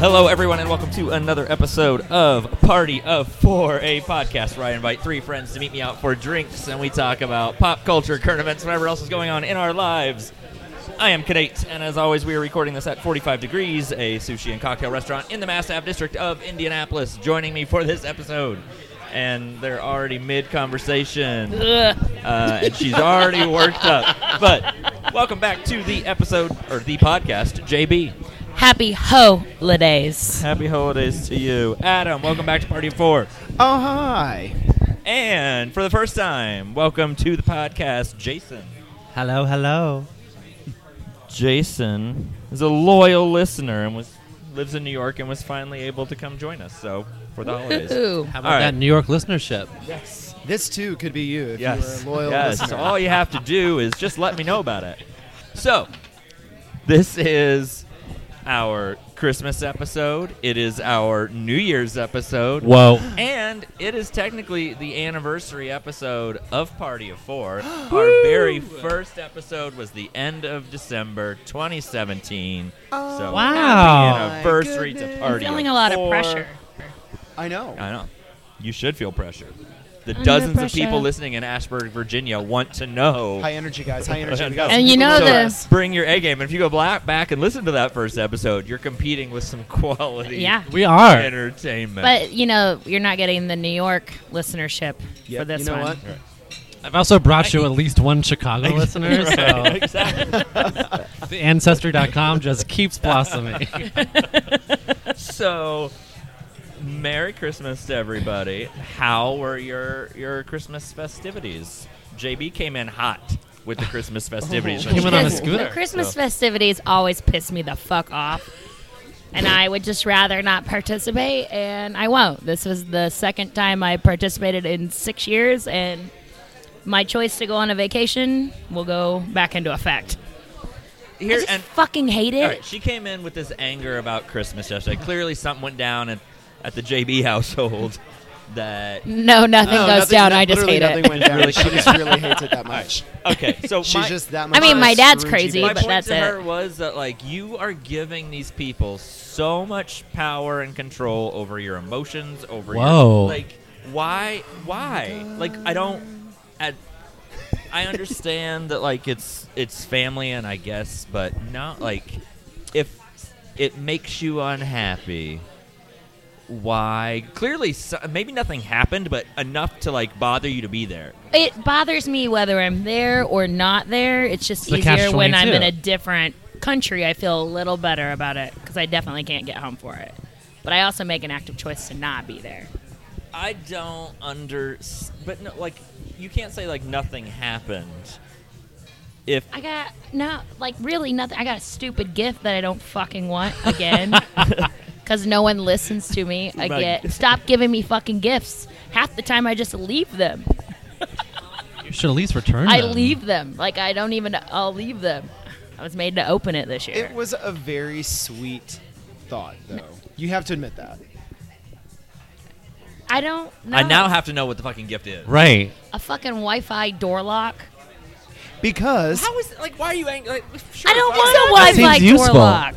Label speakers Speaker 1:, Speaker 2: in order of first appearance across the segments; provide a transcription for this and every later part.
Speaker 1: Hello, everyone, and welcome to another episode of Party of Four, a podcast where I invite three friends to meet me out for drinks and we talk about pop culture, current events, whatever else is going on in our lives. I am Kadate, and as always, we are recording this at 45 Degrees, a sushi and cocktail restaurant in the Mass Ave district of Indianapolis. Joining me for this episode, and they're already mid conversation uh, and she's already worked up. But welcome back to the episode or the podcast, JB.
Speaker 2: Happy holidays.
Speaker 1: Happy holidays to you, Adam. Welcome back to Party of Four.
Speaker 3: Oh, hi.
Speaker 1: And for the first time, welcome to the podcast, Jason.
Speaker 4: Hello, hello.
Speaker 1: Jason is a loyal listener and was lives in New York and was finally able to come join us. So for the holidays.
Speaker 2: Ooh.
Speaker 1: All
Speaker 4: How about
Speaker 1: right.
Speaker 4: that New York listenership?
Speaker 1: Yes.
Speaker 3: This too could be you if
Speaker 1: Yes.
Speaker 3: you were a loyal
Speaker 1: yes. Oh.
Speaker 3: listener.
Speaker 1: All you have to do is just let me know about it. So, this is our Christmas episode. It is our New Year's episode.
Speaker 4: Whoa.
Speaker 1: And it is technically the anniversary episode of Party of Four. Our very first episode was the end of December 2017. so
Speaker 4: Wow.
Speaker 1: happy anniversary to
Speaker 3: goodness.
Speaker 1: Party
Speaker 2: Feeling a lot of
Speaker 1: Four.
Speaker 2: pressure.
Speaker 3: I know.
Speaker 1: I know. You should feel pressure. The
Speaker 2: Under
Speaker 1: dozens of
Speaker 2: pressure.
Speaker 1: people listening in Ashburg, Virginia want to know.
Speaker 3: High energy, guys. High energy.
Speaker 1: And
Speaker 3: We got
Speaker 2: you
Speaker 3: some people
Speaker 2: know
Speaker 1: So
Speaker 3: with
Speaker 2: the-
Speaker 3: us.
Speaker 1: Bring your A game. And if you go black back and listen to that first episode, you're competing with some quality
Speaker 2: Yeah.
Speaker 4: We are.
Speaker 1: entertainment.
Speaker 2: But, you know, you're not getting the New York listenership
Speaker 3: Yep,
Speaker 2: for this
Speaker 3: you know
Speaker 2: one.
Speaker 3: what?
Speaker 4: I've also brought you at least one Chicago listener,
Speaker 1: Right,
Speaker 4: so
Speaker 1: exactly.
Speaker 4: the ancestry.com just keeps blossoming.
Speaker 1: so, Merry Christmas to everybody. How were your your Christmas festivities? JB came in hot with the Christmas festivities.
Speaker 4: Oh, Came in on a
Speaker 2: Because
Speaker 4: scooter.
Speaker 2: The Christmas
Speaker 1: So-
Speaker 2: festivities always piss me the fuck off. And I would just rather not participate, and I won't. This was the second time I participated in six years, and my choice to go on a vacation will go back into effect. I
Speaker 1: Here
Speaker 2: just
Speaker 1: and
Speaker 2: fucking hate it.
Speaker 1: All right, she came in with this anger about Christmas yesterday. Clearly, something went down at, at the JB household that.
Speaker 2: No, nothing
Speaker 3: No,
Speaker 2: goes
Speaker 3: nothing-
Speaker 2: down.
Speaker 3: no-
Speaker 2: I just
Speaker 3: literally
Speaker 2: hate
Speaker 3: nothing
Speaker 2: it.
Speaker 3: Went down. she just really hates it that much.
Speaker 1: Okay, so
Speaker 3: She's
Speaker 1: my,
Speaker 3: just that much.
Speaker 2: I mean,
Speaker 3: of a
Speaker 2: my dad's
Speaker 3: Scroogey
Speaker 2: crazy,
Speaker 3: bitch.
Speaker 1: my
Speaker 2: but
Speaker 1: point
Speaker 2: that's
Speaker 1: to
Speaker 2: it.
Speaker 1: her was that like you are giving these people so much power and control over your emotions, over
Speaker 4: Whoa.
Speaker 1: your like why why like I don't I, I understand that like it's it's family and I guess, but not like if it makes you unhappy. Why? Clearly, so, maybe nothing happened, but enough to like bother you to be there.
Speaker 2: It bothers me whether I'm there or not there. It's just
Speaker 4: the
Speaker 2: easier when I'm
Speaker 4: catch-22.
Speaker 2: in a different country. I feel a little better about it because I definitely can't get home for it. But I also make an active choice to not be there.
Speaker 1: I don't under, but no, like you can't say like nothing happened. If
Speaker 2: I got no, like really nothing. I got a stupid gift that I don't fucking want again because no one listens to me. I
Speaker 1: Right.
Speaker 2: get stop giving me fucking gifts. Half the time I just leave them.
Speaker 4: You should at least return
Speaker 2: I
Speaker 4: them.
Speaker 2: leave them. Like I don't even. I'll leave them. I was made to open it this year.
Speaker 3: It was a very sweet thought, though. You have to admit that.
Speaker 2: I don't. know.
Speaker 1: I now have to know what the fucking gift is.
Speaker 4: Right.
Speaker 2: a fucking Wi-Fi door lock.
Speaker 3: Because
Speaker 1: How is like? Why are you angry? Like, sure,
Speaker 2: I don't
Speaker 1: fine.
Speaker 2: want a
Speaker 4: seems
Speaker 2: Wi-Fi door
Speaker 4: useful.
Speaker 2: lock.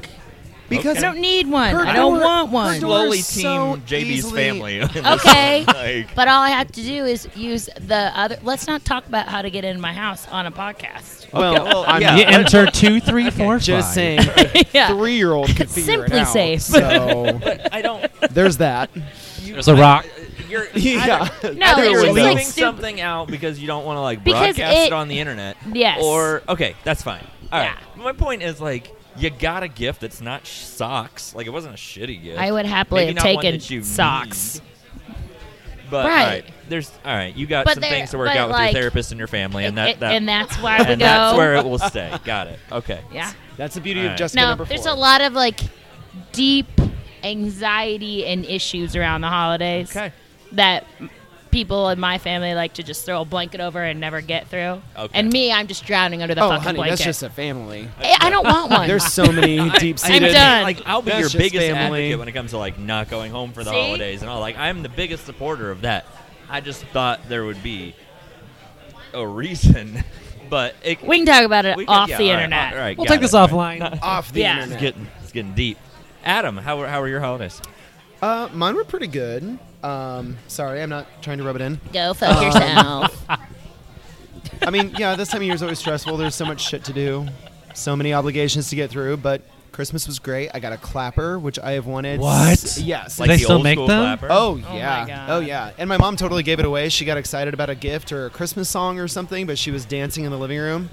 Speaker 3: because
Speaker 2: I don't need one.
Speaker 3: Her
Speaker 2: I don't
Speaker 3: door-
Speaker 2: want
Speaker 3: her
Speaker 2: one.
Speaker 3: door-
Speaker 1: Slowly
Speaker 3: is
Speaker 1: team
Speaker 3: so
Speaker 1: JB's
Speaker 3: easily-
Speaker 1: family. in this.
Speaker 2: Okay.
Speaker 1: like,
Speaker 2: But all I have to do is use the other. Let's not talk about how to get in my house on a podcast.
Speaker 3: well,
Speaker 1: Okay, well,
Speaker 3: Oh, I'm
Speaker 1: yeah.
Speaker 4: You enter two, three, four,
Speaker 3: just
Speaker 4: five.
Speaker 3: saying,
Speaker 2: yeah.
Speaker 3: three-year-old could figure
Speaker 2: Simply
Speaker 3: it out.
Speaker 2: safe.
Speaker 3: So
Speaker 1: I don't.
Speaker 3: there's that.
Speaker 1: You,
Speaker 4: There's a rock.
Speaker 1: I, you're,
Speaker 3: Yeah.
Speaker 2: No,
Speaker 1: Either
Speaker 2: it's
Speaker 1: you're
Speaker 2: just
Speaker 1: leaving
Speaker 2: like stupid.
Speaker 1: something out because you don't want to like
Speaker 2: Because
Speaker 1: broadcast it,
Speaker 2: it-
Speaker 1: on the internet.
Speaker 2: Yes.
Speaker 1: Or okay, that's fine. All right.
Speaker 2: Yeah.
Speaker 1: My point is like you got a gift that's not sh- socks. Like it wasn't a shitty gift.
Speaker 2: I would happily
Speaker 1: Maybe
Speaker 2: have
Speaker 1: not one
Speaker 2: taken
Speaker 1: that you
Speaker 2: socks.
Speaker 1: need. But all
Speaker 2: Right.
Speaker 1: right, there's all right. You got
Speaker 2: But
Speaker 1: some
Speaker 2: there-
Speaker 1: things to work
Speaker 2: but,
Speaker 1: out with
Speaker 2: like,
Speaker 1: your therapist and your family, and
Speaker 2: It-
Speaker 1: that,
Speaker 2: it-
Speaker 1: that
Speaker 2: and that's where we
Speaker 1: and
Speaker 2: go.
Speaker 1: that's where it will stay. Got it. Okay.
Speaker 2: yeah.
Speaker 3: That's the beauty
Speaker 1: All right.
Speaker 3: of Jessica
Speaker 2: No,
Speaker 3: number four.
Speaker 2: there's a lot of like deep anxiety and issues around the holidays.
Speaker 1: Okay.
Speaker 2: that m- people in my family like to just throw a blanket over and never get through.
Speaker 1: Okay.
Speaker 2: And me, I'm just drowning under the
Speaker 3: Oh,
Speaker 2: fucking
Speaker 3: honey,
Speaker 2: blanket.
Speaker 3: that's just a family.
Speaker 2: I, I don't want one.
Speaker 3: There's so many
Speaker 2: I'm
Speaker 3: deep-seated.
Speaker 2: done.
Speaker 1: Like I'll be
Speaker 3: That's
Speaker 1: your
Speaker 3: just
Speaker 1: biggest
Speaker 3: family.
Speaker 1: advocate when it comes to like not going home for the
Speaker 2: See?
Speaker 1: holidays and all. Like I'm the biggest supporter of that. I just thought there would be a reason, but it,
Speaker 2: we can talk about it
Speaker 1: we could-
Speaker 2: off
Speaker 1: yeah,
Speaker 2: the
Speaker 1: all right,
Speaker 2: internet.
Speaker 1: all right,
Speaker 4: We'll
Speaker 1: got
Speaker 4: take this
Speaker 1: it.
Speaker 4: offline.
Speaker 3: off the
Speaker 2: Yeah.
Speaker 3: internet.
Speaker 1: It's getting it's getting deep. Adam, how were, how were your holidays?
Speaker 3: Uh, mine were pretty good. Um, sorry, I'm not trying to rub it in.
Speaker 2: Go fuck
Speaker 4: Um,
Speaker 2: yourself.
Speaker 3: I mean, yeah, this time of year is always stressful. There's so much shit to do, so many obligations to get through. But Christmas was great. I got a clapper, which I have wanted.
Speaker 4: What?
Speaker 3: s- Yes.
Speaker 4: Like- they still make them?
Speaker 3: oh
Speaker 2: Oh my
Speaker 3: yeah.
Speaker 2: God.
Speaker 3: Oh, yeah. And my mom totally gave it away. She got excited about a gift or a Christmas song or something, but she was dancing in the living room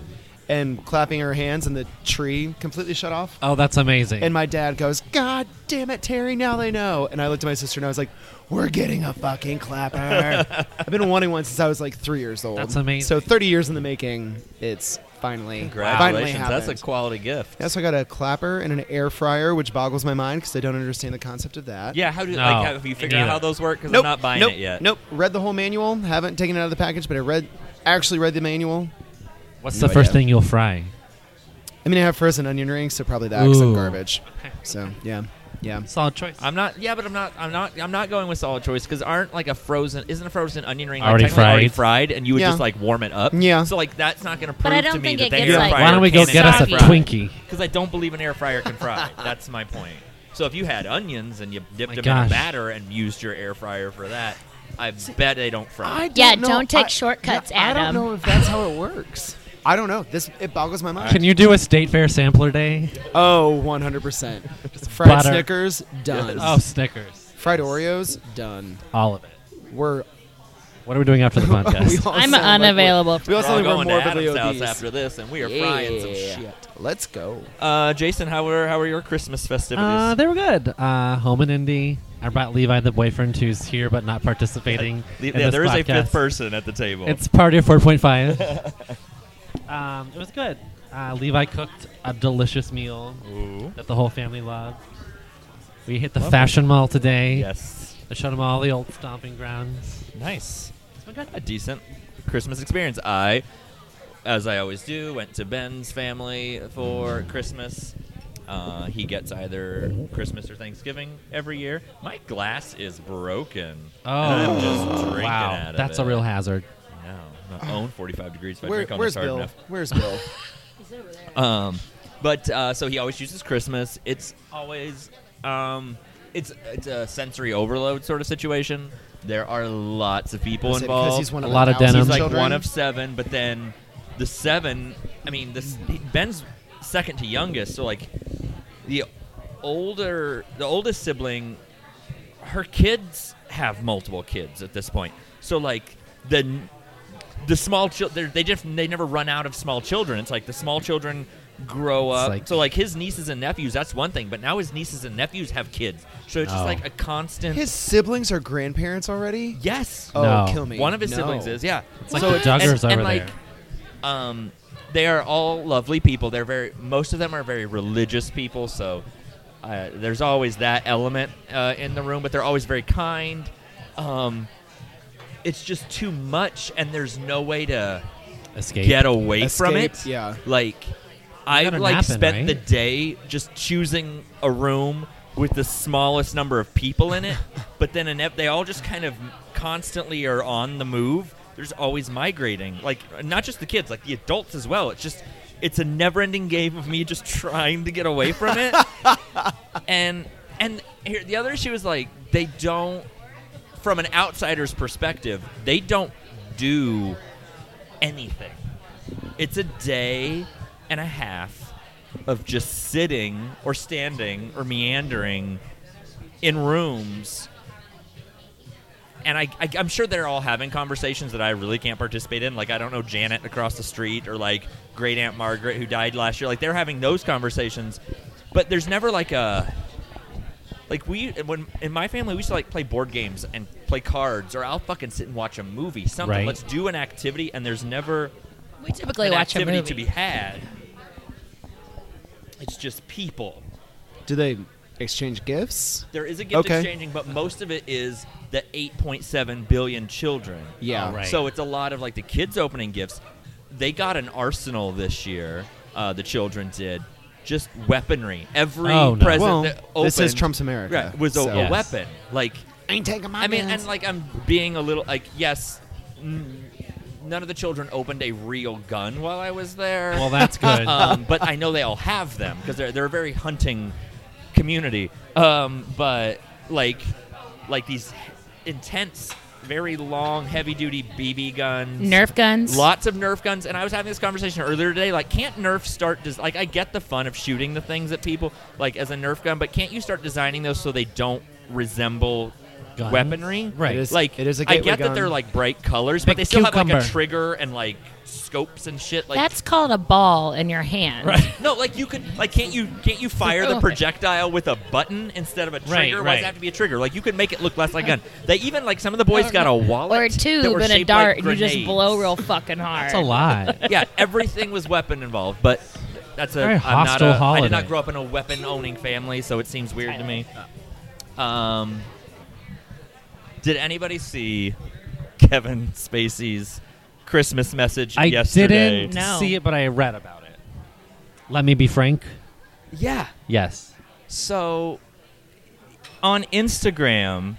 Speaker 3: and clapping her hands, and the tree completely shut off.
Speaker 4: Oh, that's amazing.
Speaker 3: And my dad goes, God damn it, Terry, now they know. And I looked at my sister and I was like, We're getting a fucking clapper. I've been wanting one since I was like three years old.
Speaker 4: That's amazing.
Speaker 3: So 30 years in the making, it's finally. Finally
Speaker 1: Congratulations.
Speaker 3: happened.
Speaker 1: That's a quality gift.
Speaker 3: yeah, so I got a clapper and an air fryer, which boggles my mind because I don't understand the concept of that.
Speaker 1: yeah, how do
Speaker 4: No,
Speaker 1: like, have you
Speaker 4: me
Speaker 1: figured out
Speaker 4: neither.
Speaker 1: how those work? Because
Speaker 3: Nope.
Speaker 1: I'm not buying
Speaker 3: nope,
Speaker 1: it yet.
Speaker 3: Nope. Read the whole manual. Haven't taken it out of the package, but I read, actually read the manual.
Speaker 4: What's
Speaker 3: No
Speaker 4: the first
Speaker 3: idea.
Speaker 4: thing you'll fry?
Speaker 3: I mean, I have frozen onion rings, so probably that, except
Speaker 4: Ooh.
Speaker 3: garbage. So, yeah. Yeah.
Speaker 4: Solid choice.
Speaker 1: I'm not. Yeah, but I'm not. I'm not. I'm not going with solid choice because aren't like a frozen? Isn't a frozen onion ring like,
Speaker 4: Already
Speaker 1: technically already
Speaker 4: fried.
Speaker 1: fried? And you would
Speaker 3: Yeah.
Speaker 1: just like warm it up.
Speaker 3: Yeah.
Speaker 1: So like that's not going to
Speaker 2: But
Speaker 1: prove
Speaker 2: I
Speaker 1: to
Speaker 2: don't
Speaker 1: me
Speaker 2: think
Speaker 1: that
Speaker 2: it
Speaker 1: that
Speaker 2: gets,
Speaker 1: air
Speaker 2: like,
Speaker 1: fryer.
Speaker 4: Why don't we go
Speaker 2: can
Speaker 4: get us a
Speaker 2: fry.
Speaker 4: Twinkie?
Speaker 1: Because I don't believe an air fryer can fry. that's my point. So if you had onions and you dipped
Speaker 4: My
Speaker 1: them in
Speaker 4: gosh.
Speaker 1: batter and used your air fryer for that, I bet they don't fry.
Speaker 3: I don't
Speaker 2: Yeah,
Speaker 3: know.
Speaker 2: don't take
Speaker 3: I-
Speaker 2: shortcuts,
Speaker 3: yeah, I don't
Speaker 2: Adam.
Speaker 3: know if that's how it works. I don't know. This it boggles my mind.
Speaker 4: Can you do a state fair sampler day?
Speaker 3: Oh, 100 percent. Fried
Speaker 4: butter.
Speaker 3: Snickers done.
Speaker 4: Oh, Snickers.
Speaker 3: Fried Oreos done.
Speaker 4: All of it.
Speaker 3: We're
Speaker 4: What are we doing after the
Speaker 3: we
Speaker 4: podcast?
Speaker 3: all
Speaker 2: I'm
Speaker 3: sound like
Speaker 2: unavailable
Speaker 3: we're- we all
Speaker 1: We're all
Speaker 3: sound like we're
Speaker 1: going to
Speaker 3: morbidly
Speaker 1: Adam's house
Speaker 3: obese.
Speaker 1: after this, and we are frying some
Speaker 3: Yeah.
Speaker 1: shit.
Speaker 3: Let's go.
Speaker 1: Uh, Jason, how were how were your Christmas festivities?
Speaker 4: Uh, they were good. Uh, home in Indy. I brought Levi, the boyfriend who's here but not participating.
Speaker 1: Le-
Speaker 4: in
Speaker 1: Uh, yeah,
Speaker 4: this
Speaker 1: there is a
Speaker 4: podcast.
Speaker 1: fifth person at the table.
Speaker 4: It's party of 4.5. um, it was good. Uh, Levi cooked a delicious meal
Speaker 1: Ooh.
Speaker 4: that the whole family loved. We hit the fashion mall today.
Speaker 1: yes,
Speaker 4: The Shuttle Mall, the old stomping grounds.
Speaker 1: nice,
Speaker 4: It's been good.
Speaker 1: a decent Christmas experience. I, as I always do, went to Ben's family for Christmas. Uh, he gets either Christmas or Thanksgiving every year. My glass is broken.
Speaker 4: Oh,
Speaker 1: and I'm just drinking
Speaker 4: wow.
Speaker 1: out of
Speaker 4: That's
Speaker 1: it.
Speaker 4: a real hazard.
Speaker 1: No, my own 45 degrees. If I
Speaker 3: Where,
Speaker 1: drink on this
Speaker 3: where's
Speaker 1: hard
Speaker 3: Bill?
Speaker 1: enough.
Speaker 3: Where's Bill?
Speaker 1: Um, but uh, so he always uses Christmas. It's always um, it's it's a sensory overload sort of situation. There are lots of people
Speaker 3: Is it
Speaker 1: involved.
Speaker 3: Because he's one of
Speaker 4: A lot
Speaker 3: the
Speaker 4: of denim.
Speaker 1: He's
Speaker 3: thousand
Speaker 1: like
Speaker 3: children?
Speaker 1: one of seven, but then the seven. I mean, this Ben's second to youngest, so like the older, the oldest sibling, her kids have multiple kids at this point. So like the the small children they just they never run out of small children it's like the small children grow
Speaker 4: It's
Speaker 1: up
Speaker 4: like-
Speaker 1: so like his nieces and nephews that's one thing but now his nieces and nephews have kids so it's just
Speaker 4: Oh.
Speaker 1: like a constant
Speaker 3: His siblings are grandparents already.
Speaker 1: yes
Speaker 3: Oh,
Speaker 4: No.
Speaker 3: kill me.
Speaker 1: one of his
Speaker 3: No.
Speaker 1: siblings is yeah
Speaker 4: It's like
Speaker 1: So
Speaker 4: the
Speaker 1: it's- and,
Speaker 4: Juggers over
Speaker 1: and, like,
Speaker 4: there.
Speaker 1: um they are all lovely people they're very most of them are very religious people so uh, there's always that element uh, in the room but they're always very kind um it's just too much and there's no way to
Speaker 4: Escape.
Speaker 1: get away from
Speaker 3: Escape,
Speaker 1: it.
Speaker 3: yeah.
Speaker 1: Like I
Speaker 4: gotta
Speaker 1: like
Speaker 4: nap in,
Speaker 1: spent
Speaker 4: right?
Speaker 1: the day just choosing a room with the smallest number of people in it, but then inev- they all just kind of constantly are on the move. There's always migrating. Like not just the kids, like the adults as well. It's just it's a never-ending game of me just trying to get away from it. and and here the other issue is like they don't from an outsider's perspective, they don't do anything. It's a day and a half of just sitting or standing or meandering in rooms. And I, I, I'm sure they're all having conversations that I really can't participate in. Like, I don't know Janet across the street or like great Aunt Margaret who died last year. Like, they're having those conversations. But there's never like a. Like we when in my family we used to like play board games and play cards or I'll fucking sit and watch a movie something
Speaker 4: Right.
Speaker 1: let's do an activity and there's never
Speaker 2: we typically
Speaker 1: an
Speaker 2: watch a
Speaker 1: activity
Speaker 2: movie.
Speaker 1: to be had. It's just people.
Speaker 3: Do they exchange gifts?
Speaker 1: There is a gift
Speaker 3: Okay.
Speaker 1: exchanging, but most of it is the 8.7 billion children.
Speaker 3: Yeah.
Speaker 4: All right.
Speaker 1: So it's a lot of like the kids opening gifts. They got an arsenal this year. Uh, the children did just weaponry. Every
Speaker 4: Oh, no.
Speaker 1: present
Speaker 3: Well,
Speaker 1: that opened,
Speaker 3: this is Trump's America,
Speaker 1: Right, was a,
Speaker 3: so-
Speaker 1: a
Speaker 4: Yes.
Speaker 1: weapon. Like
Speaker 3: I ain't taking my
Speaker 1: I mean,
Speaker 3: man's.
Speaker 1: and like I'm being a little like yes, n- none of the children opened a real gun while I was there.
Speaker 4: Well, that's good.
Speaker 1: um, but I know they all have them because they're they're a very hunting community. Um, but like, like these intense, very long, heavy-duty BB guns,
Speaker 2: Nerf guns.
Speaker 1: Lots of Nerf guns, and I was having this conversation earlier today. Like, can't Nerf start? Des- like, I get the fun of shooting the things at people, like as a Nerf gun, but can't you start designing those so they don't resemble
Speaker 4: Guns?
Speaker 1: weaponry?
Speaker 4: Right.
Speaker 3: It is-
Speaker 1: Like,
Speaker 3: it is a
Speaker 1: I
Speaker 3: gateway
Speaker 1: get that
Speaker 3: gun.
Speaker 1: they're like bright colors, but
Speaker 4: Big
Speaker 1: they still have like
Speaker 4: cucumber.
Speaker 1: a trigger and like scopes and shit. Like,
Speaker 2: That's called a ball in your hand.
Speaker 1: no, like you could, like can't you can't you fire
Speaker 2: Oh.
Speaker 1: the projectile with a button instead of a trigger? Why does
Speaker 4: right.
Speaker 1: it have to be a trigger? Like you could make it look less like a gun. They even like some of the boys got a wallet
Speaker 2: Or a
Speaker 1: that
Speaker 2: tube
Speaker 1: were
Speaker 2: and a
Speaker 1: shaped like
Speaker 2: dart, and you just
Speaker 1: grenades.
Speaker 2: blow real fucking hard.
Speaker 4: That's a lot.
Speaker 1: yeah, everything was weapon involved, but that's a
Speaker 4: Very
Speaker 1: I'm not
Speaker 4: hostile
Speaker 1: a I
Speaker 4: holiday.
Speaker 1: did not grow up in a weapon owning family, so it seems weird to me. Um, did anybody see Kevin Spacey's Christmas message
Speaker 4: I
Speaker 1: yesterday?
Speaker 4: didn't
Speaker 2: No.
Speaker 4: see it, but I read about it. Let me be frank.
Speaker 1: Yeah.
Speaker 4: Yes.
Speaker 1: So on Instagram,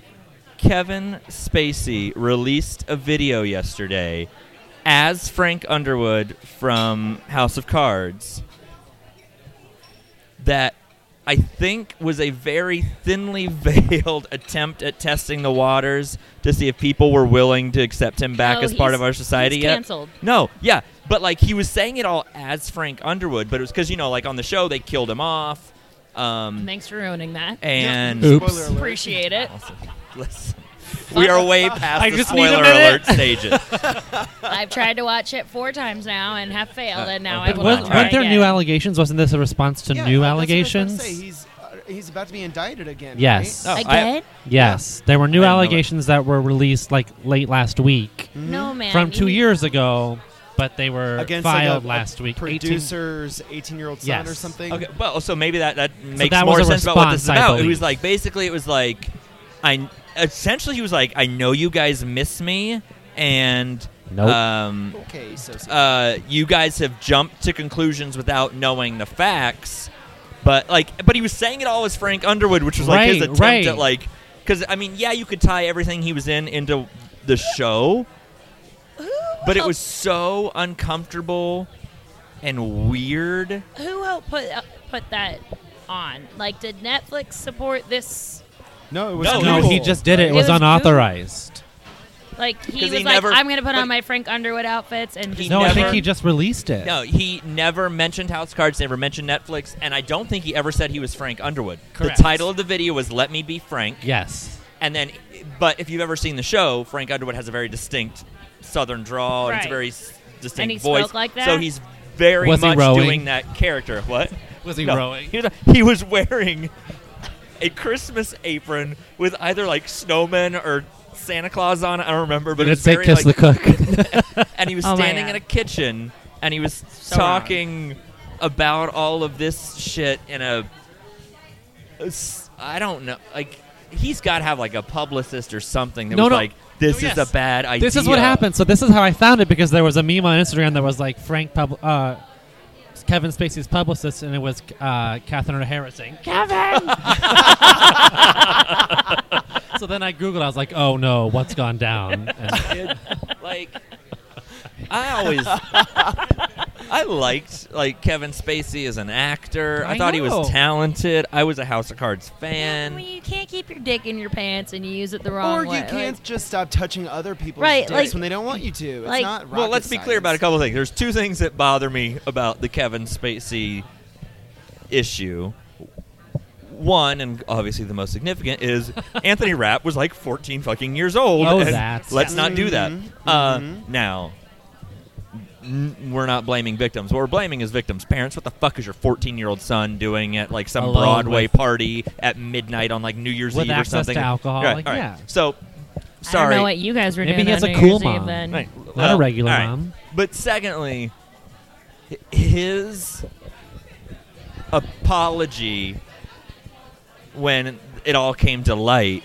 Speaker 1: Kevin Spacey released a video yesterday as Frank Underwood from House of Cards that I think was a very thinly veiled attempt at testing the waters to see if people were willing to accept him back
Speaker 2: Oh,
Speaker 1: as part
Speaker 2: he's-
Speaker 1: of our society
Speaker 2: he's
Speaker 1: yet.
Speaker 2: canceled.
Speaker 1: No, yeah, but like he was saying it all as Frank Underwood, but it was because you know, like on the show they killed him off, um,
Speaker 2: Thanks for ruining that.
Speaker 1: and
Speaker 4: Oops.
Speaker 3: Spoiler alert.
Speaker 2: Appreciate it.
Speaker 1: Listen, we are way past
Speaker 4: I
Speaker 1: the
Speaker 4: just need a
Speaker 1: spoiler
Speaker 4: minute.
Speaker 1: alert stages.
Speaker 2: I've tried to watch it four times now and have failed, and now I
Speaker 1: Uh, okay.
Speaker 2: will
Speaker 1: Well,
Speaker 2: not
Speaker 4: Was,
Speaker 1: Weren't
Speaker 2: try
Speaker 4: weren't there
Speaker 2: again.
Speaker 4: new allegations? Wasn't this a response to
Speaker 3: Yeah, that's
Speaker 4: new
Speaker 3: what I was about to
Speaker 4: allegations?
Speaker 3: say. He's uh, he's about to be indicted again.
Speaker 4: Yes.
Speaker 1: No,
Speaker 2: Oh.
Speaker 3: right?
Speaker 1: I-
Speaker 2: Again?
Speaker 4: yes. There were new
Speaker 1: I didn't know it.
Speaker 4: allegations that were released like late last week
Speaker 2: No, man.
Speaker 4: mm-hmm. from two
Speaker 2: you-
Speaker 4: years ago, but they were
Speaker 3: Against like,
Speaker 4: filed
Speaker 3: a- a
Speaker 4: last week. 18
Speaker 3: Producer's eighteen-year-old son
Speaker 4: Yes.
Speaker 3: or something.
Speaker 1: Okay, well, so maybe that that makes
Speaker 4: that was
Speaker 1: more
Speaker 4: a
Speaker 1: sense about what this is
Speaker 4: response, I
Speaker 1: about. It
Speaker 4: believe.
Speaker 1: was like basically, it was like, I essentially he was like, I know you guys miss me, and
Speaker 4: Nope.
Speaker 1: um,
Speaker 3: Okay. So.
Speaker 1: uh, you guys have jumped to conclusions without knowing the facts. But like, but he was saying it all as Frank Underwood, which was like his
Speaker 4: Right,
Speaker 1: attempt
Speaker 4: right.
Speaker 1: at like, because I mean, yeah, you could tie everything he was in into the show,
Speaker 2: Who
Speaker 1: but it
Speaker 2: helped-
Speaker 1: was so uncomfortable and weird.
Speaker 2: Who helped put, uh, put that on? Like, did Netflix support this?
Speaker 3: no, it was
Speaker 1: No,
Speaker 4: No,
Speaker 1: Google.
Speaker 4: he just did it. It,
Speaker 2: It
Speaker 4: was,
Speaker 2: was
Speaker 4: unauthorized.
Speaker 2: Like, he
Speaker 1: 'Cause
Speaker 2: was
Speaker 1: he
Speaker 2: like,
Speaker 1: never-
Speaker 2: I'm going to put
Speaker 1: like-
Speaker 2: on my Frank Underwood outfits and just.
Speaker 1: He
Speaker 4: No, I think
Speaker 1: never-
Speaker 4: he just released it.
Speaker 1: No, he never mentioned House Cards, never mentioned Netflix, and I don't think he ever said he was Frank Underwood.
Speaker 4: Correct.
Speaker 1: The title of the video was "Let Me Be Frank,"
Speaker 4: Yes.
Speaker 1: and then, but if you've ever seen the show, Frank Underwood has a very distinct Southern drawl and it's a
Speaker 2: Right.
Speaker 1: very s- distinct
Speaker 2: And he
Speaker 1: voice.
Speaker 2: spoke like
Speaker 1: So
Speaker 2: that?
Speaker 1: he's very
Speaker 4: Was he
Speaker 1: much
Speaker 4: rowing?
Speaker 1: doing that character. What?
Speaker 4: Was he
Speaker 1: No.
Speaker 4: rowing?
Speaker 1: He was, he was wearing a Christmas apron with either like snowmen or Santa Claus on. it. I don't remember, but
Speaker 4: Did
Speaker 1: it
Speaker 4: it
Speaker 1: was
Speaker 4: say
Speaker 1: very
Speaker 4: kiss
Speaker 1: like,
Speaker 4: the cook?
Speaker 1: and he was
Speaker 2: Oh my
Speaker 1: standing
Speaker 2: God.
Speaker 1: in a kitchen and he was
Speaker 2: wrong.
Speaker 1: talking about all of this shit in a a s- I don't know like he's got to have like a publicist or something that
Speaker 4: No,
Speaker 1: was
Speaker 4: no.
Speaker 1: like this
Speaker 4: No,
Speaker 1: is
Speaker 4: yes.
Speaker 1: a bad idea.
Speaker 4: this is what happened. So this is how I found it because there was a meme on Instagram that was like Frank Pub- uh, Kevin Spacey's publicist, and it was uh, Catherine O'Hara saying Kevin. so then I googled. I was like, oh no, what's gone down? And
Speaker 1: Like I always I liked like Kevin Spacey as an actor. I,
Speaker 4: I
Speaker 1: thought he
Speaker 4: know.
Speaker 1: was talented. I was a House of Cards fan.
Speaker 2: I mean, you can't keep your dick in your pants and you use it the wrong
Speaker 3: Or
Speaker 2: way.
Speaker 3: you can't
Speaker 2: Like,
Speaker 3: just stop touching other people's
Speaker 2: Right,
Speaker 3: dicks
Speaker 2: like-
Speaker 3: when they don't want you to. It's
Speaker 2: like-
Speaker 3: not
Speaker 1: Well,
Speaker 3: rocket
Speaker 1: let's be clear about a
Speaker 3: science.
Speaker 1: couple of things. There's two things that bother me about the Kevin Spacey issue. One, and obviously the most significant, is Anthony Rapp was like 14 fucking years old.
Speaker 4: Oh,
Speaker 1: and
Speaker 4: that's- Mm-hmm.
Speaker 1: let's not do that.
Speaker 3: Mhm,
Speaker 1: Uh,
Speaker 3: mhm.
Speaker 1: Now, n- we're not blaming victims. What we're blaming is victims' parents. What the fuck is your 14 year old son doing at like some
Speaker 4: Alone
Speaker 1: Broadway
Speaker 4: with-
Speaker 1: party at midnight on like New Year's
Speaker 4: With
Speaker 1: Eve or
Speaker 4: access to
Speaker 1: something?
Speaker 4: alcohol,
Speaker 1: Right,
Speaker 4: like,
Speaker 1: all right.
Speaker 4: yeah.
Speaker 1: So, sorry.
Speaker 2: I don't know what you guys were
Speaker 4: Maybe
Speaker 2: doing.
Speaker 4: he has
Speaker 2: on
Speaker 4: a
Speaker 2: New
Speaker 4: cool
Speaker 2: Year's Eve
Speaker 4: mom.
Speaker 2: Then.
Speaker 1: Right.
Speaker 4: Not
Speaker 1: Well,
Speaker 4: a regular
Speaker 1: all right.
Speaker 4: mom.
Speaker 1: But secondly, h- his apology when it all came to light,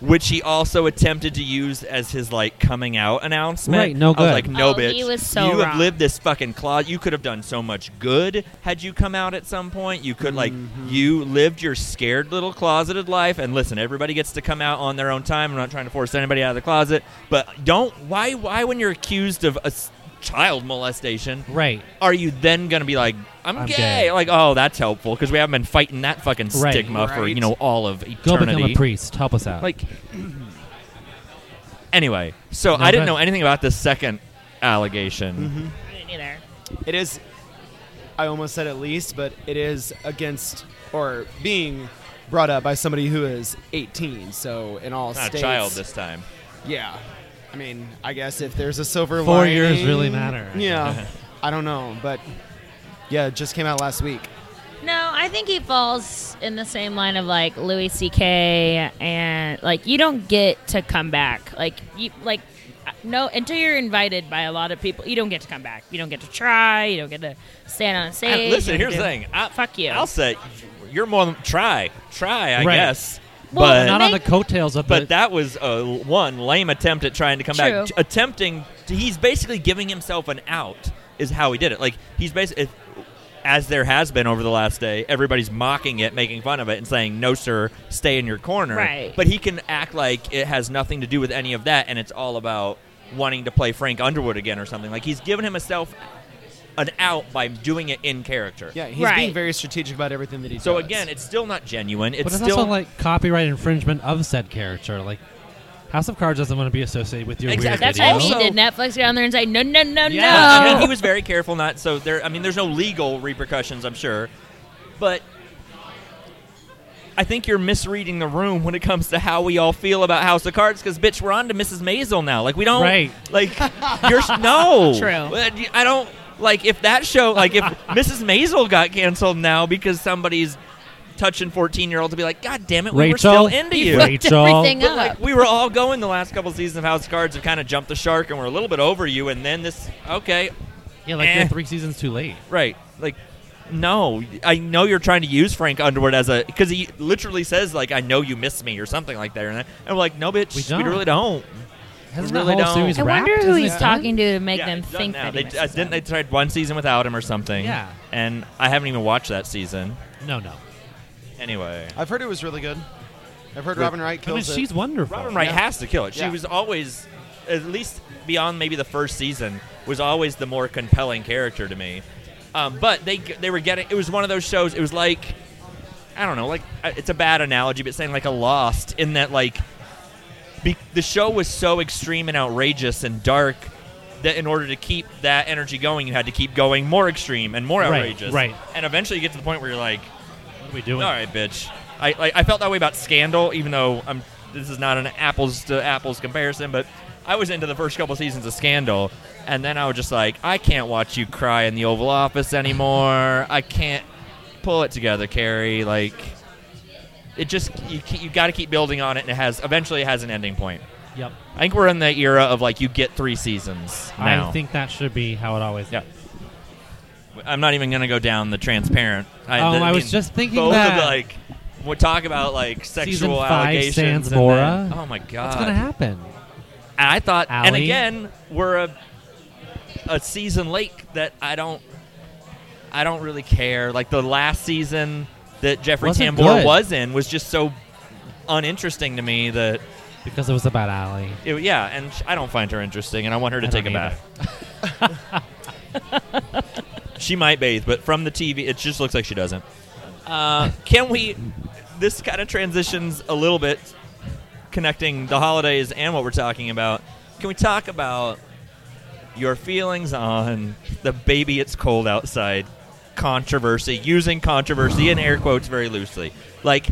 Speaker 1: which he also attempted to use as his like coming out announcement.
Speaker 4: Right,
Speaker 1: I
Speaker 4: no
Speaker 1: was
Speaker 4: good.
Speaker 1: like, no,
Speaker 2: Oh,
Speaker 1: bitch.
Speaker 2: he was so
Speaker 1: you have
Speaker 2: wrong.
Speaker 1: lived this fucking closet. You could have done so much good had you come out at some point. You could like
Speaker 4: Mm-hmm.
Speaker 1: you lived your scared little closeted life. And listen, everybody gets to come out on their own time. I'm not trying to force anybody out of the closet, but don't why why when you're accused of. ass- child molestation,
Speaker 4: Right.
Speaker 1: are you then going to be like, I'm,
Speaker 4: I'm
Speaker 1: gay.
Speaker 4: gay.
Speaker 1: Like, oh, that's helpful because we haven't been fighting that fucking
Speaker 4: Right.
Speaker 1: stigma for,
Speaker 3: Right.
Speaker 1: you know, all of eternity.
Speaker 4: Go become a priest. Help us out.
Speaker 1: Like, anyway, so
Speaker 4: No,
Speaker 1: I didn't
Speaker 4: go
Speaker 1: know
Speaker 4: ahead.
Speaker 1: anything about the second allegation.
Speaker 3: Mm-hmm.
Speaker 2: I didn't either.
Speaker 3: It is, I almost said at least, but it is against or being brought up by somebody who is 18. So in all
Speaker 1: Not
Speaker 3: states,
Speaker 1: a child this time.
Speaker 3: yeah. I mean, I guess if there's a silver
Speaker 4: Four
Speaker 3: lining-
Speaker 4: years really matter.
Speaker 3: Yeah, I don't know, but yeah, it just came out last week.
Speaker 2: No, I think he falls in the same line of like Louis C.K. and like you don't get to come back. Like you like no until you're invited by a lot of people, you don't get to come back. You don't get to try. You don't get to stand on stage.
Speaker 1: And listen,
Speaker 2: you don't
Speaker 1: here's the
Speaker 2: get-
Speaker 1: thing. I,
Speaker 2: Fuck you.
Speaker 1: I'll say, you're more than try, try. I
Speaker 4: Right.
Speaker 1: guess,
Speaker 2: Well,
Speaker 1: but
Speaker 4: not on the
Speaker 2: Make-
Speaker 4: coattails of
Speaker 1: but
Speaker 4: the.
Speaker 1: that was a one lame attempt at trying to come
Speaker 2: True.
Speaker 1: back. T- attempting, to, he's basically giving himself an out. Is how he did it. Like he's basically, as there has been over the last day, everybody's mocking it, making fun of it, and saying, "No, sir, stay in your corner."
Speaker 2: Right.
Speaker 1: But he can act like it has nothing to do with any of that, and it's all about wanting to play Frank Underwood again or something. Like he's given himself an out by doing it in character.
Speaker 3: Yeah, he's
Speaker 2: Right.
Speaker 3: being very strategic about everything that he
Speaker 1: So
Speaker 3: does.
Speaker 1: again, it's still not genuine. It's,
Speaker 4: But it's
Speaker 1: still
Speaker 4: also like copyright infringement of said character. Like, House of Cards doesn't want to be associated with your
Speaker 1: Exactly.
Speaker 4: weird
Speaker 1: That's
Speaker 2: That's why
Speaker 4: video.
Speaker 2: we
Speaker 1: also-
Speaker 2: did Netflix get on there and say no, no,
Speaker 1: Yeah,
Speaker 2: no,
Speaker 1: I mean,
Speaker 2: Oh, no.
Speaker 1: he was very careful not so there. I mean, there's no legal repercussions, I'm sure, but I think you're misreading the room when it comes to how we all feel about House of Cards. Because bitch, we're on to Mrs. Maisel now. Like we don't
Speaker 4: Right.
Speaker 1: Like you're no
Speaker 2: True.
Speaker 1: Uh, d- I don't like if that show like if Mrs. Maisel got canceled now because somebody's touching 14 year olds to be like, God damn it, we
Speaker 4: Rachel,
Speaker 1: were still into you.
Speaker 4: Rachel,
Speaker 2: everything
Speaker 1: But
Speaker 2: up.
Speaker 1: like we were all going the last couple seasons of House of Cards have kind of jumped the shark and we're a little bit over you and then this okay
Speaker 4: yeah, like
Speaker 1: Eh.
Speaker 4: you're three seasons too late.
Speaker 1: right like no I know you're trying to use Frank Underwood as a because he literally says like I know you miss me or something like that and, I- and we're like no bitch
Speaker 4: We
Speaker 1: we,
Speaker 4: don't.
Speaker 1: really don't
Speaker 4: Hasn't
Speaker 1: really
Speaker 4: the whole
Speaker 1: don't.
Speaker 4: series
Speaker 2: I
Speaker 4: wrapped?
Speaker 2: wonder who
Speaker 4: Isn't it
Speaker 2: he's
Speaker 4: done?
Speaker 2: talking to to make
Speaker 1: Yeah,
Speaker 2: them
Speaker 1: it's done
Speaker 2: think
Speaker 1: now.
Speaker 2: that
Speaker 1: they,
Speaker 2: he
Speaker 1: uh,
Speaker 2: misses
Speaker 1: didn't they
Speaker 2: them.
Speaker 1: tried one season without him or something
Speaker 4: Yeah.
Speaker 1: and I haven't even watched that season
Speaker 4: No, no.
Speaker 1: anyway
Speaker 3: I've heard it was really good. I've heard
Speaker 1: With-
Speaker 3: Robin Wright
Speaker 4: I mean,
Speaker 3: kills
Speaker 4: she's
Speaker 3: it.
Speaker 4: wonderful.
Speaker 1: Robin Wright
Speaker 3: Yeah.
Speaker 1: has to kill it. She
Speaker 3: Yeah.
Speaker 1: was always, at least beyond maybe the first season, was always the more compelling character to me. Um, but they they were getting. It was one of those shows. It was like, I don't know, like uh, it's a bad analogy, but saying like a Lost in that like, be, the show was so extreme and outrageous and dark. That in order to keep that energy going, you had to keep going more extreme and more
Speaker 4: Right,
Speaker 1: outrageous.
Speaker 4: right.
Speaker 1: And eventually you get to the point where you're like,
Speaker 4: What are we doing?
Speaker 1: all right, bitch. I like, I felt that way about Scandal, even though I'm. This is not an apples to apples comparison, but I was into the first couple seasons of Scandal, and then I was just like, I can't watch you cry in the Oval Office anymore. I can't pull it together, Carrie. Like, it just you ke- you got to keep building on it, and it has eventually it has an ending point.
Speaker 4: Yep.
Speaker 1: I think we're in the era of like you get three seasons now.
Speaker 4: I think that should be how it always.
Speaker 1: Yeah. I'm not even gonna go down the transparent. I,
Speaker 4: Oh,
Speaker 1: the-
Speaker 4: I was just thinking
Speaker 1: both
Speaker 4: that.
Speaker 1: Of, like we talk about like sexual
Speaker 4: Season five,
Speaker 1: allegations.
Speaker 4: Sans
Speaker 1: and then-
Speaker 4: Mora.
Speaker 1: oh my god!
Speaker 4: What's gonna happen?
Speaker 1: And I thought, and
Speaker 4: Ally.
Speaker 1: again, we're a a season late that I don't, I don't really care. Like the last season that Jeffrey
Speaker 4: Wasn't
Speaker 1: Tambor
Speaker 4: good.
Speaker 1: was in was just so uninteresting to me that
Speaker 4: Because it was about Allie.
Speaker 1: it, yeah, and sh- I don't find her interesting, and I want her to
Speaker 4: I
Speaker 1: take a
Speaker 4: don't either.
Speaker 1: bath. she might bathe, but from the TV, it just looks like she doesn't. Uh, can we? This kind of transitions a little bit, connecting the holidays and what we're talking about. Can we talk about your feelings on the "baby, it's cold outside" controversy? Using controversy in air quotes very loosely, like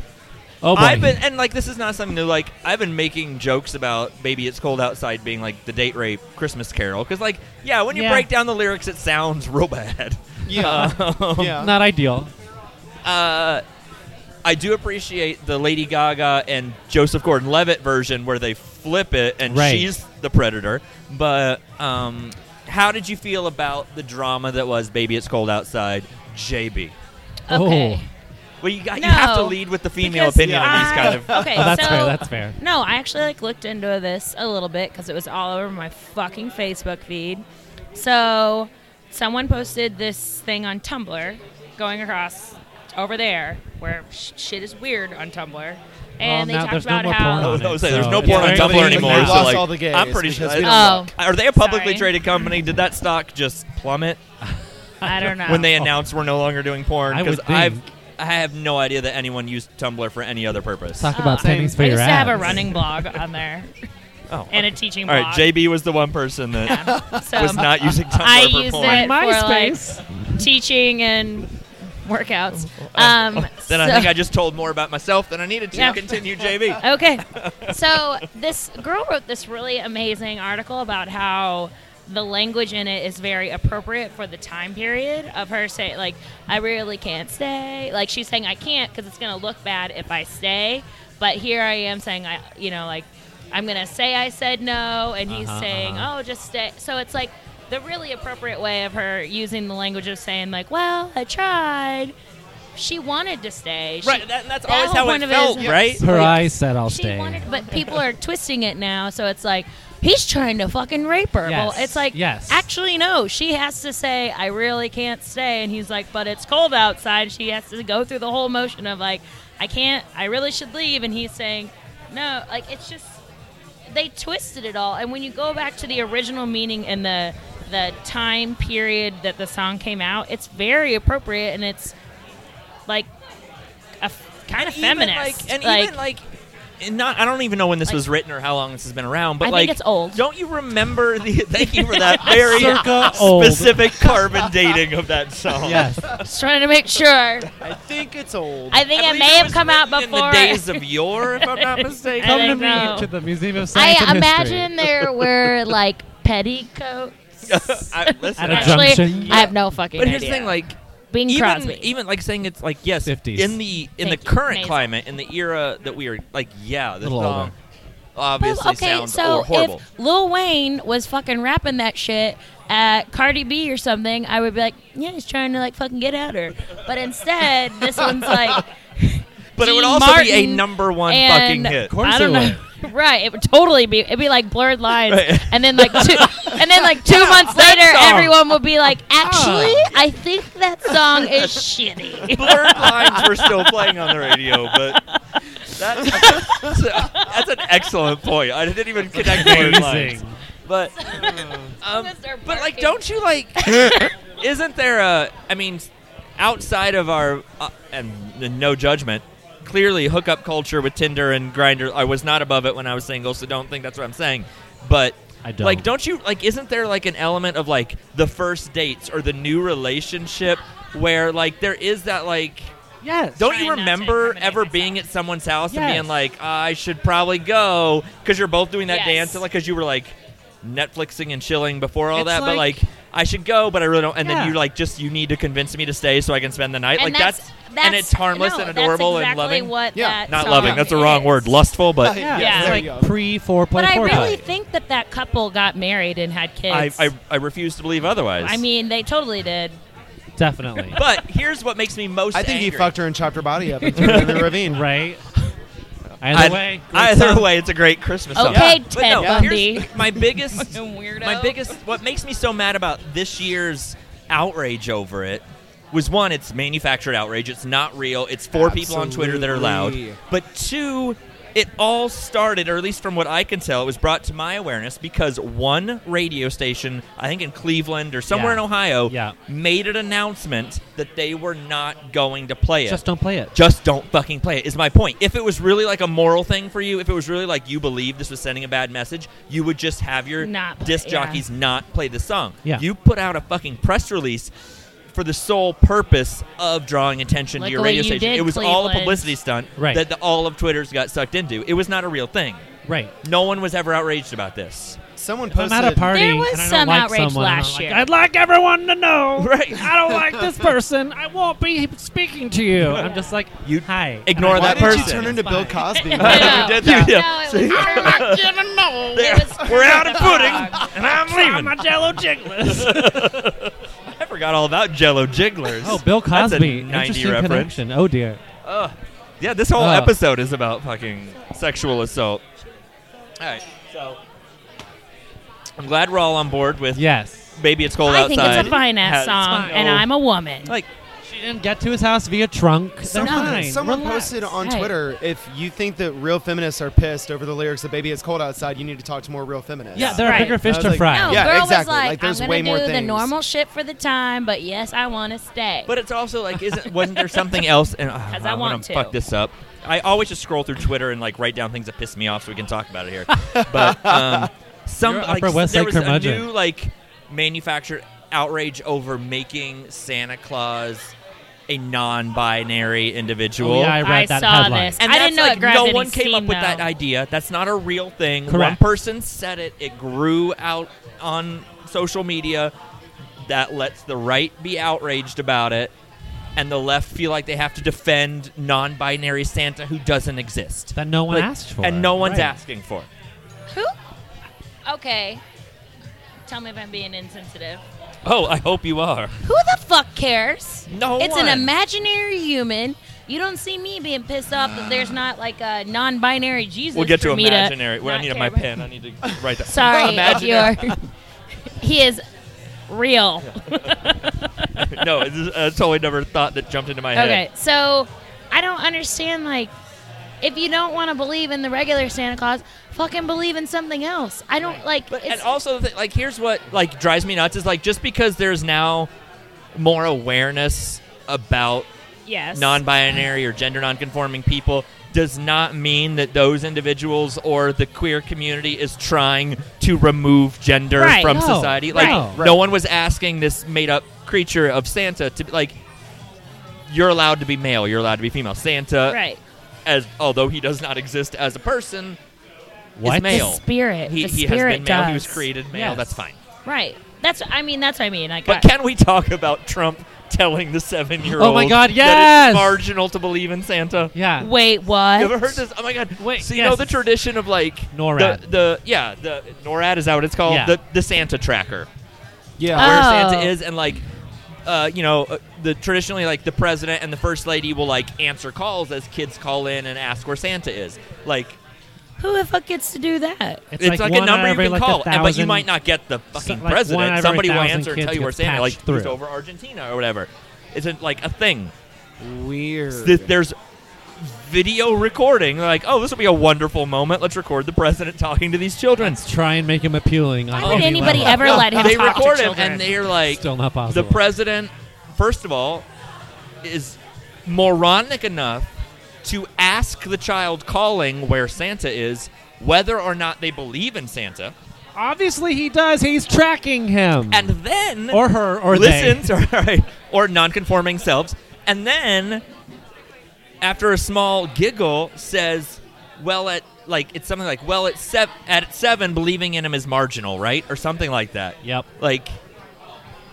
Speaker 4: Oh boy.
Speaker 1: I've been and like this is not something new. Like I've been making jokes about "Baby It's Cold Outside" being like the date rape Christmas Carol because like yeah, when you
Speaker 4: Yeah.
Speaker 1: break down the lyrics, it sounds real bad.
Speaker 3: Yeah.
Speaker 1: Um,
Speaker 3: yeah.
Speaker 4: Not ideal.
Speaker 1: uh, I do appreciate the Lady Gaga and Joseph Gordon-Levitt version where they flip it and
Speaker 4: Right.
Speaker 1: she's the predator. But um, how did you feel about the drama that was "Baby It's Cold Outside"? JB.
Speaker 2: Okay.
Speaker 4: Oh.
Speaker 1: Well, you got you have to
Speaker 2: No,
Speaker 1: lead with the uh, female
Speaker 2: because
Speaker 1: opinion on these
Speaker 2: I-
Speaker 1: kind of.
Speaker 2: Okay,
Speaker 4: Oh, that's
Speaker 2: so
Speaker 4: fair. That's fair.
Speaker 2: No, I actually like looked into this a little bit because it was all over my fucking Facebook feed. So someone posted this thing on Tumblr, going across over there where sh- shit is weird on Tumblr, and
Speaker 4: now
Speaker 2: they talked
Speaker 4: there's no
Speaker 2: about
Speaker 4: more
Speaker 2: how
Speaker 4: porn on it.
Speaker 1: I was saying, there's
Speaker 4: so
Speaker 1: no
Speaker 4: it's
Speaker 1: porn on
Speaker 4: very
Speaker 1: Tumblr
Speaker 4: limited
Speaker 1: anymore.
Speaker 4: now.
Speaker 3: We
Speaker 1: so
Speaker 3: lost
Speaker 1: like,
Speaker 3: all the gays
Speaker 1: I'm pretty sure.
Speaker 3: because we don't
Speaker 2: Oh. look.
Speaker 1: Are they a publicly
Speaker 2: Sorry.
Speaker 1: traded company? Did that stock just plummet
Speaker 2: I don't know
Speaker 1: when they announced we're no longer doing porn?
Speaker 4: I would
Speaker 1: Because I've
Speaker 4: think.
Speaker 1: I have no idea that anyone used Tumblr for any other purpose.
Speaker 4: Talk
Speaker 2: Oh.
Speaker 4: about pennies for
Speaker 2: I
Speaker 4: your
Speaker 2: used to have
Speaker 4: ads.
Speaker 2: a running blog on there
Speaker 1: Oh,
Speaker 2: and a teaching
Speaker 1: all right.
Speaker 2: blog.
Speaker 1: JB was the one person that
Speaker 2: so
Speaker 1: was not using Tumblr
Speaker 2: I
Speaker 1: for
Speaker 2: used
Speaker 1: porn.
Speaker 2: it
Speaker 4: MySpace.
Speaker 2: for like teaching and workouts.
Speaker 1: Oh,
Speaker 2: Um,
Speaker 1: oh, then I
Speaker 2: so-
Speaker 1: think I just told more about myself than I needed to.
Speaker 2: Yeah.
Speaker 1: Continue, JB.
Speaker 2: okay. So this girl wrote this really amazing article about how the language in it is very appropriate for the time period of her say like I really can't stay. Like she's saying I can't because it's gonna look bad if I stay. But here I am saying I you know like I'm gonna say I said no, and he's
Speaker 4: Uh-huh,
Speaker 2: saying
Speaker 4: uh-huh.
Speaker 2: oh just stay. So it's like the really appropriate way of her using the language of saying like well I tried. She wanted to stay. She-
Speaker 1: Right, that, that's
Speaker 2: that
Speaker 1: always
Speaker 2: whole
Speaker 1: how
Speaker 2: point
Speaker 1: it
Speaker 2: of it
Speaker 1: felt,
Speaker 2: is-
Speaker 1: right?
Speaker 4: Her eyes said, "I'll
Speaker 2: she
Speaker 4: stay."
Speaker 2: wanted, but people are twisting it now, so it's like he's trying to fucking rape her.
Speaker 4: Yes.
Speaker 2: Well, it's like
Speaker 4: Yes.
Speaker 2: actually no, she has to say I really can't stay, and he's like, but it's cold outside. She has to go through the whole motion of like I can't, I really should leave, and he's saying no. Like it's just they twisted it all, and when you go back to the original meaning and the the time period that the song came out, it's very appropriate, and it's like a f- kind of feminist.
Speaker 1: Even like, and even like, and not I don't even know when this
Speaker 2: Like-
Speaker 1: was written or how long this has been around, but
Speaker 2: I think
Speaker 1: like
Speaker 2: it's old.
Speaker 1: Don't you remember the? Thank you for that very
Speaker 4: Circa old.
Speaker 1: specific carbon dating of that song.
Speaker 4: Yes.
Speaker 2: Just trying to make sure.
Speaker 3: I think it's old.
Speaker 2: I think
Speaker 1: I
Speaker 2: it
Speaker 1: believe
Speaker 2: may have
Speaker 1: was
Speaker 2: come out
Speaker 1: written
Speaker 2: before.
Speaker 1: in the days of yore, if I'm not mistaken.
Speaker 4: Come to
Speaker 2: don't know.
Speaker 4: me to the Museum of Science
Speaker 2: I
Speaker 4: and
Speaker 2: imagine
Speaker 4: History.
Speaker 2: there were like petticoats.
Speaker 1: I- listen,
Speaker 4: At a
Speaker 1: I-
Speaker 4: drum-
Speaker 2: Actually,
Speaker 4: junction.
Speaker 2: I have no fucking
Speaker 1: but
Speaker 2: idea.
Speaker 1: here's the thing, like
Speaker 2: Bing
Speaker 1: even
Speaker 2: Crosby.
Speaker 1: even like saying it's like yes,
Speaker 4: 50s.
Speaker 1: in the in
Speaker 2: Thank
Speaker 1: the
Speaker 2: you.
Speaker 1: current
Speaker 2: Amazing.
Speaker 1: climate, in the era that we are, like yeah, this
Speaker 4: Little older.
Speaker 1: song
Speaker 2: Well,
Speaker 1: obviously
Speaker 2: okay,
Speaker 1: sounds
Speaker 2: so
Speaker 1: horrible.
Speaker 2: if Lil Wayne was fucking rapping that shit at Cardi B or something, I would be like, yeah, he's trying to like fucking get at her. But instead, this one's like,
Speaker 1: But it would
Speaker 2: Dean
Speaker 1: also be a
Speaker 2: Martin
Speaker 1: number one
Speaker 2: and-
Speaker 1: fucking hit.
Speaker 4: course
Speaker 2: I don't
Speaker 4: it
Speaker 2: know. Right, it would totally be. It'd be like blurred lines,
Speaker 1: Right.
Speaker 2: and then like two, and then like two months
Speaker 1: That
Speaker 2: later,
Speaker 1: song.
Speaker 2: everyone would be like, "Actually, I think that song is shitty."
Speaker 1: Blurred lines were still playing on the radio, but that, that's, that's an excellent point. I didn't even connect blurred lines.
Speaker 4: Amazing.
Speaker 1: But um, but like, don't you like? isn't there a? I mean, outside of our uh, and the no judgment. Clearly, hookup culture with Tinder and Grinder. I was not above it when I was single, so don't think that's what I'm saying. But
Speaker 4: I don't.
Speaker 1: like, don't you like? Isn't there like an element of like the first dates or the new relationship where like there is that like
Speaker 4: Yes.
Speaker 1: don't you
Speaker 2: Trying not to
Speaker 1: remember
Speaker 2: incriminate
Speaker 1: ever
Speaker 2: myself.
Speaker 1: being at someone's house and
Speaker 4: Yes.
Speaker 1: being like, I should probably go? Because you're both doing that
Speaker 2: Yes.
Speaker 1: dance, and like, because you were like Netflixing and chilling before all
Speaker 4: It's
Speaker 1: that, but
Speaker 4: like-
Speaker 1: like, I should go, but I really don't. And
Speaker 4: Yeah.
Speaker 1: then you're like, just you need to convince me to stay so I can spend the night.
Speaker 2: And
Speaker 1: like that's, and it's harmless
Speaker 2: no,
Speaker 1: and adorable
Speaker 2: that's exactly
Speaker 1: and loving.
Speaker 2: What
Speaker 3: Yeah.
Speaker 2: that
Speaker 1: Not
Speaker 2: song
Speaker 1: loving. That's the wrong
Speaker 2: is.
Speaker 1: word. Lustful, but
Speaker 3: yeah,
Speaker 2: Yeah.
Speaker 3: there
Speaker 4: It's
Speaker 3: you
Speaker 4: like
Speaker 3: go.
Speaker 4: pre four
Speaker 2: But
Speaker 4: point
Speaker 2: I
Speaker 4: four.
Speaker 2: really think that that couple got married and had
Speaker 1: I,
Speaker 2: kids.
Speaker 1: I I refuse to believe otherwise.
Speaker 2: I mean, they totally did.
Speaker 4: Definitely.
Speaker 1: but here's what makes me most.
Speaker 3: I think he
Speaker 1: angry.
Speaker 3: fucked her and chopped her body up and threw her in the ravine.
Speaker 4: right.
Speaker 1: I-
Speaker 4: Either way. great
Speaker 1: either
Speaker 4: song.
Speaker 1: way, it's a great Christmas song.
Speaker 2: Okay,
Speaker 1: But no,
Speaker 2: Ted
Speaker 1: here's
Speaker 2: Bundy.
Speaker 1: My biggest
Speaker 2: weirdo.
Speaker 1: My biggest, what makes me so mad about this year's outrage over it was one, it's manufactured outrage. It's not real. It's four people on Twitter that are loud.
Speaker 3: Absolutely.
Speaker 1: But two, it all started, or at least from what I can tell, it was brought to my awareness because one radio station, I think in Cleveland or somewhere in
Speaker 4: Yeah.
Speaker 1: Ohio,
Speaker 4: Yeah.
Speaker 1: made an announcement that they were not going to play it
Speaker 4: Just don't play it.
Speaker 1: just don't fucking play it is my point if it was really like a moral thing for you if it was really like you believe this was sending a bad message you would just have your
Speaker 2: Not play-
Speaker 1: disc
Speaker 2: yeah.
Speaker 1: jockeys not play the song
Speaker 4: Yeah.
Speaker 1: you put out a fucking press release for the sole purpose of drawing attention
Speaker 2: Look
Speaker 1: to your
Speaker 2: what
Speaker 1: radio
Speaker 2: you
Speaker 1: station
Speaker 2: did,
Speaker 1: it was all a
Speaker 2: Cleveland.
Speaker 1: publicity stunt
Speaker 4: Right.
Speaker 1: that the, all of twitter's got sucked into it was not a real thing
Speaker 4: Right.
Speaker 1: no one was ever outraged about this
Speaker 3: Someone
Speaker 4: If I'm
Speaker 3: posted.
Speaker 4: at a party
Speaker 2: There was
Speaker 4: and I don't
Speaker 2: some
Speaker 4: like
Speaker 2: outrage
Speaker 4: someone, I'm
Speaker 2: last
Speaker 4: like,
Speaker 2: year.
Speaker 4: I'd like everyone to know.
Speaker 1: Right.
Speaker 4: I don't like this person. I won't be speaking to you. I'm just like,
Speaker 1: You
Speaker 4: hi.
Speaker 1: ignore
Speaker 4: And
Speaker 3: Why
Speaker 4: I
Speaker 1: that
Speaker 4: walk-
Speaker 3: did you
Speaker 1: person.
Speaker 3: turn into Bill Cosby?
Speaker 2: know.
Speaker 1: did that.
Speaker 2: No,
Speaker 1: Yeah.
Speaker 2: it was, I don't know. It
Speaker 1: There.
Speaker 2: was
Speaker 1: we're out of pudding
Speaker 2: dog.
Speaker 1: and i'm leaving
Speaker 4: Jello Jigglers.
Speaker 1: i forgot all about jello jigglers
Speaker 4: oh, Bill
Speaker 1: That's a
Speaker 4: Cosby.
Speaker 1: 90
Speaker 4: Interesting
Speaker 1: reference.
Speaker 4: connection. Oh dear.
Speaker 1: Ugh. Yeah, this whole
Speaker 4: Ugh.
Speaker 1: episode is about fucking sexual assault. All right, so I'm glad we're all on board with.
Speaker 4: Yes.
Speaker 1: Maybe it's cold
Speaker 2: I
Speaker 1: outside.
Speaker 2: think it's a fine
Speaker 1: Has-
Speaker 2: ass song, and I'm a woman.
Speaker 1: like she
Speaker 4: she didn't get to his house via trunk.
Speaker 3: Someone,
Speaker 4: They're fine.
Speaker 3: someone
Speaker 4: Relax.
Speaker 3: posted on
Speaker 2: Hey.
Speaker 3: Twitter if you think that real feminists are pissed over the lyrics of "Baby It's Cold Outside," you need to talk to more real feminists.
Speaker 4: Yeah, there are
Speaker 2: Right.
Speaker 4: bigger fish
Speaker 3: I was
Speaker 4: to
Speaker 3: like,
Speaker 4: fry.
Speaker 2: No,
Speaker 3: Yeah,
Speaker 2: girl was
Speaker 3: exactly.
Speaker 2: like,
Speaker 3: Like,
Speaker 2: I'm
Speaker 3: there's
Speaker 2: gonna
Speaker 3: way more
Speaker 2: do the
Speaker 3: things."
Speaker 2: normal shit for the time, but yes, I want to stay.
Speaker 1: But it's also like, isn't wasn't there something else? And oh,
Speaker 2: As I
Speaker 1: I'm
Speaker 2: want
Speaker 1: to
Speaker 2: to.
Speaker 1: fuck this up. I always just scroll through Twitter and like write down things that piss me off so we can talk about it here. But um, some
Speaker 4: You're
Speaker 1: like,
Speaker 4: Upper West
Speaker 1: there
Speaker 4: Side
Speaker 1: was a
Speaker 4: curmudgeon.
Speaker 1: new like manufactured outrage over making Santa Claus a non-binary individual.
Speaker 4: Oh, yeah, I read
Speaker 2: I
Speaker 4: that
Speaker 2: saw
Speaker 4: headline.
Speaker 2: this.
Speaker 1: and
Speaker 2: I
Speaker 1: that's,
Speaker 2: didn't know
Speaker 1: like,
Speaker 2: it grabbed
Speaker 1: no
Speaker 2: any
Speaker 1: one came up
Speaker 2: steam,
Speaker 1: with that
Speaker 2: though.
Speaker 1: idea. That's not a real thing. One
Speaker 4: Correct.
Speaker 1: person said it. It grew out on social media. That lets the right be outraged about it, and the left feel like they have to defend non-binary Santa who doesn't exist.
Speaker 4: That no one
Speaker 1: Like,
Speaker 4: asked for.
Speaker 1: and no one's
Speaker 4: Right.
Speaker 1: asking for. it.
Speaker 2: Who? Okay. Tell me if I'm being insensitive.
Speaker 1: Oh, I hope you are.
Speaker 2: Who the fuck cares?
Speaker 1: No
Speaker 2: It's
Speaker 1: one.
Speaker 2: an imaginary human. You don't see me being pissed off that there's not like a non-binary Jesus.
Speaker 1: We'll get
Speaker 2: for
Speaker 1: to
Speaker 2: me to
Speaker 1: imaginary. Wait, I
Speaker 2: not
Speaker 1: need
Speaker 2: care
Speaker 1: my
Speaker 2: about.
Speaker 1: pen. I need to write that.
Speaker 2: Sorry, if
Speaker 1: imaginary.
Speaker 2: you're. he is real.
Speaker 1: no, this is a totally never thought that jumped into my head.
Speaker 2: Okay, so I don't understand. Like, if you don't want to believe in the regular Santa Claus, fucking believe in something else. I don't like.
Speaker 1: But and
Speaker 2: it's,
Speaker 1: also, the thing- like, here's what like drives me nuts is like just because there's now more awareness about
Speaker 2: yes,
Speaker 1: non-binary or gender non-conforming people does not mean that those individuals or the queer community is trying to remove gender
Speaker 2: Right.
Speaker 1: from
Speaker 4: No.
Speaker 1: society. Like,
Speaker 4: No.
Speaker 1: no one was asking this made-up creature of Santa to like. You're allowed to be male. You're allowed to be female. Santa,
Speaker 2: right.
Speaker 1: as although he does not exist as a person, is
Speaker 4: What?
Speaker 1: male.
Speaker 2: The spirit.
Speaker 1: He,
Speaker 2: the
Speaker 1: he
Speaker 2: spirit
Speaker 1: has been male.
Speaker 2: Does.
Speaker 1: He was created male.
Speaker 4: Yes.
Speaker 1: That's fine.
Speaker 2: Right. That's. I mean, that's what I mean. I
Speaker 1: But
Speaker 2: got.
Speaker 1: can we talk about Trump telling the seven-year-old?
Speaker 4: Oh my God,
Speaker 1: That
Speaker 4: yes!
Speaker 1: it's marginal to believe in Santa.
Speaker 4: Yeah.
Speaker 2: wait, what?
Speaker 1: You ever heard this? Oh my God!
Speaker 4: Wait,
Speaker 1: so you
Speaker 4: yes.
Speaker 1: know the tradition of like
Speaker 4: NORAD.
Speaker 1: The, the yeah, the NORAD is that what it's called?
Speaker 4: Yeah.
Speaker 1: The the Santa tracker
Speaker 3: yeah.
Speaker 1: where
Speaker 2: Oh.
Speaker 1: Santa is, and like, uh, you know, uh, the traditionally like the president and the first lady will like answer calls as kids call in and ask where Santa is. Like,
Speaker 2: Who the fuck gets to do that?
Speaker 1: it's,
Speaker 4: It's,
Speaker 1: like,
Speaker 4: one
Speaker 1: a
Speaker 4: out
Speaker 1: number
Speaker 4: of
Speaker 1: you
Speaker 4: every,
Speaker 1: can
Speaker 4: like, a
Speaker 1: call, and, but you
Speaker 4: thousand-
Speaker 1: might not get the fucking
Speaker 4: like, one out of
Speaker 1: president.
Speaker 4: every
Speaker 1: Somebody will
Speaker 4: thousand
Speaker 1: answer and
Speaker 4: kids
Speaker 1: tell you where
Speaker 4: gets
Speaker 1: Santa, like,
Speaker 4: patched
Speaker 1: who's
Speaker 4: through.
Speaker 1: over Argentina or whatever. It's a, like a thing.
Speaker 3: Weird.
Speaker 1: Th- there's video recording. Like, oh, this will be a wonderful moment. Let's record the president talking to these children.
Speaker 4: Try and make him appealing. On
Speaker 2: Why would
Speaker 4: any
Speaker 2: anybody
Speaker 4: level.
Speaker 2: ever let him
Speaker 1: they
Speaker 2: talk to
Speaker 1: record him,
Speaker 2: children?
Speaker 1: and they're like,
Speaker 4: Still not
Speaker 1: the
Speaker 4: possible.
Speaker 1: president, first of all, is moronic enough to ask the child calling where Santa is whether or not they believe in Santa,
Speaker 4: Obviously, he does. He's tracking him.
Speaker 1: and then
Speaker 4: or her, or they.
Speaker 1: listens, or, or non-conforming selves, and then after a small giggle says, "Well, at like it's something like, well, at sev- at seven, believing in him is marginal, right, or something like that."
Speaker 4: Yep.
Speaker 1: Like,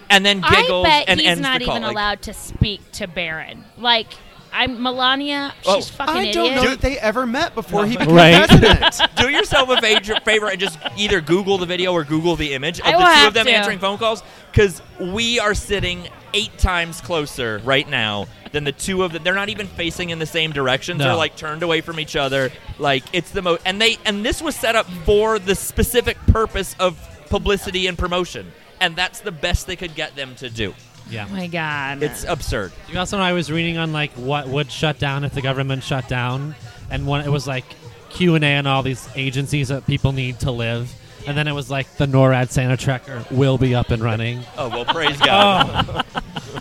Speaker 1: and then giggles
Speaker 2: I bet
Speaker 1: and
Speaker 2: he's
Speaker 1: ends
Speaker 2: not
Speaker 1: the call.
Speaker 2: even
Speaker 1: Like,
Speaker 2: allowed to speak to Baron. Like, I'm Melania. She's
Speaker 1: Oh.
Speaker 2: fucking
Speaker 3: I don't
Speaker 2: idiot.
Speaker 3: know that they ever met before he
Speaker 1: No.
Speaker 3: became
Speaker 4: Right.
Speaker 3: president.
Speaker 1: do yourself a fa- favor and just either Google the video or Google the image of
Speaker 2: I
Speaker 1: the
Speaker 2: will
Speaker 1: two of
Speaker 2: have
Speaker 1: them
Speaker 2: to.
Speaker 1: answering phone calls because we are sitting eight times closer right now than the two of them. They're not even facing in the same direction.
Speaker 4: No.
Speaker 1: They're like turned away from each other. Like it's the most. And they and this was set up for the specific purpose of publicity and promotion, and that's the best they could get them to do.
Speaker 4: Yeah.
Speaker 2: Oh my god.
Speaker 1: It's absurd.
Speaker 4: You also know I was reading on like what would shut down if the government shut down, and one it was like Q and A on all these agencies that people need to live, and then it was like the NORAD Santa tracker will be up and running.
Speaker 1: Oh well, praise God.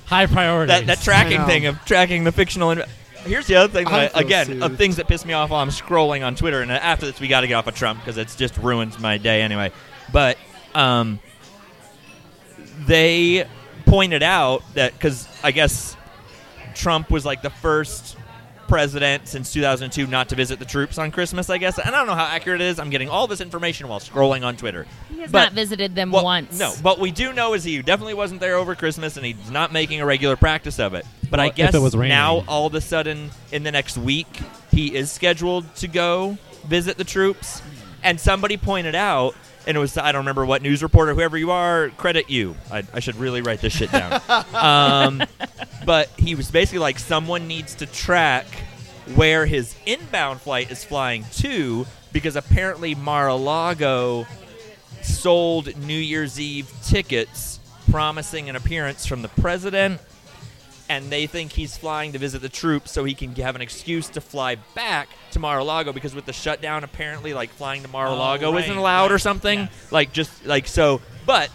Speaker 4: High priority.
Speaker 1: Oh. that, that tracking
Speaker 3: Yeah.
Speaker 1: thing of tracking the fictional. Inv- Here's the other thing,
Speaker 3: I
Speaker 1: that I,
Speaker 3: feel
Speaker 1: again, of
Speaker 3: soothed.
Speaker 1: things that piss me off while I'm scrolling on Twitter. And after this, we got to get off of Trump because it's just ruins my day anyway. But um, they pointed out that because I guess Trump was like the first president since 2002 not to visit the troops on Christmas. I guess, and I don't know how accurate it is. I'm getting all this information while scrolling on Twitter.
Speaker 2: he has
Speaker 1: but-
Speaker 2: not visited them
Speaker 1: well,
Speaker 2: once.
Speaker 1: No, but we do know is he definitely wasn't there over Christmas, and he's not making a regular practice of it. But I
Speaker 4: Well, if
Speaker 1: guess
Speaker 4: it was raining.
Speaker 1: now all of a sudden in the next week he is scheduled to go visit the troops, and somebody pointed out. And it was, I don't remember what news reporter, whoever you are, credit you. I, I should really write this shit down. um, but he was basically like, someone needs to track where his inbound flight is flying to because apparently Mar a Lago sold New Year's Eve tickets promising an appearance from the president and they think he's flying to visit the troops so he can have an excuse to fly back to Mar-a-Lago because with the shutdown, apparently, like flying to Mar-a-Lago
Speaker 4: Oh, right,
Speaker 1: isn't allowed or
Speaker 4: right,
Speaker 1: something.
Speaker 4: yes.
Speaker 1: Like just like so, but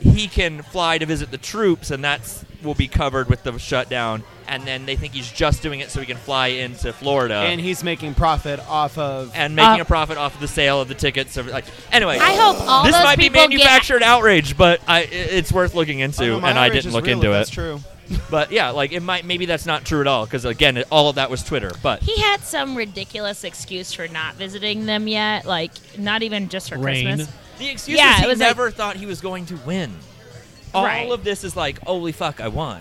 Speaker 1: he can fly to visit the troops, and that's will be covered with the shutdown. And then they think he's just doing it so he can fly into Florida
Speaker 3: and he's making profit off of.
Speaker 1: and making
Speaker 2: Uh,
Speaker 1: a profit off of the sale of the tickets. Of, like, anyway,
Speaker 2: I hope all
Speaker 1: this
Speaker 2: those
Speaker 1: might be
Speaker 2: people get-
Speaker 1: manufactured outrage, but I, i- it's worth looking into,
Speaker 3: Oh, no, my
Speaker 1: and I
Speaker 3: outrage
Speaker 1: didn't
Speaker 3: is
Speaker 1: look
Speaker 3: real,
Speaker 1: into
Speaker 3: if
Speaker 1: it.
Speaker 3: That's true.
Speaker 1: But yeah, like it might maybe that's not true at all because again, it, all of that was Twitter. But
Speaker 2: He had some ridiculous excuse for not visiting them yet, like not even just for
Speaker 4: Rain.
Speaker 2: Christmas.
Speaker 1: the excuse
Speaker 2: Yeah,
Speaker 1: is
Speaker 2: it
Speaker 1: he
Speaker 2: was like-
Speaker 1: never thought he was going to win. All
Speaker 2: Right.
Speaker 1: of this is like, holy fuck, I won.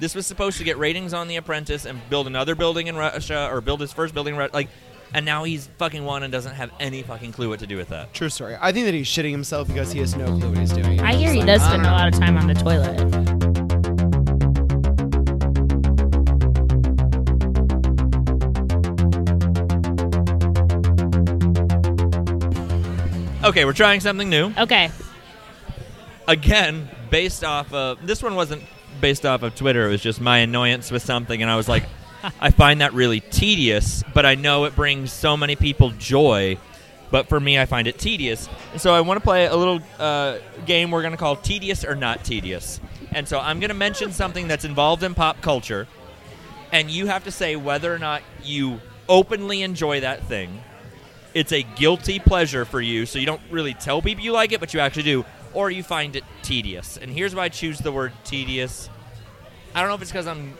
Speaker 1: This was supposed to get ratings on The Apprentice and build another building in Russia or build his first building in Russia. Like, and now he's fucking won and doesn't have any fucking clue what to do with that.
Speaker 3: True story. I think that he's shitting himself because he has no clue what he's doing.
Speaker 2: I hear
Speaker 3: It's
Speaker 2: he
Speaker 3: like,
Speaker 2: does
Speaker 3: I
Speaker 2: spend
Speaker 3: don't
Speaker 2: a
Speaker 3: know.
Speaker 2: lot of time on the toilet.
Speaker 1: Okay, we're trying something new.
Speaker 2: Okay,
Speaker 1: again based off of this one wasn't based off of twitter it was just my annoyance with something and i was like i find that really tedious but i know it brings so many people joy but for me i find it tedious and so i want to play a little uh, game we're going to call tedious or not tedious and so i'm going to mention something that's involved in pop culture and you have to say whether or not you openly enjoy that thing it's a guilty pleasure for you, so you don't really tell people you like it, but you actually do, or you find it tedious. And here's why I choose the word tedious. I don't know if it's because I'm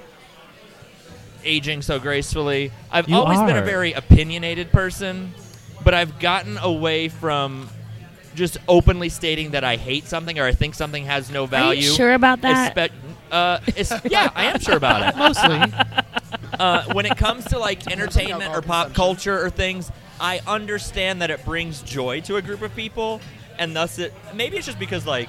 Speaker 1: aging so gracefully. I've
Speaker 4: You
Speaker 1: always been a
Speaker 4: are.
Speaker 1: very opinionated person, but I've gotten away from just openly stating that I hate something or I think something has no value.
Speaker 2: are you sure about that?
Speaker 1: Espe- uh, es- yeah, I am sure about it
Speaker 4: Mostly.
Speaker 1: uh, when it comes to like entertainment or
Speaker 3: alcohol
Speaker 1: pop culture or things, I understand that it brings joy to a group of people, and thus it maybe it's just because like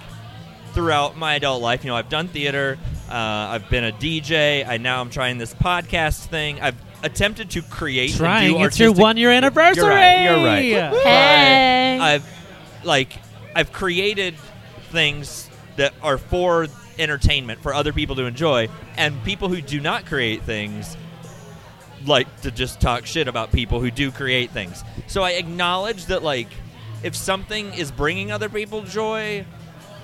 Speaker 1: throughout my adult life, you know, I've done theater, uh, I've been a DJ, I now I'm trying this podcast thing. I've attempted to create and do
Speaker 4: Trying. It's your
Speaker 1: artistic-
Speaker 4: one year anniversary.
Speaker 1: You're right. You're right.
Speaker 4: Woo-hoo.
Speaker 2: Hey.
Speaker 1: But I've like I've created things that are for entertainment for other people to enjoy, and people who do not create things like to just talk shit about people who do create things. So I acknowledge that like if something is bringing other people joy,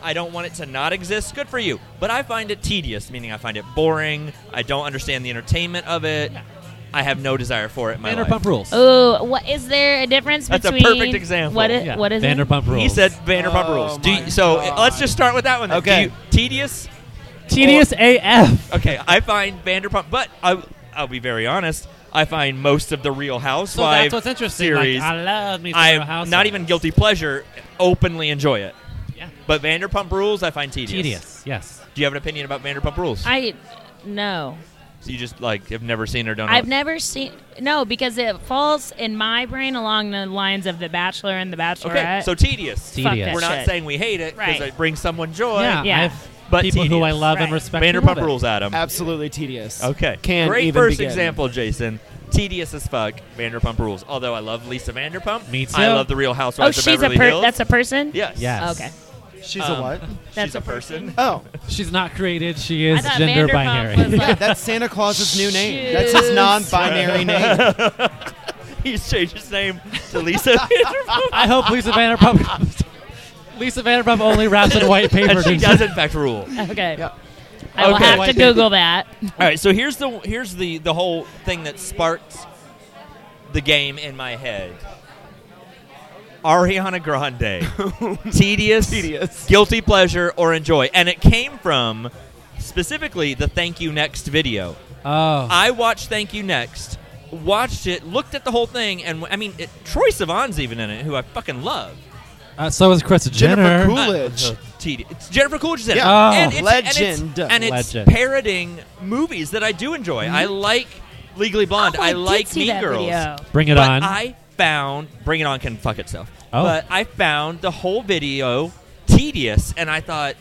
Speaker 1: I don't want it to not exist. Good for you. But I find it tedious, meaning I find it boring. I don't understand the entertainment of it. I have no desire for it in my life.
Speaker 4: Vanderpump Rules.
Speaker 2: Ooh, what is there a difference
Speaker 1: That's a
Speaker 2: between?
Speaker 1: perfect example.
Speaker 2: What is,
Speaker 4: Yeah.
Speaker 2: what is it?
Speaker 4: Vanderpump Rules.
Speaker 1: He said Vanderpump
Speaker 3: Oh
Speaker 1: Rules. Do
Speaker 3: my
Speaker 1: you- so uh,
Speaker 3: God.
Speaker 1: let's just start with that one. then. Do
Speaker 3: Okay.
Speaker 1: you- tedious.
Speaker 4: tedious AF.
Speaker 1: Okay, I find Vanderpump, but I, I'll be very honest. I find most of the Real Housewives
Speaker 4: So that's what's interesting. Like,
Speaker 1: series.
Speaker 4: I love me some Real
Speaker 1: I
Speaker 4: Housewives.
Speaker 1: not even guilty pleasure. Openly enjoy it,
Speaker 4: Yeah.
Speaker 1: but Vanderpump Rules I find tedious.
Speaker 4: Tedious. Yes.
Speaker 1: Do you have an opinion about Vanderpump Rules?
Speaker 2: I no.
Speaker 1: so you just like have never seen or done.
Speaker 2: I've
Speaker 1: it.
Speaker 2: never seen no because it falls in my brain along the lines of The Bachelor and The Bachelorette.
Speaker 1: okay, so tedious.
Speaker 2: Fuck
Speaker 4: Tedious.
Speaker 2: that
Speaker 1: We're not
Speaker 2: shit.
Speaker 1: saying we hate it because
Speaker 2: Right.
Speaker 1: it brings someone joy.
Speaker 4: Yeah.
Speaker 2: Yeah.
Speaker 4: I have
Speaker 1: But
Speaker 4: people who I
Speaker 1: tedious.
Speaker 4: love
Speaker 2: Right.
Speaker 4: and respect. who love
Speaker 1: Vanderpump
Speaker 4: it.
Speaker 1: Rules, Adam.
Speaker 3: Absolutely tedious.
Speaker 1: Okay.
Speaker 3: Can't
Speaker 1: Great
Speaker 3: even
Speaker 1: first
Speaker 3: begin.
Speaker 1: example, Jason. Tedious as fuck. Vanderpump Rules. Although I love Lisa Vanderpump.
Speaker 4: Me too.
Speaker 1: I love the Real
Speaker 2: oh,
Speaker 1: Housewives of
Speaker 2: she's a
Speaker 1: Beverly
Speaker 2: per-
Speaker 1: Hills.
Speaker 2: that's a person.
Speaker 1: yes.
Speaker 4: Yes.
Speaker 2: Okay.
Speaker 3: She's
Speaker 1: Um,
Speaker 3: a what?
Speaker 2: That's
Speaker 1: she's a,
Speaker 2: a
Speaker 1: person.
Speaker 3: Oh,
Speaker 4: She's not created. She
Speaker 2: I
Speaker 4: is
Speaker 2: thought
Speaker 4: gender
Speaker 2: Vanderpump
Speaker 4: binary.
Speaker 2: was like
Speaker 3: that's Santa Claus's new name. That's his
Speaker 2: Shoes.
Speaker 3: non-binary name.
Speaker 1: He's changed his name to Lisa Vanderpump.
Speaker 4: I hope Lisa Vanderpump. Lisa Vanderpump only wraps in white paper.
Speaker 1: and she
Speaker 4: dude.
Speaker 1: does, in fact, rule.
Speaker 2: Okay.
Speaker 3: Yeah.
Speaker 2: I will
Speaker 1: Okay.
Speaker 2: have to Google that.
Speaker 1: All right, so here's the here's the the whole thing that sparked the game in my head. Ariana Grande, tedious,
Speaker 3: Tedious.
Speaker 1: guilty pleasure, or enjoy, and it came from specifically the "Thank You Next" video.
Speaker 4: Oh.
Speaker 1: I watched Thank You Next, watched it, looked at the whole thing, and I mean, it, Troy Sivan's even in it, who I fucking love.
Speaker 4: Uh, so is Chris
Speaker 3: Jennifer
Speaker 4: Jenner.
Speaker 3: Coolidge. Coolidge.
Speaker 1: Uh, TD. It's Jennifer Coolidge is in it.
Speaker 3: Yeah.
Speaker 4: Oh.
Speaker 1: and it's, And
Speaker 3: Legend.
Speaker 1: it's, and it's
Speaker 4: Legend.
Speaker 1: parroting movies that I do enjoy. I
Speaker 3: Mm-hmm.
Speaker 1: like Legally Blonde.
Speaker 2: Oh,
Speaker 1: I,
Speaker 2: did
Speaker 1: like
Speaker 2: see
Speaker 1: Mean
Speaker 2: that
Speaker 1: Girls.
Speaker 2: video.
Speaker 4: Bring it
Speaker 1: But
Speaker 4: on.
Speaker 1: I found Bring It On can fuck itself.
Speaker 4: Oh.
Speaker 1: But I found the whole video tedious, and I thought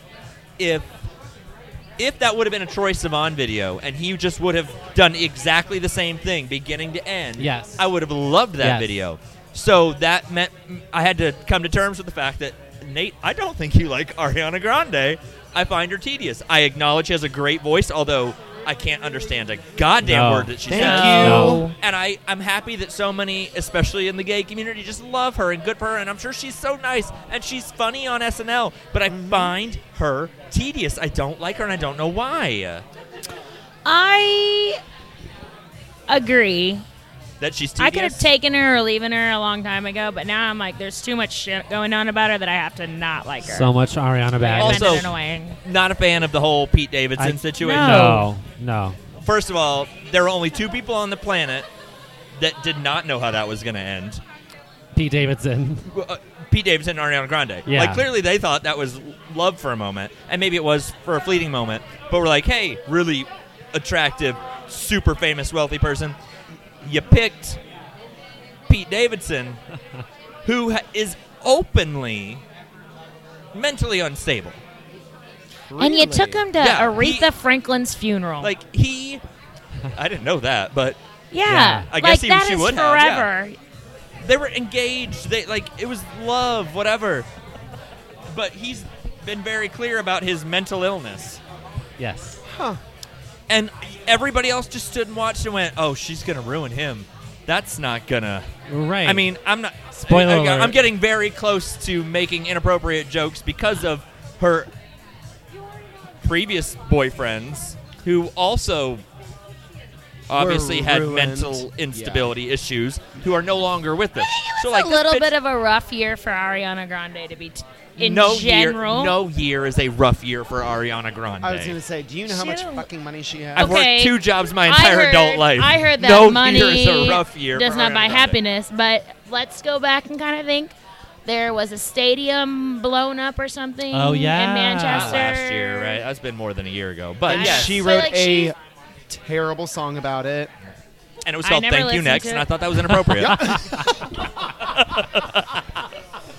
Speaker 1: if if that would have been a Troy Sivan video and he just would have done exactly the same thing beginning to end,
Speaker 4: Yes.
Speaker 1: I would have loved that
Speaker 4: Yes.
Speaker 1: mm, video. So that meant I had to come to terms with the fact that Nate, I don't think you like Ariana Grande. I find her tedious. I acknowledge she has a great voice, although I can't understand a goddamn
Speaker 4: No.
Speaker 1: word that she
Speaker 3: Thank
Speaker 1: says.
Speaker 3: you.
Speaker 2: No.
Speaker 1: And I, I'm happy that so many, especially in the gay community, just love her and good for her. And I'm sure she's so nice and she's funny on SNL. But I find her tedious. I don't like her and I don't know why. uh,
Speaker 2: I agree.
Speaker 1: That she's
Speaker 2: I
Speaker 1: tedious.
Speaker 2: could have taken her or leaving her a long time ago, but now I'm like, there's too much shit going on about her that I have to not like her.
Speaker 4: So much Ariana
Speaker 2: Like,
Speaker 4: Baggins.
Speaker 1: Also-
Speaker 2: offended and annoying.
Speaker 1: Not a fan of the whole Pete Davidson
Speaker 4: I-
Speaker 1: situation.
Speaker 2: No.
Speaker 4: no, no.
Speaker 1: First of all, there were only two people on the planet that did not know how that was going to end.
Speaker 4: Pete Davidson.
Speaker 1: Well, uh, Pete Davidson and Ariana Grande.
Speaker 4: Yeah.
Speaker 1: Like clearly they thought that was love for a moment, and maybe it was for a fleeting moment. But we're like, hey, really attractive, super famous, wealthy person. You picked Pete Davidson, who ha- is openly mentally unstable.
Speaker 2: And you took him to
Speaker 1: Yeah,
Speaker 2: Aretha
Speaker 1: he-
Speaker 2: Franklin's funeral.
Speaker 1: Like he, I didn't know that, but
Speaker 2: yeah,
Speaker 4: yeah.
Speaker 1: I
Speaker 2: like
Speaker 1: guess he-
Speaker 2: that
Speaker 1: she
Speaker 2: is
Speaker 1: would have, yeah.
Speaker 2: forever.
Speaker 1: they were engaged. They like it was love, whatever. But he's been very clear about his mental illness.
Speaker 4: Yes.
Speaker 1: And everybody else just stood and watched and went, "Oh, she's gonna ruin him. That's not gonna."
Speaker 4: Right.
Speaker 1: I mean, I'm not.
Speaker 4: Spoiler
Speaker 1: I,
Speaker 4: alert.
Speaker 1: am getting very close to making inappropriate jokes because of her previous boyfriends, who also obviously had
Speaker 3: ruined.
Speaker 1: mental instability issues, who are no longer with us. So,
Speaker 2: It's
Speaker 1: like
Speaker 2: a
Speaker 1: this
Speaker 2: little
Speaker 1: bitch-
Speaker 2: bit of a rough year for Ariana Grande to be t- in
Speaker 1: no
Speaker 2: general.
Speaker 1: year, no year is a rough year for Ariana Grande.
Speaker 3: I was gonna say, do you know how much
Speaker 2: Shoot.
Speaker 3: fucking money she
Speaker 1: I've
Speaker 3: has?
Speaker 2: Okay.
Speaker 1: worked two jobs my
Speaker 2: I
Speaker 1: entire
Speaker 2: heard-
Speaker 1: adult life.
Speaker 2: I heard that
Speaker 1: no
Speaker 2: money
Speaker 1: year is a rough year.
Speaker 2: does
Speaker 1: for
Speaker 2: not
Speaker 1: Ariana
Speaker 2: buy
Speaker 1: Grande.
Speaker 2: happiness, but let's go back and kind of think. There was a stadium blown up or something.
Speaker 4: Oh, yeah.
Speaker 2: in
Speaker 1: Not
Speaker 2: Manchester
Speaker 1: last year, right? That's been more than a year ago. But
Speaker 3: And
Speaker 2: Yeah.
Speaker 1: yes,
Speaker 3: she
Speaker 2: So,
Speaker 3: wrote
Speaker 2: like,
Speaker 3: a
Speaker 2: she-
Speaker 3: terrible song about it.
Speaker 1: and it was
Speaker 2: I
Speaker 1: called
Speaker 2: never
Speaker 1: "Thank You
Speaker 2: listened
Speaker 1: Next,"
Speaker 2: to
Speaker 1: and
Speaker 2: it.
Speaker 1: I thought that was inappropriate.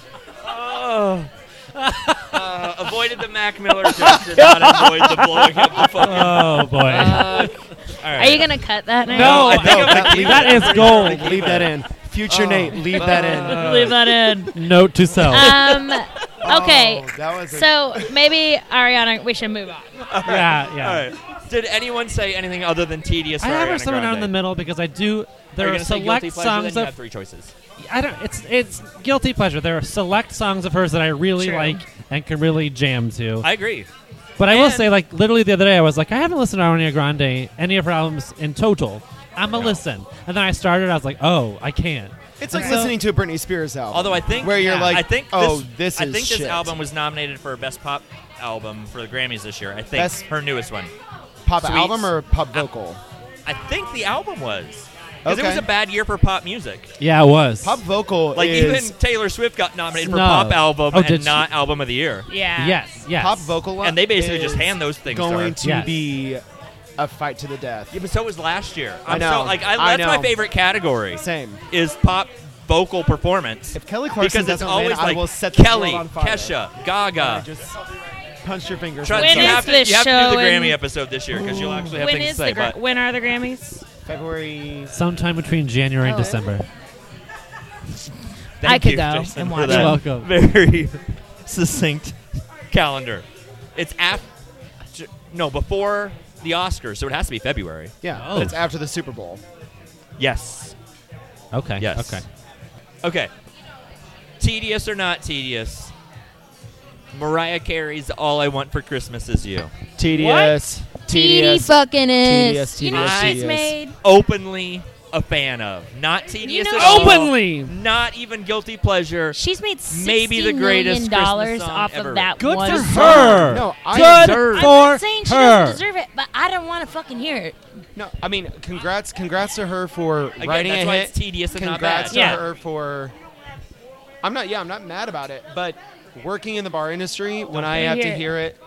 Speaker 1: Oh. Uh, avoided the Mac Miller joke. Did not avoid the blowing up the fucking.
Speaker 4: oh boy.
Speaker 1: All
Speaker 2: Are you
Speaker 1: right.
Speaker 2: gonna cut that? Now?
Speaker 4: no,
Speaker 1: Oh, I think I'm gonna
Speaker 4: that,
Speaker 1: keep
Speaker 4: that
Speaker 1: it.
Speaker 4: is gold.
Speaker 3: Leave that in.
Speaker 1: Oh.
Speaker 3: Future Nate, leave that in.
Speaker 2: leave that in.
Speaker 4: Note to self.
Speaker 2: Um, okay,
Speaker 3: Oh, that was a-
Speaker 2: so maybe Ariana, we should move on.
Speaker 4: yeah, yeah.
Speaker 1: All right. Did anyone say anything other than tedious?
Speaker 4: I
Speaker 1: for
Speaker 4: have her
Speaker 1: Ariana
Speaker 4: somewhere down in
Speaker 1: Grande?
Speaker 4: the middle because I
Speaker 1: Are
Speaker 4: do.
Speaker 1: you
Speaker 4: There are
Speaker 1: gonna say guilty
Speaker 4: select
Speaker 1: pleasure? Then
Speaker 4: songs
Speaker 1: you
Speaker 4: of
Speaker 1: have three choices.
Speaker 4: I don't. It's it's guilty pleasure. There are select songs of hers that I really
Speaker 2: True.
Speaker 4: like and can really jam to.
Speaker 1: I agree.
Speaker 4: but I will
Speaker 1: and-
Speaker 4: say, like literally the other day, I was like, I haven't listened to Ariana Grande any of her albums in total. I'm gonna
Speaker 1: No.
Speaker 4: listen, and then I started. I was like, oh, I can't.
Speaker 3: It's like
Speaker 4: So-
Speaker 3: listening to a Britney Spears album.
Speaker 1: Although I think
Speaker 3: where you're
Speaker 4: yeah,
Speaker 3: like,
Speaker 1: I think
Speaker 3: oh,
Speaker 1: this,
Speaker 3: this,
Speaker 1: I
Speaker 3: is
Speaker 1: think
Speaker 3: shit.
Speaker 1: this album was nominated for best pop album for the Grammys this year. I think
Speaker 3: Best-
Speaker 1: her newest one.
Speaker 3: pop
Speaker 1: Sweets.
Speaker 3: album or pop vocal?
Speaker 1: I think the album was because it was
Speaker 3: Okay.
Speaker 1: a bad year for pop music.
Speaker 4: Yeah, it was.
Speaker 3: Pop vocal
Speaker 1: Like
Speaker 3: is
Speaker 1: even Taylor Swift got nominated for
Speaker 4: No.
Speaker 1: pop album
Speaker 4: Oh, did
Speaker 1: and
Speaker 4: she?
Speaker 1: not album of the year.
Speaker 2: Yeah.
Speaker 4: yes, yes.
Speaker 3: pop vocal,
Speaker 1: And they basically
Speaker 3: is
Speaker 1: just hand those things to her.
Speaker 3: Going to
Speaker 4: Yes.
Speaker 3: be a fight to the death.
Speaker 1: Yeah, but so was last year.
Speaker 3: I
Speaker 1: I'm
Speaker 3: know.
Speaker 1: so like I,
Speaker 3: I
Speaker 1: that's my
Speaker 3: know.
Speaker 1: favorite category
Speaker 3: Same.
Speaker 1: is pop vocal performance.
Speaker 3: If Kelly Clarkson
Speaker 1: because it's
Speaker 3: doesn't
Speaker 1: always
Speaker 3: win, I
Speaker 1: like
Speaker 3: will set the
Speaker 1: Kelly,
Speaker 3: world on fire.
Speaker 1: Kesha,
Speaker 3: I
Speaker 1: Gaga.
Speaker 3: just punched your fingers.
Speaker 1: Trust,
Speaker 2: When
Speaker 1: you
Speaker 2: is
Speaker 1: have, to,
Speaker 2: this
Speaker 1: you have to do
Speaker 2: show
Speaker 1: the
Speaker 2: in-
Speaker 1: Grammy episode this year because you'll actually have
Speaker 2: When
Speaker 1: things
Speaker 2: is
Speaker 1: to say.
Speaker 2: the gra-
Speaker 1: but
Speaker 2: when are the Grammys?
Speaker 3: February.
Speaker 4: Sometime between January and
Speaker 2: Oh, is it?
Speaker 4: December.
Speaker 1: Thank
Speaker 2: I could
Speaker 1: you,
Speaker 2: go
Speaker 1: Jason,
Speaker 2: and
Speaker 1: for
Speaker 2: watch
Speaker 1: that
Speaker 4: You're welcome.
Speaker 1: Very succinct calendar. It's after, no, before the Oscars, so it has to be February.
Speaker 3: Yeah,
Speaker 4: Oh.
Speaker 3: it's after the Super Bowl.
Speaker 1: Yes.
Speaker 4: Okay.
Speaker 1: Yes.
Speaker 4: Okay.
Speaker 1: Okay. Tedious or not tedious? Mariah Carey's "All I Want for Christmas Is You."
Speaker 3: Tedious.
Speaker 2: Teddy fucking is.
Speaker 3: TDS,
Speaker 2: you know
Speaker 1: TDS.
Speaker 2: she's made.
Speaker 1: Openly a fan of, not tedious
Speaker 2: know-
Speaker 1: at all.
Speaker 4: Openly!
Speaker 1: not even guilty pleasure.
Speaker 2: She's made $60
Speaker 1: Maybe the greatest Christmas
Speaker 2: dollars
Speaker 1: song
Speaker 2: off
Speaker 1: ever.
Speaker 2: of that
Speaker 4: Good
Speaker 2: one
Speaker 4: for
Speaker 2: song.
Speaker 4: her.
Speaker 3: No, I
Speaker 4: Good
Speaker 3: deserve-
Speaker 4: for
Speaker 2: I'm not saying she
Speaker 4: her.
Speaker 2: doesn't deserve it, but I don't want to fucking hear it.
Speaker 3: No, I mean, congrats, congrats to her for
Speaker 1: Again,
Speaker 3: writing
Speaker 1: that's
Speaker 3: a
Speaker 1: why
Speaker 3: hit.
Speaker 1: it's tedious and not bad.
Speaker 3: congrats to
Speaker 2: Yeah.
Speaker 3: her for. I'm not. Yeah, I'm not mad about it, but working in the bar industry, when I
Speaker 2: wanna
Speaker 3: have
Speaker 2: hear
Speaker 3: to
Speaker 2: it.
Speaker 3: hear it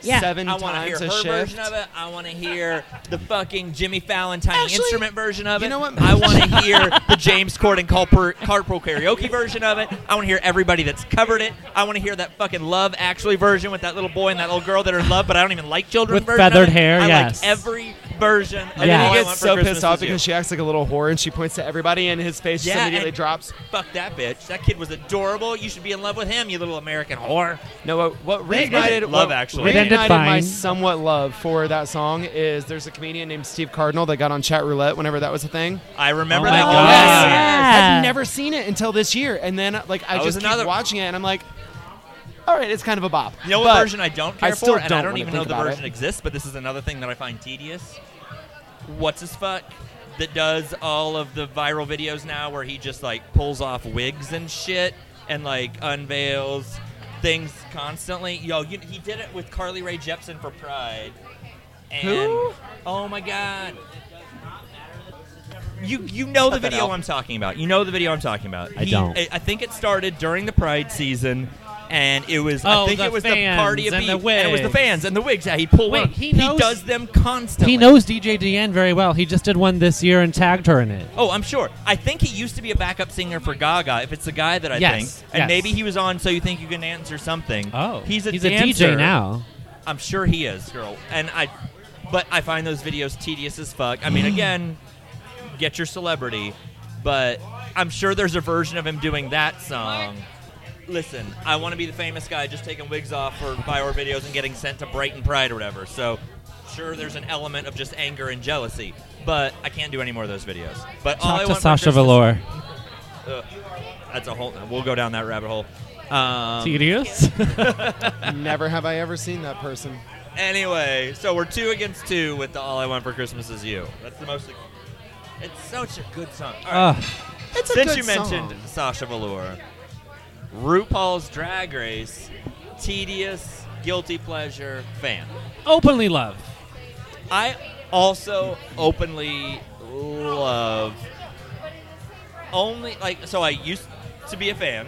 Speaker 2: Yeah.
Speaker 3: seven
Speaker 1: I want to hear
Speaker 3: times
Speaker 1: her
Speaker 3: a shift.
Speaker 1: version of it. I want to hear the fucking Jimmy Fallon tiny
Speaker 3: Actually,
Speaker 1: instrument version of it.
Speaker 3: you know what?
Speaker 1: I want to hear the James Corden carpool, carpool karaoke version of it. I want to hear everybody that's covered it. I want to hear that fucking Love Actually version with that little boy and that little girl that are in love, but I don't even like children.
Speaker 4: With
Speaker 1: version of
Speaker 4: feathered
Speaker 1: it.
Speaker 4: hair,
Speaker 1: I
Speaker 4: yes.
Speaker 1: like every version. Of
Speaker 4: And then
Speaker 1: All I
Speaker 4: he
Speaker 3: He
Speaker 1: Want
Speaker 3: gets
Speaker 1: for
Speaker 3: so
Speaker 1: Christmas
Speaker 3: pissed off
Speaker 1: Is You.
Speaker 3: because she acts like a little whore and she points to everybody and his face
Speaker 1: Yeah,
Speaker 3: just immediately
Speaker 1: and-
Speaker 3: drops.
Speaker 1: Fuck that bitch. That kid was adorable. You should be in love with him, you little American whore.
Speaker 3: No, what, what
Speaker 1: They ended
Speaker 3: reignited
Speaker 1: Love
Speaker 3: what
Speaker 1: Actually.
Speaker 4: It ended
Speaker 3: reignited my
Speaker 4: fine.
Speaker 3: somewhat love for that song is there's a comedian named Steve Cardinal that got on Chat Roulette whenever that was a thing.
Speaker 1: I remember
Speaker 4: Oh my
Speaker 1: that.
Speaker 4: God.
Speaker 1: one.
Speaker 4: Yes.
Speaker 1: Yeah.
Speaker 2: Yeah.
Speaker 3: I've never seen it until this year, and then like I
Speaker 1: That was
Speaker 3: just
Speaker 1: another-
Speaker 3: keep watching it, and I'm like, all right, it's kind of a bop.
Speaker 1: You know what
Speaker 3: But
Speaker 1: version I don't care
Speaker 3: I still
Speaker 1: for, and I
Speaker 3: don't
Speaker 1: don't
Speaker 3: wanna
Speaker 1: even know
Speaker 3: think
Speaker 1: the
Speaker 3: about
Speaker 1: version
Speaker 3: it.
Speaker 1: exists. But this is another thing that I find tedious. What's his fuck that does all of the viral videos now, where he just like pulls off wigs and shit, and like unveils things constantly. Yo, you, he did it with Carly Rae Jepsen for Pride. And
Speaker 3: Who?
Speaker 1: Oh my god. You you know the
Speaker 3: Cut that
Speaker 1: video
Speaker 3: out.
Speaker 1: I'm talking about. You know the video I'm talking about.
Speaker 4: I don't.
Speaker 1: I, I think it started during the Pride season, and it was. I
Speaker 4: Oh,
Speaker 1: think
Speaker 4: the
Speaker 1: it was
Speaker 4: fans
Speaker 1: the party of
Speaker 4: and the
Speaker 1: beef, and it was the
Speaker 4: wigs.
Speaker 1: fans and the wigs. Yeah, he pulled
Speaker 4: Wait,
Speaker 1: one.
Speaker 4: he knows-
Speaker 1: does them constantly.
Speaker 4: He knows DJ DN very well. He just did one this year and tagged her in it.
Speaker 1: Oh, I'm sure. I think he used to be a backup singer for Gaga. If it's the guy that I
Speaker 4: Yes,
Speaker 1: think, and
Speaker 4: yes. Oh,
Speaker 1: maybe he was on "So You Think You Can Dance" or something. he's a
Speaker 4: he's
Speaker 1: dancer.
Speaker 4: a DJ now.
Speaker 1: I'm sure he is, girl. And I, but I find those videos tedious as fuck. I mean,
Speaker 4: Mm.
Speaker 1: again, get your celebrity, but I'm sure there's a version of him doing that song. Listen, I want to be the famous guy just taking wigs off for viral videos and getting sent to Brighton Pride or whatever. So, sure, there's an element of just anger and jealousy, but I can't do any more of those videos. But all I
Speaker 4: Talk to
Speaker 1: want for
Speaker 4: Sasha
Speaker 1: Christmas-
Speaker 4: Valor.
Speaker 1: That's a whole. We'll go down that rabbit hole. Um,
Speaker 4: Serious?
Speaker 3: Never have I ever seen that person.
Speaker 1: Anyway, so we're two against two with the All I Want for Christmas Is You. That's the most. It's such a good song. All right.
Speaker 4: Ugh.
Speaker 3: Uh, It's a
Speaker 1: Since
Speaker 3: good
Speaker 1: you
Speaker 3: song.
Speaker 1: mentioned Sasha Velour, RuPaul's Drag Race, tedious, guilty pleasure fan.
Speaker 4: openly love.
Speaker 1: I also openly love only like so I used to be a fan,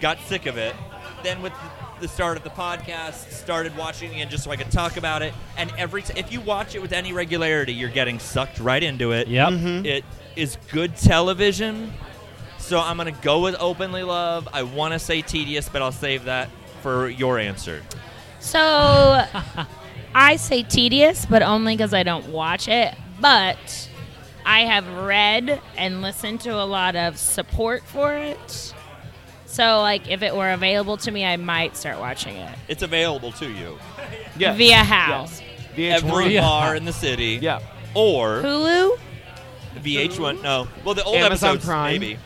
Speaker 1: got sick of it, then with the start of the podcast, started watching it again just so I could talk about it. And every t- if you watch it with any regularity, you're getting sucked right into it.
Speaker 4: Yep.
Speaker 1: It is good television. So I'm gonna go with openly love. I want to say tedious, but I'll save that for your answer.
Speaker 2: So I say tedious, but only because I don't watch it. But I have read and listened to a lot of support for it. So, like, if it were available to me, I might start watching it
Speaker 1: It's available to you
Speaker 3: Yes.
Speaker 2: via how
Speaker 3: Yes.
Speaker 1: every
Speaker 3: VH1.
Speaker 4: Yeah.
Speaker 1: bar in the city.
Speaker 3: Yeah.
Speaker 1: Or
Speaker 2: Hulu.
Speaker 1: VH1. No. Well, the old
Speaker 3: Amazon
Speaker 1: episodes
Speaker 3: Prime.
Speaker 1: maybe.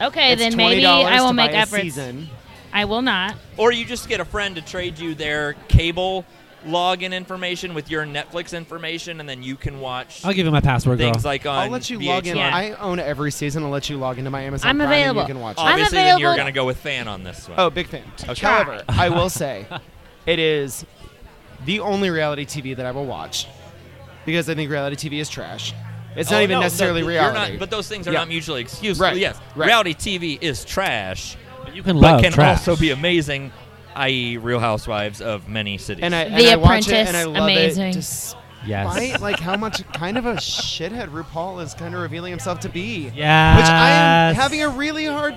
Speaker 2: Okay,
Speaker 3: It's
Speaker 2: then maybe
Speaker 3: $20
Speaker 2: I will
Speaker 3: to
Speaker 2: make
Speaker 3: buy a
Speaker 2: efforts.
Speaker 3: Season.
Speaker 2: I will not.
Speaker 1: Or you just get a friend to trade you their cable login information with your Netflix information, and then you can watch
Speaker 3: Oh,
Speaker 4: I'll give you my password, girl.
Speaker 1: things like on.
Speaker 3: I'll let you log in.
Speaker 1: VH1.
Speaker 2: Yeah.
Speaker 3: I own every season. I'll let you log into my Amazon.
Speaker 2: I'm
Speaker 3: Prime
Speaker 2: available.
Speaker 3: And you can watch it.
Speaker 2: I'm
Speaker 1: Obviously, then you're
Speaker 2: available-
Speaker 1: going to go with fan on this one.
Speaker 3: Oh, big fan.
Speaker 1: Okay.
Speaker 3: However, I will say, it is the only reality TV that I will watch because I think reality TV is trash. It's not
Speaker 1: Oh,
Speaker 3: even
Speaker 1: no, no,
Speaker 3: necessarily
Speaker 1: you're not-
Speaker 3: reality.
Speaker 1: but those things are
Speaker 3: Yeah.
Speaker 1: not mutually exclusive.
Speaker 3: Right,
Speaker 1: Yes,
Speaker 3: right.
Speaker 1: reality TV is trash,
Speaker 4: you can
Speaker 1: but
Speaker 4: love
Speaker 1: can
Speaker 4: trash.
Speaker 1: also be amazing, i.e., Real Housewives of many cities.
Speaker 3: and I, and
Speaker 2: The
Speaker 3: I watch it
Speaker 2: Apprentice,
Speaker 3: and I love
Speaker 2: amazing.
Speaker 3: it. Despite
Speaker 4: yes.
Speaker 3: like how much kind of a shithead RuPaul is kind of revealing himself to be.
Speaker 4: Yes.
Speaker 3: Which I am having a really hard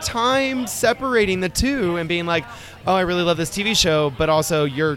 Speaker 3: time separating the two and being like, oh, I really love this TV show, but also you're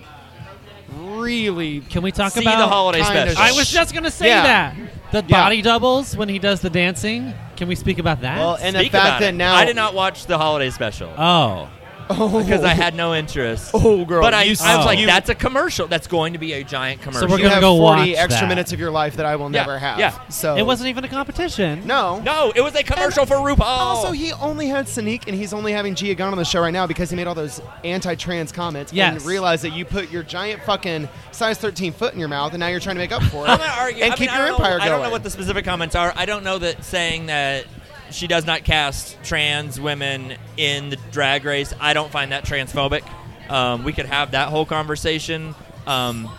Speaker 3: really
Speaker 4: Can we talk
Speaker 1: see
Speaker 4: about
Speaker 1: the holiday
Speaker 3: kinda
Speaker 1: special.
Speaker 4: I was just gonna say
Speaker 3: Yeah.
Speaker 4: that the
Speaker 3: Yeah.
Speaker 4: body doubles when he does the dancing. Can we speak about that?
Speaker 3: Well, and
Speaker 1: Speak
Speaker 3: the
Speaker 1: about
Speaker 3: fact that
Speaker 1: it.
Speaker 3: now
Speaker 1: I did not watch the holiday special.
Speaker 4: oh,
Speaker 3: oh,
Speaker 1: because I had no interest.
Speaker 3: Oh, girl,
Speaker 1: But I, I
Speaker 3: you
Speaker 1: was like,
Speaker 4: suck.
Speaker 1: that's a commercial. That's going to be a giant commercial.
Speaker 4: we're
Speaker 3: you
Speaker 4: gonna
Speaker 3: have
Speaker 4: go
Speaker 3: 40
Speaker 4: watch
Speaker 3: extra
Speaker 4: that.
Speaker 3: minutes of your life that I will
Speaker 1: Yeah,
Speaker 3: never have.
Speaker 1: yeah.
Speaker 3: So
Speaker 4: it wasn't even a competition.
Speaker 3: Oh. no.
Speaker 1: no, it was a commercial for RuPaul.
Speaker 3: Also, he only had Sneak, and he's only having Gia Gunn on the show right now because he made all those anti-trans comments and
Speaker 4: Yes.
Speaker 3: realized that you put your giant fucking size 13 foot in your mouth, and now you're trying to make up for it
Speaker 1: I'm not arguing.
Speaker 3: and
Speaker 1: I mean,
Speaker 3: keep
Speaker 1: I
Speaker 3: your
Speaker 1: don't know-
Speaker 3: empire going.
Speaker 1: I don't know what the specific comments are. I don't know that saying that she does not cast trans women in the drag race. I don't find that transphobic. Um, we could have that whole conversation. Um,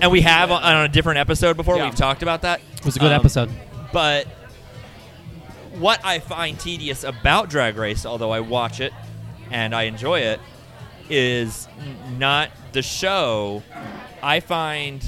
Speaker 1: and we have on, on a different episode before.
Speaker 3: Yeah.
Speaker 1: We've talked about that.
Speaker 4: It was a good
Speaker 1: Um,
Speaker 4: episode.
Speaker 1: but what I find tedious about Drag Race, although I watch it and I enjoy it, is n- not the show, I find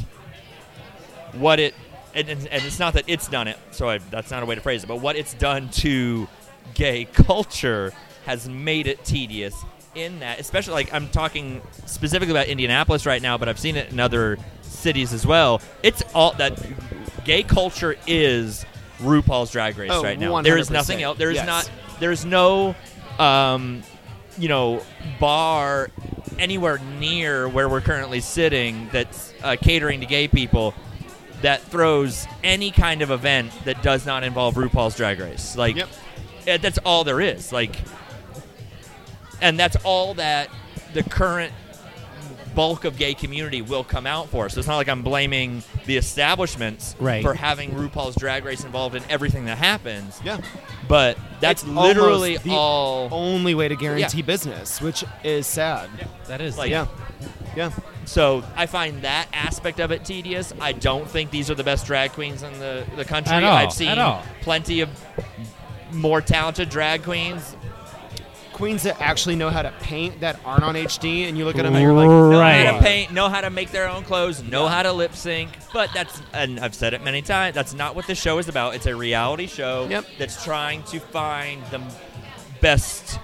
Speaker 1: what it and, and, and it's not that it's done it. So I, that's not a way to phrase it. But what it's done to gay culture has made it tedious. In that, especially like I'm talking specifically about Indianapolis right now, but I've seen it in other cities as well. It's all that gay culture is RuPaul's Drag Race
Speaker 3: Oh,
Speaker 1: right now. There is
Speaker 3: 100%.
Speaker 1: nothing else. There is
Speaker 3: Yes.
Speaker 1: not. There is no, um, you know, bar anywhere near where we're currently sitting that's uh, catering to gay people that throws any kind of event that does not involve RuPaul's Drag Race. Like,
Speaker 3: Yep.
Speaker 1: eh, that's all there is. Like, and that's all that the current bulk of gay community will come out for. So it's not like I'm blaming the establishments
Speaker 4: Right.
Speaker 1: for having RuPaul's Drag Race involved in everything that happens.
Speaker 3: Yeah.
Speaker 1: But that's
Speaker 3: It's almost
Speaker 1: literally
Speaker 3: the
Speaker 1: all.
Speaker 3: Only way to guarantee business, which is sad.
Speaker 4: That is
Speaker 1: Like-
Speaker 4: yeah.
Speaker 3: Yeah. Yeah.
Speaker 1: So I find that aspect of it tedious. I don't think these are the best drag queens in the, the country.
Speaker 4: At all,
Speaker 1: I've seen
Speaker 4: at all.
Speaker 1: plenty of more talented drag queens.
Speaker 3: Queens that actually know how to paint that aren't on HD, and you look at them and you're like,
Speaker 1: Know how to
Speaker 4: Right.
Speaker 1: paint, know how to make their own clothes, know how to lip sync. But that's, and I've said it many times, that's not what this show is about. It's a reality show
Speaker 3: Yep.
Speaker 1: that's trying to find the best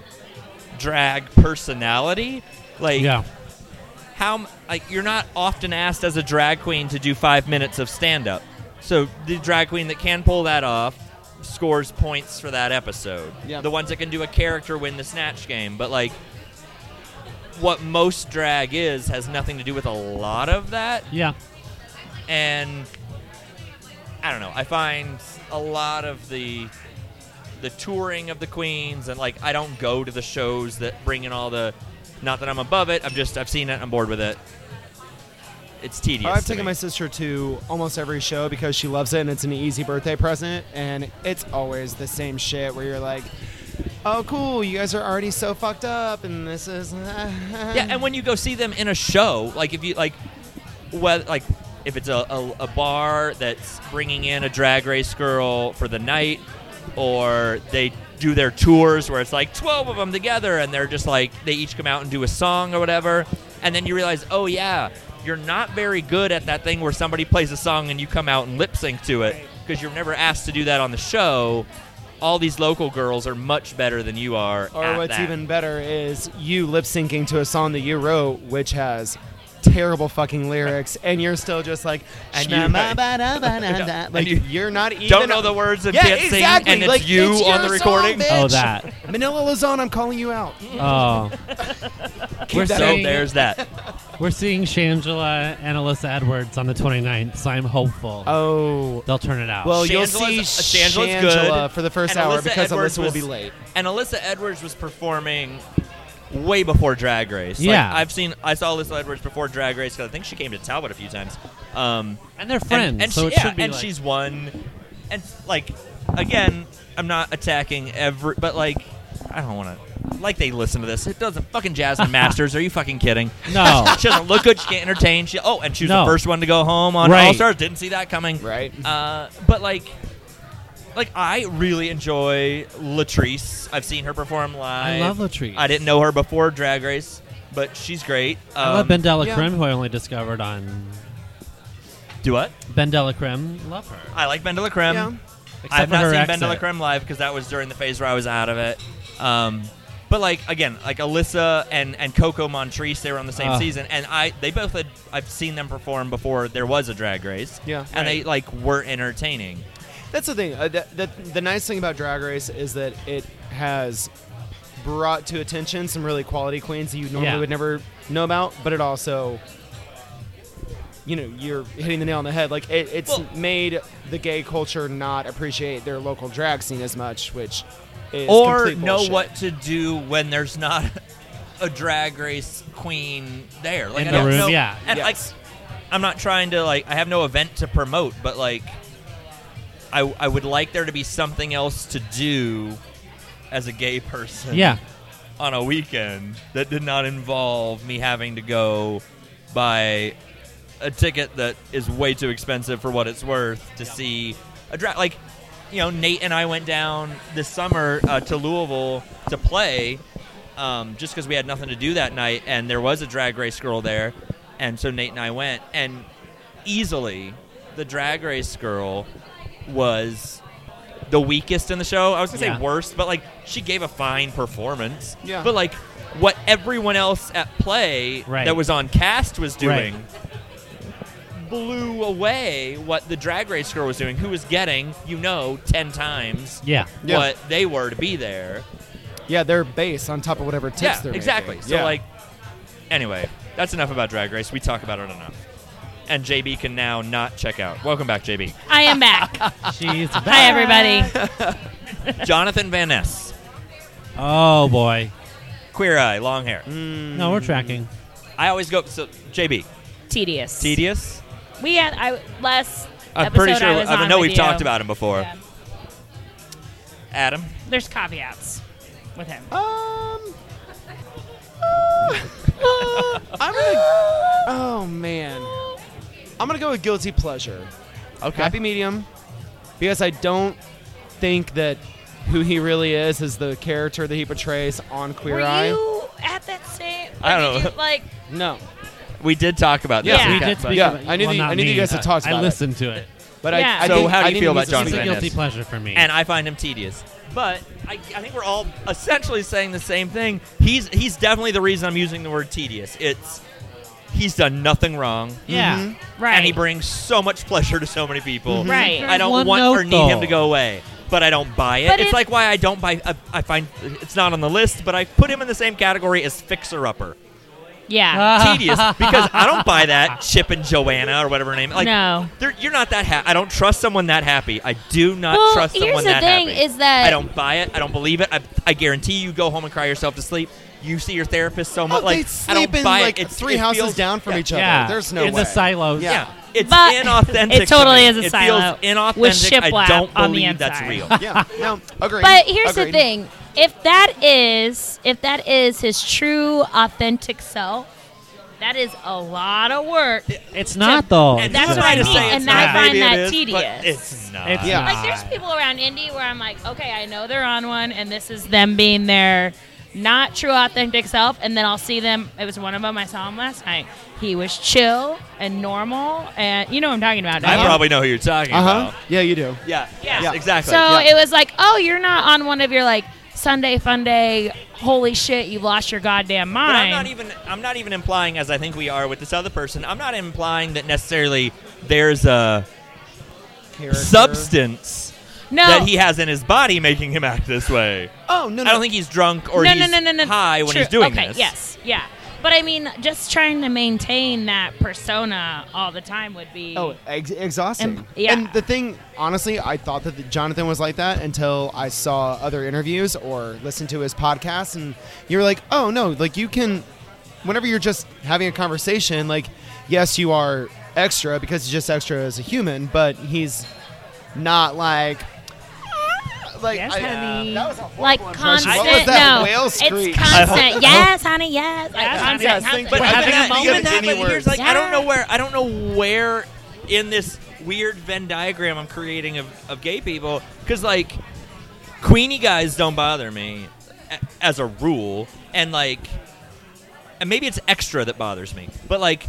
Speaker 1: drag personality. Like,
Speaker 4: yeah.
Speaker 1: how m- like you're not often asked as a drag queen to do five minutes of stand up. So the drag queen that can pull that off scores points for that episode.
Speaker 3: Yeah.
Speaker 1: The ones that can do a character win the snatch game, but like what most drag is has nothing to do with a lot of that
Speaker 4: Yeah.
Speaker 1: and I don't know. I find a lot of the the touring of the queens and like I don't go to the shows that bring in all the. Not that I'm above it. I'm just I've seen it. I'm bored with it. It's tedious.
Speaker 3: I've
Speaker 1: to
Speaker 3: taken
Speaker 1: me.
Speaker 3: my sister to almost every show because she loves it and it's an easy birthday present. And it's always the same shit where you're like, oh, cool, you guys are already so fucked up, and this is.
Speaker 1: yeah, and when you go see them in a show, like if you like, whether like if it's a, a, a bar that's bringing in a drag race girl for the night, or they do their tours where it's like twelve of them together, and they're just like they each come out and do a song or whatever, and then you realize, oh yeah, you're not very good at that thing where somebody plays a song and you come out and lip sync to it because you're never asked to do that on the show. All these local girls are much better than you are.
Speaker 3: Or
Speaker 1: at
Speaker 3: what's
Speaker 1: that.
Speaker 3: even better is you lip syncing to a song that you wrote, which has terrible fucking lyrics, and you're still just like,
Speaker 1: And you-
Speaker 4: Oh,
Speaker 3: "Shma-ba-da-ba-da-da." like
Speaker 1: you
Speaker 3: you're not even
Speaker 1: don't know the words and
Speaker 3: yeah,
Speaker 1: can't sing,
Speaker 3: exactly.
Speaker 1: and it's
Speaker 3: like,
Speaker 1: you
Speaker 3: it's
Speaker 1: on
Speaker 3: your
Speaker 1: the recording.
Speaker 3: Song,
Speaker 4: Oh,
Speaker 3: bitch.
Speaker 4: that.
Speaker 3: Manila Luzon, I'm calling you out.
Speaker 4: Oh. we're,
Speaker 1: so
Speaker 4: seeing,
Speaker 1: there's that.
Speaker 4: we're seeing Shangela and Alyssa Edwards on the 29th, so I'm hopeful
Speaker 3: Oh,
Speaker 4: they'll turn it out.
Speaker 3: well,
Speaker 1: Shangela's-
Speaker 3: you'll see
Speaker 1: uh, Shangela's
Speaker 3: Shangela
Speaker 1: good,
Speaker 3: for the first
Speaker 1: and
Speaker 3: hour
Speaker 1: Alyssa
Speaker 3: because
Speaker 1: Edwards
Speaker 3: Alyssa will
Speaker 1: was-
Speaker 3: be late.
Speaker 1: And Alyssa Edwards was performing way before Drag Race. Like,
Speaker 4: Yeah.
Speaker 1: I've seen. I saw Alyssa Edwards before Drag Race because I think she came to Talbot a few times. Um,
Speaker 4: and they're friends,
Speaker 1: and, and
Speaker 4: so
Speaker 1: she,
Speaker 4: it
Speaker 1: yeah,
Speaker 4: should be
Speaker 1: and
Speaker 4: like,
Speaker 1: she's won. And like again, I'm not attacking every, but like I don't want to. Like they listen to this. It doesn't fucking Jasmine Masters. Are you fucking kidding?
Speaker 4: no.
Speaker 1: She doesn't look good. She can't entertain. She oh, and she was
Speaker 4: No.
Speaker 1: the first one to go home on
Speaker 4: Right.
Speaker 1: All Stars. Didn't see that coming.
Speaker 3: Right.
Speaker 1: Uh, but like, like I really enjoy Latrice. I've seen her perform
Speaker 4: I
Speaker 1: live.
Speaker 4: love Latrice.
Speaker 1: I didn't know her before Drag Race, but she's great. Um,
Speaker 4: I love Bendela
Speaker 3: yeah.
Speaker 4: Krim, who I only discovered on
Speaker 1: Um, Do what?
Speaker 4: Bendela Krim. Love her.
Speaker 1: I like Bendela Krem.
Speaker 3: Yeah.
Speaker 1: I have
Speaker 4: for
Speaker 1: not
Speaker 4: her
Speaker 1: seen
Speaker 4: exit.
Speaker 1: Bendela Krem live because that was during the phase where I was out of it. Um, but like again, like Alyssa and and Coco Montrese, they were on the same
Speaker 4: Ah.
Speaker 1: season, and I they both had I've seen them perform before there was a drag race.
Speaker 3: Yeah.
Speaker 1: and they like were entertaining.
Speaker 3: That's the thing. Uh, that, that, the nice thing about Drag Race is that it has brought to attention some really quality queens that you normally
Speaker 4: Yeah.
Speaker 3: would never know about, but it also, you know, you're hitting the nail on the head. Like, it, it's
Speaker 1: Well-
Speaker 3: made the gay culture not appreciate their local drag scene as much, which is
Speaker 1: or
Speaker 3: complete
Speaker 1: know
Speaker 3: bullshit.
Speaker 1: what to do when there's not a drag race queen there. Like
Speaker 4: In
Speaker 1: I
Speaker 4: the
Speaker 1: don't
Speaker 4: room,
Speaker 1: know-
Speaker 4: yeah.
Speaker 1: And like,
Speaker 3: Yes.
Speaker 1: I'm not trying to like. I have no event to promote, but like, I I would like there to be something else to do as a gay person.
Speaker 4: Yeah.
Speaker 1: On a weekend that did not involve me having to go buy a ticket that is way too expensive for what it's worth to see a draft. Like, you know, Nate and I went down this summer uh, to Louisville to play um, just because we had nothing to do that night, and there was a drag race girl there. And so Nate and I went, and easily the drag race girl was the weakest in the show. I was gonna
Speaker 4: Yeah.
Speaker 1: say worst, but like she gave a fine performance.
Speaker 3: Yeah.
Speaker 1: But like what everyone else at play
Speaker 4: Right.
Speaker 1: that was on cast was
Speaker 4: Right.
Speaker 1: doing blew away what the drag race girl was doing, who was getting, you know, ten times
Speaker 4: Yeah.
Speaker 3: Yeah.
Speaker 1: what they were to be there.
Speaker 3: Yeah, they're base on top of whatever tips
Speaker 1: yeah,
Speaker 3: they're making.
Speaker 1: exactly. So
Speaker 3: Yeah.
Speaker 1: like, anyway, that's enough about Drag Race. We talk about it enough. And JB can now not check out. Welcome back, JB.
Speaker 2: I am back.
Speaker 4: She's
Speaker 2: Hi,
Speaker 4: back.
Speaker 2: everybody.
Speaker 1: Jonathan Van Ness,
Speaker 4: Oh boy.
Speaker 1: queer eye, long hair.
Speaker 3: Mm.
Speaker 4: No, we're tracking.
Speaker 1: I always go. So JB,
Speaker 2: Tedious.
Speaker 1: tedious.
Speaker 2: We had I last.
Speaker 1: I'm
Speaker 2: episode
Speaker 1: pretty sure.
Speaker 2: I, was on
Speaker 1: know
Speaker 2: with
Speaker 1: we've
Speaker 2: you.
Speaker 1: talked about him before.
Speaker 2: Yeah.
Speaker 1: Adam,
Speaker 2: There's caveats with him.
Speaker 3: Um. uh, uh, I'm gonna. Oh man. I'm gonna go with guilty pleasure.
Speaker 1: okay,
Speaker 3: Happy medium, because I don't think that who he really is is the character that he portrays on Queer
Speaker 2: Were
Speaker 3: Eye.
Speaker 2: you at that same?
Speaker 1: I don't
Speaker 2: or did
Speaker 1: know.
Speaker 2: you, like
Speaker 3: No,
Speaker 1: we did talk about this.
Speaker 3: Yeah.
Speaker 4: We
Speaker 1: Okay,
Speaker 4: did
Speaker 1: but-
Speaker 4: speak
Speaker 3: Yeah,
Speaker 4: about-
Speaker 3: I knew
Speaker 4: well,
Speaker 3: that-
Speaker 4: not
Speaker 3: I knew that you
Speaker 4: me.
Speaker 3: guys had talked
Speaker 4: I
Speaker 3: about it.
Speaker 4: listened to it.
Speaker 3: but
Speaker 2: Yeah.
Speaker 3: I, I
Speaker 1: So
Speaker 3: think-
Speaker 1: how do
Speaker 3: I
Speaker 1: you feel
Speaker 3: think he
Speaker 1: about
Speaker 3: needs to
Speaker 1: Jonathan
Speaker 4: It's
Speaker 3: speak-
Speaker 4: a
Speaker 1: Van
Speaker 4: guilty
Speaker 1: Ness.
Speaker 4: pleasure for me.
Speaker 1: and I find him tedious. But I, I think we're all essentially saying the same thing. He's he's definitely the reason I'm using the word tedious. It's he's done nothing wrong,
Speaker 4: yeah.
Speaker 2: right?
Speaker 3: Mhm.
Speaker 1: Mm-hmm.
Speaker 2: Mm-hmm.
Speaker 1: and he brings so much pleasure to so many people.
Speaker 2: Right.
Speaker 1: I don't
Speaker 4: One
Speaker 1: want
Speaker 4: note,
Speaker 1: or need him
Speaker 4: though.
Speaker 1: to go away, but I don't buy it.
Speaker 2: But
Speaker 1: it's
Speaker 2: it-
Speaker 1: like why I don't buy. I, I find it's not on the list, but I put him in the same category as Fixer Upper.
Speaker 2: yeah.
Speaker 1: tedious because I don't buy that Chip and Joanna or whatever her name. Like,
Speaker 2: No.
Speaker 1: they're- you're not that. Ha- I don't trust someone that happy. I do not
Speaker 5: Well,
Speaker 1: trust
Speaker 5: here's
Speaker 1: someone
Speaker 5: the
Speaker 1: that
Speaker 5: thing
Speaker 1: happy.
Speaker 5: is that-
Speaker 1: I don't buy it. I don't believe it. I, I guarantee you go home and cry yourself to sleep. You see your therapist so much.
Speaker 3: Oh,
Speaker 1: like
Speaker 3: they
Speaker 1: I
Speaker 3: sleep
Speaker 1: don't
Speaker 3: in
Speaker 1: buy
Speaker 3: like
Speaker 1: it. It's,
Speaker 3: three
Speaker 1: it
Speaker 3: houses
Speaker 1: feels-
Speaker 3: down from
Speaker 1: yeah,
Speaker 3: each other.
Speaker 4: Yeah.
Speaker 3: There's no
Speaker 4: in
Speaker 3: way.
Speaker 4: the silos.
Speaker 1: Yeah.
Speaker 3: Yeah.
Speaker 1: it's
Speaker 2: But
Speaker 1: inauthentic.
Speaker 2: it totally
Speaker 1: to me.
Speaker 2: is a
Speaker 1: it
Speaker 2: silo
Speaker 1: feels inauthentic.
Speaker 2: with
Speaker 1: I
Speaker 2: shiplap
Speaker 1: don't
Speaker 2: on the
Speaker 1: believe that's
Speaker 2: inside.
Speaker 1: real.
Speaker 3: yeah. No. Agree.
Speaker 5: But here's the
Speaker 3: Agreed.
Speaker 5: thing:
Speaker 2: if that is if that is his true authentic self, that is a lot of work.
Speaker 4: It's not though.
Speaker 1: And
Speaker 2: That's
Speaker 1: who am
Speaker 2: what
Speaker 1: I
Speaker 2: I
Speaker 1: to
Speaker 2: mean,
Speaker 1: say it's
Speaker 2: and
Speaker 1: not?
Speaker 2: I find
Speaker 1: Maybe it
Speaker 2: that
Speaker 1: is, but
Speaker 2: tedious.
Speaker 1: It's not.
Speaker 4: It's
Speaker 3: Yeah.
Speaker 4: not.
Speaker 2: Like there's people around Indy where I'm like, okay, I know they're on one, and this is them being their not true authentic self, and then I'll see them. It was one of them I saw him last night. He was chill and normal, and you know what I'm talking about.
Speaker 1: I
Speaker 2: don't you?
Speaker 1: probably know who you're talking
Speaker 3: Uh huh.
Speaker 1: about.
Speaker 3: Yeah, you do.
Speaker 1: Yeah.
Speaker 2: Yeah.
Speaker 1: Yes, Exactly.
Speaker 2: So
Speaker 3: Yeah.
Speaker 2: it was like, oh, you're not on one of your like Sunday fun day. Holy shit, you've lost your goddamn
Speaker 1: But
Speaker 2: mind.
Speaker 1: I'm not even I'm not even implying as I think we are with this other person. I'm not implying that necessarily there's a
Speaker 3: Character.
Speaker 1: substance
Speaker 2: no,
Speaker 1: that he has in his body making him act this way.
Speaker 3: Oh no, no.
Speaker 1: I don't think he's drunk or
Speaker 2: no,
Speaker 1: he's
Speaker 2: no, no, no, no,
Speaker 1: high when
Speaker 2: True.
Speaker 1: he's doing
Speaker 2: okay,
Speaker 1: this.
Speaker 2: Yes, yeah. But I mean, just trying to maintain that persona all the time would be.
Speaker 3: Oh, ex- exhausting.
Speaker 2: And- yeah.
Speaker 3: And the thing, honestly, I thought that Jonathan was like that until I saw other interviews or listened to his podcast, and you were like, oh no, like you can, whenever you're just having a conversation, like, yes, you are extra because he's just extra as a human, but he's not like. ah, Like,
Speaker 2: Yes,
Speaker 3: I-
Speaker 2: honey.
Speaker 3: that was a horrible
Speaker 5: like
Speaker 3: impression.
Speaker 5: constant,
Speaker 3: What was that
Speaker 5: no,
Speaker 3: whale
Speaker 5: it's
Speaker 3: screech?
Speaker 5: constant. yes, honey. Yes, like,
Speaker 2: Yes,
Speaker 5: constant,
Speaker 2: yes,
Speaker 5: constant.
Speaker 1: But
Speaker 4: We're
Speaker 1: even
Speaker 4: having a
Speaker 1: that,
Speaker 4: moment.
Speaker 1: even that,
Speaker 3: Give it
Speaker 1: but
Speaker 3: any
Speaker 1: here's like I don't know
Speaker 5: Yeah.
Speaker 1: where I don't know where in this weird Venn diagram I'm creating of, of gay people because like Queenie guys don't bother me a- as a rule, and like and maybe it's extra that bothers me, but like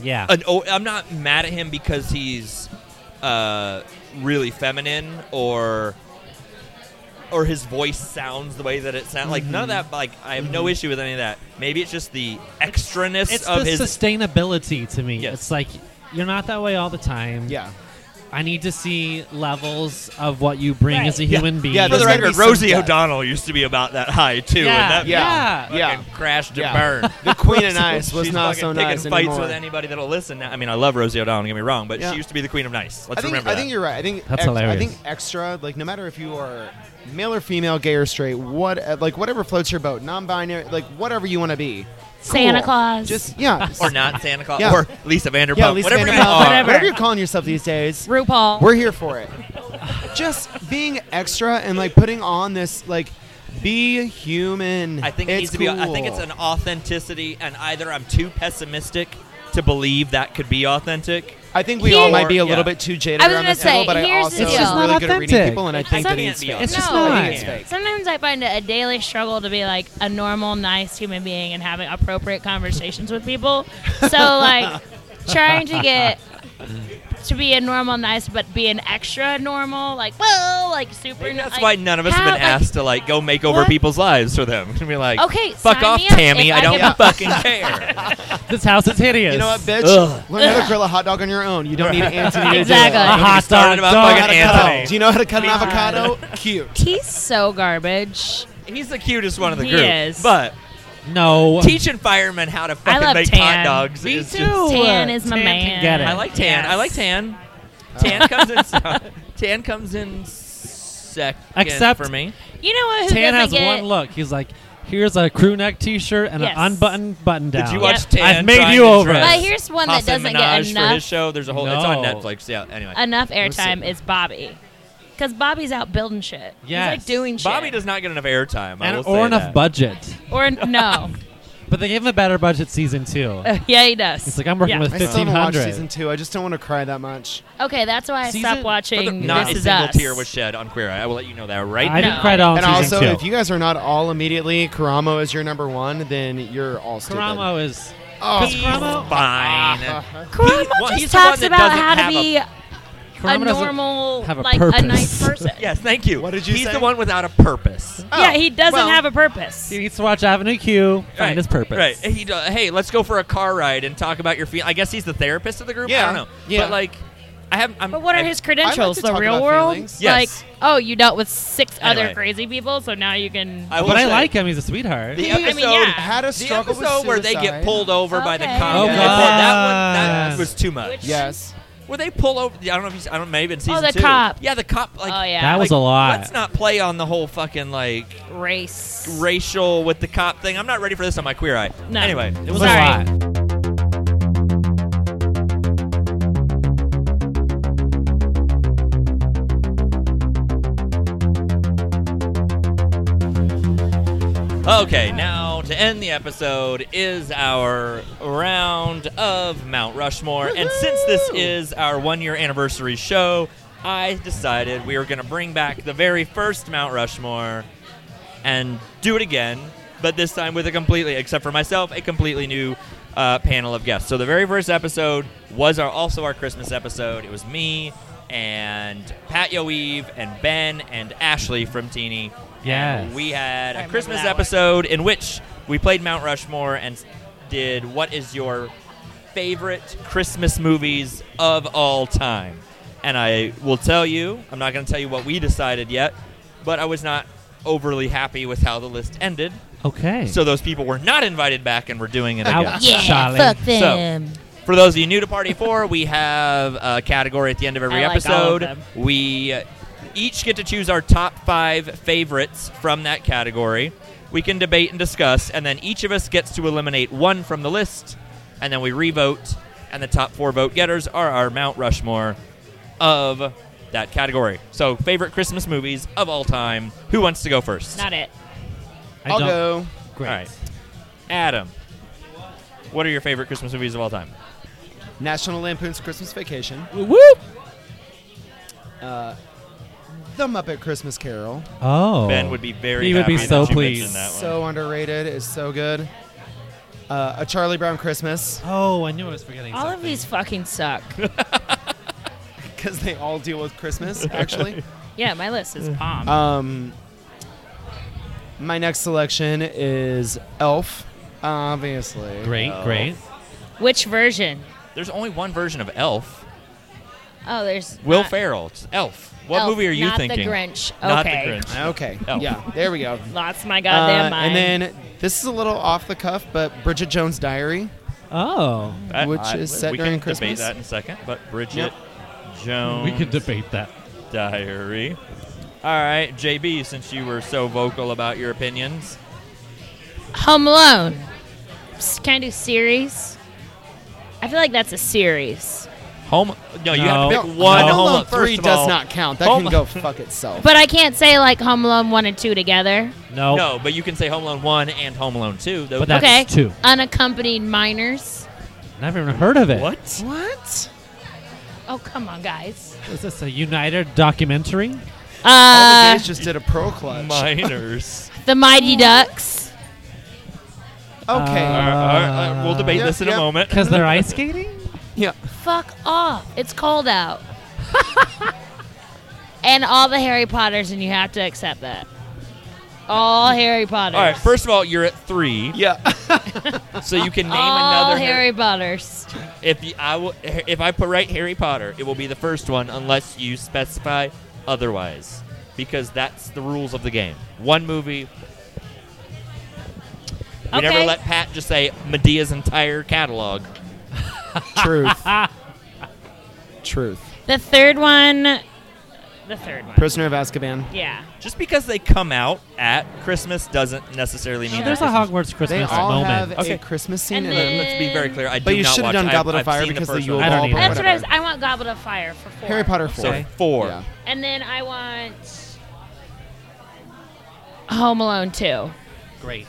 Speaker 4: Yeah.
Speaker 1: an, oh, I'm not mad at him because he's uh, really feminine or or his voice sounds the way that it sounds. Like none of
Speaker 3: Mm-hmm.
Speaker 1: that. Like I have no issue with any of that. Maybe it's just the extraness
Speaker 4: it's
Speaker 1: of
Speaker 4: the
Speaker 1: his.
Speaker 4: sustainability to me.
Speaker 1: Yes.
Speaker 4: It's like you're not that way all the time.
Speaker 3: Yeah.
Speaker 4: I need to see levels of what you bring
Speaker 2: Right.
Speaker 4: as a
Speaker 3: Yeah.
Speaker 4: human being.
Speaker 3: Yeah,
Speaker 1: For the
Speaker 3: there's gotta
Speaker 1: record,
Speaker 3: be some
Speaker 1: Rosie
Speaker 3: depth.
Speaker 1: O'Donnell used to be about that high too,
Speaker 4: Yeah.
Speaker 1: and that
Speaker 4: Yeah.
Speaker 3: Yeah.
Speaker 1: fucking crashed and
Speaker 3: Yeah.
Speaker 1: burned.
Speaker 3: The Queen and Ice was
Speaker 1: She's
Speaker 3: not
Speaker 1: fucking
Speaker 3: so
Speaker 1: picking
Speaker 3: nice
Speaker 1: fights
Speaker 3: anymore.
Speaker 1: with anybody that'll listen. Now, I mean, I love Rosie O'Donnell. Don't get me wrong, but
Speaker 3: Yeah.
Speaker 1: she used to be the queen of nice. Let's
Speaker 3: I think,
Speaker 1: remember
Speaker 3: I
Speaker 1: that.
Speaker 3: think you're right. I think
Speaker 4: That's
Speaker 3: I
Speaker 4: hilarious.
Speaker 3: think extra, like no matter if you are male or female, gay or straight, what uh, like whatever floats your boat, non-binary, like whatever you want to be.
Speaker 2: Santa Claus.
Speaker 3: Just yeah.
Speaker 1: or not Santa Claus,
Speaker 3: Yeah.
Speaker 1: or Lisa Vanderpump,
Speaker 3: Yeah, Lisa
Speaker 1: whatever you
Speaker 3: Vanderpump,
Speaker 1: are.
Speaker 3: whatever.
Speaker 2: Whatever.
Speaker 3: you're calling yourself these days,
Speaker 2: RuPaul.
Speaker 3: we're here for it. Just being extra and like putting on this like, be human.
Speaker 1: I think it
Speaker 3: it's
Speaker 1: needs to
Speaker 3: cool.
Speaker 1: be. I think it's an authenticity, and either I'm too pessimistic to believe that could be authentic,
Speaker 3: I I think we
Speaker 2: He-
Speaker 3: all might be a
Speaker 1: Yeah.
Speaker 3: little bit too jaded
Speaker 2: I was
Speaker 3: on
Speaker 2: gonna
Speaker 3: this level,
Speaker 2: say,
Speaker 3: but I
Speaker 2: here's
Speaker 3: also
Speaker 2: the
Speaker 3: am
Speaker 2: deal. It's
Speaker 3: really
Speaker 6: not
Speaker 3: good at reading
Speaker 6: authentic.
Speaker 3: people, and I
Speaker 1: It's
Speaker 3: think
Speaker 1: not
Speaker 3: that it's
Speaker 1: authentic.
Speaker 3: fake.
Speaker 6: It's just
Speaker 2: No,
Speaker 6: not.
Speaker 3: I think it's fake.
Speaker 2: Sometimes I find it a daily struggle to be like a normal, nice human being and having appropriate conversations with people. So like trying to get to be a normal, nice, but be an extra normal, like whoa, like super.
Speaker 1: Maybe that's
Speaker 2: like,
Speaker 1: why none of us have
Speaker 2: how-
Speaker 1: been
Speaker 2: like,
Speaker 1: asked to like go make over
Speaker 2: What?
Speaker 1: people's lives for them. And be like,
Speaker 2: Okay,
Speaker 1: fuck
Speaker 2: sign
Speaker 1: off,
Speaker 2: me up
Speaker 1: Tammy.
Speaker 2: if
Speaker 1: I
Speaker 2: I
Speaker 1: don't
Speaker 2: give a-
Speaker 1: fucking care.
Speaker 4: This house is hideous.
Speaker 3: You know what, bitch?
Speaker 4: Ugh.
Speaker 3: Learn how to grill a hot dog on your own. You don't need Anthony to
Speaker 2: Exactly. Don't
Speaker 4: A
Speaker 2: get me
Speaker 4: hot
Speaker 1: started
Speaker 4: dog.
Speaker 1: about
Speaker 4: dog.
Speaker 3: do it.
Speaker 1: fucking
Speaker 3: Avocado.
Speaker 1: Anthony.
Speaker 3: Do you know how to cut an avocado? Cute.
Speaker 2: He's so garbage.
Speaker 1: He's the cutest one of the
Speaker 2: He
Speaker 1: group.
Speaker 2: is.
Speaker 1: But
Speaker 4: No.
Speaker 1: teaching firemen how to fucking
Speaker 2: love
Speaker 1: make hot
Speaker 2: Tan.
Speaker 1: dogs
Speaker 4: Me
Speaker 1: is
Speaker 4: too.
Speaker 1: just
Speaker 2: Tan is my
Speaker 4: Tan
Speaker 2: man.
Speaker 4: Can get it.
Speaker 1: I like Tan. I like
Speaker 2: Yes.
Speaker 1: Tan.
Speaker 3: Uh.
Speaker 1: Tan comes in. Tan comes in second
Speaker 4: Except-
Speaker 1: for me.
Speaker 2: You know what? Who
Speaker 4: Tan
Speaker 2: doesn't
Speaker 4: has
Speaker 2: get,
Speaker 4: one look. He's like, here's a crew neck T-shirt and
Speaker 2: Yes.
Speaker 4: an unbuttoned button down.
Speaker 1: Did you watch Tan?
Speaker 4: I've made
Speaker 1: trying
Speaker 4: you
Speaker 1: to
Speaker 4: over.
Speaker 1: dress
Speaker 2: But here's one that
Speaker 1: Hassan
Speaker 2: doesn't
Speaker 1: Minaj
Speaker 2: get
Speaker 1: for
Speaker 2: enough Uh,
Speaker 1: his show. There's a whole. It's on
Speaker 4: No.
Speaker 1: Netflix. Yeah. Anyway.
Speaker 2: enough
Speaker 3: see.
Speaker 2: airtime is Bobby, because Bobby's out building shit.
Speaker 4: Yes.
Speaker 2: He's like doing shit.
Speaker 1: Bobby does not get enough airtime. I
Speaker 4: And,
Speaker 1: will
Speaker 4: or
Speaker 1: say
Speaker 4: enough
Speaker 1: that.
Speaker 4: budget.
Speaker 2: or no.
Speaker 4: But they gave him a better budget season two.
Speaker 2: yeah, he does.
Speaker 4: It's like I'm working
Speaker 2: Yeah.
Speaker 4: with
Speaker 3: I still haven't watched
Speaker 4: 1500.
Speaker 3: season two. I just don't want to cry that much.
Speaker 2: Okay, that's why I
Speaker 4: Season-
Speaker 2: stopped watching.
Speaker 1: Not
Speaker 2: this
Speaker 1: a
Speaker 2: is
Speaker 1: single
Speaker 2: us.
Speaker 1: tear was shed on Queer Eye. I will let you know that right
Speaker 4: I
Speaker 1: now.
Speaker 4: didn't cry at all in
Speaker 3: and
Speaker 4: season
Speaker 3: also,
Speaker 4: two.
Speaker 3: if you guys are not all immediately Karamo is your number one, then you're all stupid.
Speaker 4: Karamo is
Speaker 3: Oh.
Speaker 4: He's Karamo-
Speaker 1: Fine.
Speaker 2: Karamo
Speaker 1: well, he's
Speaker 2: just
Speaker 1: the one
Speaker 2: talks
Speaker 1: that
Speaker 2: about
Speaker 1: doesn't
Speaker 2: how
Speaker 1: have
Speaker 2: to
Speaker 1: a-
Speaker 2: be a,
Speaker 4: Karamo doesn't-
Speaker 2: normal,
Speaker 4: have a
Speaker 2: like a nice
Speaker 4: purpose.
Speaker 2: person.
Speaker 1: Yes, thank you.
Speaker 3: What did you
Speaker 1: He's
Speaker 3: say?
Speaker 1: the one without a purpose.
Speaker 2: Yeah, he doesn't
Speaker 1: well-
Speaker 2: have a purpose.
Speaker 4: He needs to watch Avenue Q, find
Speaker 1: Right,
Speaker 4: his purpose.
Speaker 1: Right. He do- hey, let's go for a car ride and talk about your feet. I guess he's the therapist of the group.
Speaker 3: Yeah,
Speaker 1: I don't know.
Speaker 3: yeah.
Speaker 1: But like, I have. I'm,
Speaker 2: But what are
Speaker 1: I-
Speaker 2: his credentials?
Speaker 3: to
Speaker 2: The
Speaker 3: talk
Speaker 2: real
Speaker 3: about
Speaker 2: world?
Speaker 3: feelings.
Speaker 2: Like,
Speaker 1: Yes.
Speaker 2: oh, you dealt with six
Speaker 1: Anyway.
Speaker 2: other crazy people, so now you can.
Speaker 1: I will
Speaker 4: But I
Speaker 1: say,
Speaker 4: like him. He's a sweetheart.
Speaker 1: the
Speaker 2: I mean,
Speaker 1: episode.
Speaker 2: yeah.
Speaker 3: Had a
Speaker 1: The
Speaker 3: struggle
Speaker 1: episode
Speaker 3: with suicide.
Speaker 1: where they get pulled over by the
Speaker 2: Okay.
Speaker 1: cops.
Speaker 4: Oh,
Speaker 1: and they pull- that one that
Speaker 4: God.
Speaker 1: was too much.
Speaker 2: Which-
Speaker 3: Yes.
Speaker 1: Where they pull over? I don't know if you. s- I don't. Maybe in season
Speaker 2: Oh, the
Speaker 1: two.
Speaker 2: cop.
Speaker 1: Yeah, the cop. Like,
Speaker 2: oh yeah,
Speaker 4: That was
Speaker 1: like,
Speaker 4: a lot.
Speaker 1: Let's not play on the whole fucking like
Speaker 2: race.
Speaker 1: racial with the cop thing. I'm not ready for this on my queer eye.
Speaker 2: No.
Speaker 1: Anyway, it was
Speaker 4: It was
Speaker 2: Sorry.
Speaker 4: a lot.
Speaker 1: Okay, now to end the episode is our round of Mount Rushmore. And since this is our one year anniversary show, I decided we were going to bring back the very first Mount Rushmore and do it again, but this time with a completely, except for myself, a completely new uh, panel of guests. So the very first episode was our also our Christmas episode. It was me and Pat Yoeve and Ben and Ashley from Teeny.
Speaker 4: Yes.
Speaker 1: And we had a
Speaker 2: remember
Speaker 1: Christmas
Speaker 2: that one.
Speaker 1: episode in which we played Mount Rushmore and s- did what is your favorite Christmas movies of all time. And I will tell you, I'm not going to tell you what we decided yet, but I was not overly happy with how the list ended.
Speaker 4: Okay.
Speaker 1: So those people were not invited back and we're doing it
Speaker 4: Ouch.
Speaker 1: again.
Speaker 5: Yeah,
Speaker 4: Charlie.
Speaker 5: fuck
Speaker 1: So-
Speaker 5: them.
Speaker 1: For those of you new to Party 4, we have a category at the end of every
Speaker 2: I like all
Speaker 1: episode.
Speaker 2: of them.
Speaker 1: We uh, each get to choose our top five favorites from that category. We can debate and discuss, and then each of us gets to eliminate one from the list, and then we revote, and the top four vote getters are our Mount Rushmore of that category. So, favorite Christmas movies of all time. Who wants to go first?
Speaker 2: Not it.
Speaker 4: I
Speaker 3: I'll
Speaker 4: don't-
Speaker 3: go.
Speaker 4: Great.
Speaker 1: All right. Adam, what are your favorite Christmas movies of all time?
Speaker 3: National Lampoon's Christmas Vacation.
Speaker 4: Whoop.
Speaker 3: Uh, the Muppet Christmas Carol.
Speaker 4: Oh.
Speaker 1: Ben would be very.
Speaker 4: He would
Speaker 1: happy
Speaker 4: be so
Speaker 1: that you mentioned
Speaker 4: pleased.
Speaker 1: That one.
Speaker 3: So underrated. It's so good. Uh, a Charlie Brown Christmas
Speaker 4: Oh, I knew I was forgetting.
Speaker 2: All of these fucking suck.
Speaker 3: because they all deal with Christmas. Actually,
Speaker 2: yeah, my list is
Speaker 4: Mm.
Speaker 1: Uh,
Speaker 2: bomb.
Speaker 3: um, my next selection is Elf. Obviously,
Speaker 4: Great,
Speaker 1: Oh.
Speaker 4: great.
Speaker 2: Which version?
Speaker 1: There's only one version of Elf.
Speaker 2: Oh, there's
Speaker 1: Will
Speaker 2: not-
Speaker 1: Ferrell. It's Elf. What
Speaker 2: Elf,
Speaker 1: movie are you
Speaker 2: not
Speaker 1: thinking?
Speaker 2: The Grinch. Okay.
Speaker 1: Not the Grinch.
Speaker 3: Okay.
Speaker 1: Elf.
Speaker 3: Yeah. There we go.
Speaker 2: Lost my goddamn
Speaker 3: Uh,
Speaker 2: mind.
Speaker 3: And then this is a little off the cuff, but Bridget Jones' Diary.
Speaker 4: Oh.
Speaker 1: That-
Speaker 3: Which is set
Speaker 1: Uh, we
Speaker 3: during
Speaker 1: can debate
Speaker 3: Christmas?
Speaker 1: that in a second. But Bridget Jones
Speaker 4: We could debate that.
Speaker 1: Diary. All right, JB. Since you were so vocal about your opinions,
Speaker 2: Home Alone. S- Can I do series? I feel like that's a series,
Speaker 1: Home. No, you have to
Speaker 4: No.
Speaker 1: pick one.
Speaker 4: No.
Speaker 1: Home
Speaker 3: Alone
Speaker 1: Alone. First
Speaker 3: three
Speaker 1: of
Speaker 3: does
Speaker 1: all-
Speaker 3: not count. That
Speaker 1: Home-
Speaker 3: can go fuck itself.
Speaker 2: but I can't say like Home Alone one and two together.
Speaker 4: No.
Speaker 1: No, but you can say Home Alone one and Home Alone two. Those
Speaker 4: But That's
Speaker 2: okay.
Speaker 4: two.
Speaker 2: Unaccompanied minors.
Speaker 4: Never even heard of it.
Speaker 1: what?
Speaker 3: what?
Speaker 2: Oh, come on, guys.
Speaker 4: Is this a United documentary?
Speaker 3: All the
Speaker 2: Uh,
Speaker 3: gays just did a pro clutch.
Speaker 1: Minors.
Speaker 2: the Mighty Ducks.
Speaker 3: okay.
Speaker 4: Uh,
Speaker 1: All right, all right, we'll debate
Speaker 3: Yep,
Speaker 1: this in
Speaker 3: yep.
Speaker 1: a moment.
Speaker 4: Because they're ice skating?
Speaker 3: yeah.
Speaker 2: Fuck off. It's cold out. and all the Harry Potters, and you have to accept that. All Harry Potters.
Speaker 1: All right. First of all, you're at three,
Speaker 3: Yeah.
Speaker 1: so you can name
Speaker 2: all
Speaker 1: another Harry
Speaker 2: Oh, Harry Potters.
Speaker 1: If the, I will, if I put right Harry Potter, it will be the first one unless you specify otherwise, because that's the rules of the game. One movie. We never
Speaker 2: Okay.
Speaker 1: let Pat just say Medea's entire catalog.
Speaker 3: Truth. Truth.
Speaker 2: The third one. The third one.
Speaker 3: Prisoner of Azkaban.
Speaker 2: yeah.
Speaker 1: Just because they come out at Christmas doesn't necessarily mean.
Speaker 4: There's a
Speaker 1: Christmas.
Speaker 4: Hogwarts
Speaker 3: They
Speaker 4: Christmas
Speaker 3: all
Speaker 4: moment.
Speaker 3: have
Speaker 1: Okay.
Speaker 3: a Christmas scene
Speaker 2: And
Speaker 3: in
Speaker 2: then-
Speaker 3: it.
Speaker 1: Let's be very clear. I do
Speaker 3: But you
Speaker 1: not
Speaker 3: should've
Speaker 1: watch.
Speaker 3: done
Speaker 1: I've-
Speaker 3: Goblet of
Speaker 1: I've
Speaker 3: Fire
Speaker 1: seen the
Speaker 3: because
Speaker 1: first
Speaker 3: the
Speaker 1: one.
Speaker 4: I don't
Speaker 3: Yule
Speaker 4: either.
Speaker 3: Ball.
Speaker 2: That's what I was.
Speaker 3: whatever.
Speaker 2: I want Goblet of Fire for four.
Speaker 3: Harry Potter 4.
Speaker 1: So four.
Speaker 3: Yeah.
Speaker 2: And then I want Home Alone 2.
Speaker 4: Great.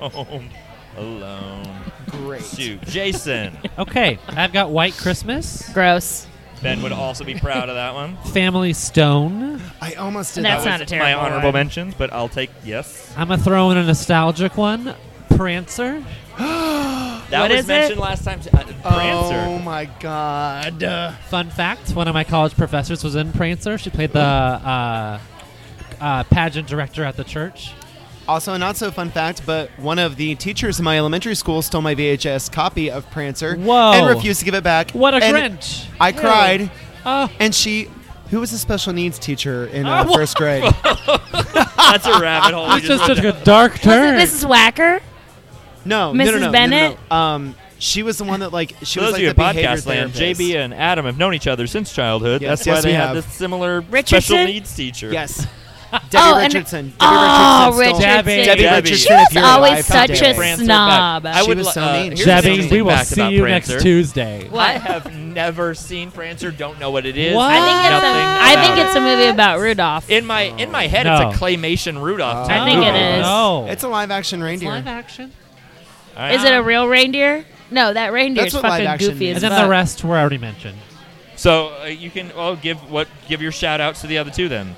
Speaker 1: Home alone.
Speaker 3: Great.
Speaker 1: Shoot, Jason.
Speaker 4: Okay, I've got White Christmas,
Speaker 2: Gross.
Speaker 1: ben would also be proud of that one.
Speaker 4: Family Stone.
Speaker 3: I almost did
Speaker 2: That's
Speaker 3: that.
Speaker 2: not a terrible
Speaker 1: My honorable
Speaker 2: one.
Speaker 1: mentions, but I'll take yes.
Speaker 4: I'm going to throw in a nostalgic one Prancer.
Speaker 1: That
Speaker 2: What
Speaker 1: was
Speaker 2: is it?
Speaker 1: mentioned last time. To, uh,
Speaker 3: Oh
Speaker 1: Prancer.
Speaker 3: my god.
Speaker 4: Fun fact one of my college professors was in Prancer. She played the uh, uh, pageant director at the church.
Speaker 3: Also, a not so fun fact, but one of the teachers in my elementary school stole my VHS copy of Prancer
Speaker 4: Whoa.
Speaker 3: and refused to give it back.
Speaker 4: What a
Speaker 3: and
Speaker 4: Grinch!
Speaker 3: I cried,
Speaker 4: Oh,
Speaker 3: and she, who was a special needs teacher in uh,
Speaker 4: Oh,
Speaker 3: first grade,
Speaker 1: That's a rabbit hole. we
Speaker 4: it's just
Speaker 1: went
Speaker 4: such
Speaker 1: down.
Speaker 4: a dark turn.
Speaker 2: Wasn't Mrs. Whacker?
Speaker 3: no, no, no, no,
Speaker 2: Mrs.
Speaker 3: no, no,
Speaker 2: Bennett?
Speaker 3: no. Um, she was the one that like she
Speaker 1: For those
Speaker 3: was like
Speaker 1: of you
Speaker 3: the
Speaker 1: in podcast
Speaker 3: behavior
Speaker 1: land,
Speaker 3: therapist.
Speaker 1: JB and Adam have known each other since childhood.
Speaker 3: Yes,
Speaker 1: That's why
Speaker 3: yes,
Speaker 1: they
Speaker 3: we
Speaker 1: have
Speaker 3: have.
Speaker 1: this similar special
Speaker 2: Richardson?
Speaker 1: needs teacher.
Speaker 3: Yes, Debbie
Speaker 2: Oh, and-
Speaker 3: Richardson. Debbie
Speaker 2: Oh,
Speaker 3: Richardson stole-
Speaker 4: Richardson.
Speaker 2: Richardson.
Speaker 3: Debbie
Speaker 1: Debbie.
Speaker 3: Richardson.
Speaker 1: She
Speaker 3: if
Speaker 2: was
Speaker 3: you're
Speaker 2: always
Speaker 3: alive,
Speaker 2: such
Speaker 3: how dare
Speaker 2: a
Speaker 3: you.
Speaker 1: Prancer back.
Speaker 2: Snob.
Speaker 1: I
Speaker 3: She
Speaker 1: would
Speaker 3: was
Speaker 1: lo-
Speaker 3: so
Speaker 1: uh,
Speaker 3: mean.
Speaker 1: here's an
Speaker 4: Debbie,
Speaker 1: interesting
Speaker 4: we will
Speaker 1: fact
Speaker 4: see
Speaker 1: about
Speaker 4: you
Speaker 1: Prancer.
Speaker 4: next Tuesday.
Speaker 1: I
Speaker 2: What?
Speaker 1: have never seen Prancer. Don't know what it is.
Speaker 4: What?
Speaker 2: I think, it's
Speaker 1: Nothing
Speaker 2: a, I think
Speaker 1: about
Speaker 2: it's a movie about Rudolph.
Speaker 1: it. in my in my head.
Speaker 4: No.
Speaker 1: It's a claymation Rudolph.
Speaker 3: Oh.
Speaker 1: type
Speaker 2: I think it
Speaker 1: movie.
Speaker 2: is.
Speaker 4: No.
Speaker 3: It's a live action reindeer.
Speaker 4: live action.
Speaker 1: All right.
Speaker 2: Is it a real reindeer? No, that reindeer's
Speaker 3: That's what live
Speaker 2: fucking
Speaker 3: action
Speaker 2: goofy
Speaker 3: is.
Speaker 2: as
Speaker 4: And then
Speaker 2: fuck.
Speaker 4: the rest were already mentioned.
Speaker 1: So uh, you can well give what give your shout outs to the other two then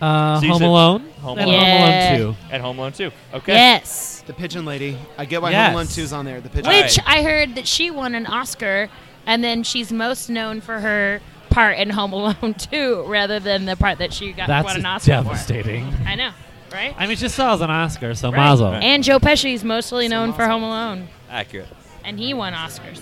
Speaker 4: Uh,
Speaker 1: So you
Speaker 4: Home
Speaker 1: said
Speaker 4: Alone.
Speaker 1: Home
Speaker 4: and
Speaker 1: Alone.
Speaker 2: Yeah.
Speaker 4: Home Alone
Speaker 1: at Home Alone too. Okay.
Speaker 2: Yes.
Speaker 3: The Pigeon Lady. I get why
Speaker 4: Yes.
Speaker 3: Home Alone 2's on there. The Pigeon
Speaker 1: Alright.
Speaker 2: Which I heard that she won an Oscar, and then she's most known for her part in Home Alone 2 rather than the part that she
Speaker 4: 2.
Speaker 2: got won an
Speaker 4: That's
Speaker 2: Oscar
Speaker 4: devastating.
Speaker 2: for. I know, right?
Speaker 4: I mean, she still has an Oscar, so
Speaker 2: Right.
Speaker 4: mazel.
Speaker 1: Right.
Speaker 2: And Joe Pesci's mostly known for
Speaker 3: awesome.
Speaker 2: Home Alone,
Speaker 1: Accurate.
Speaker 2: and he won Oscars.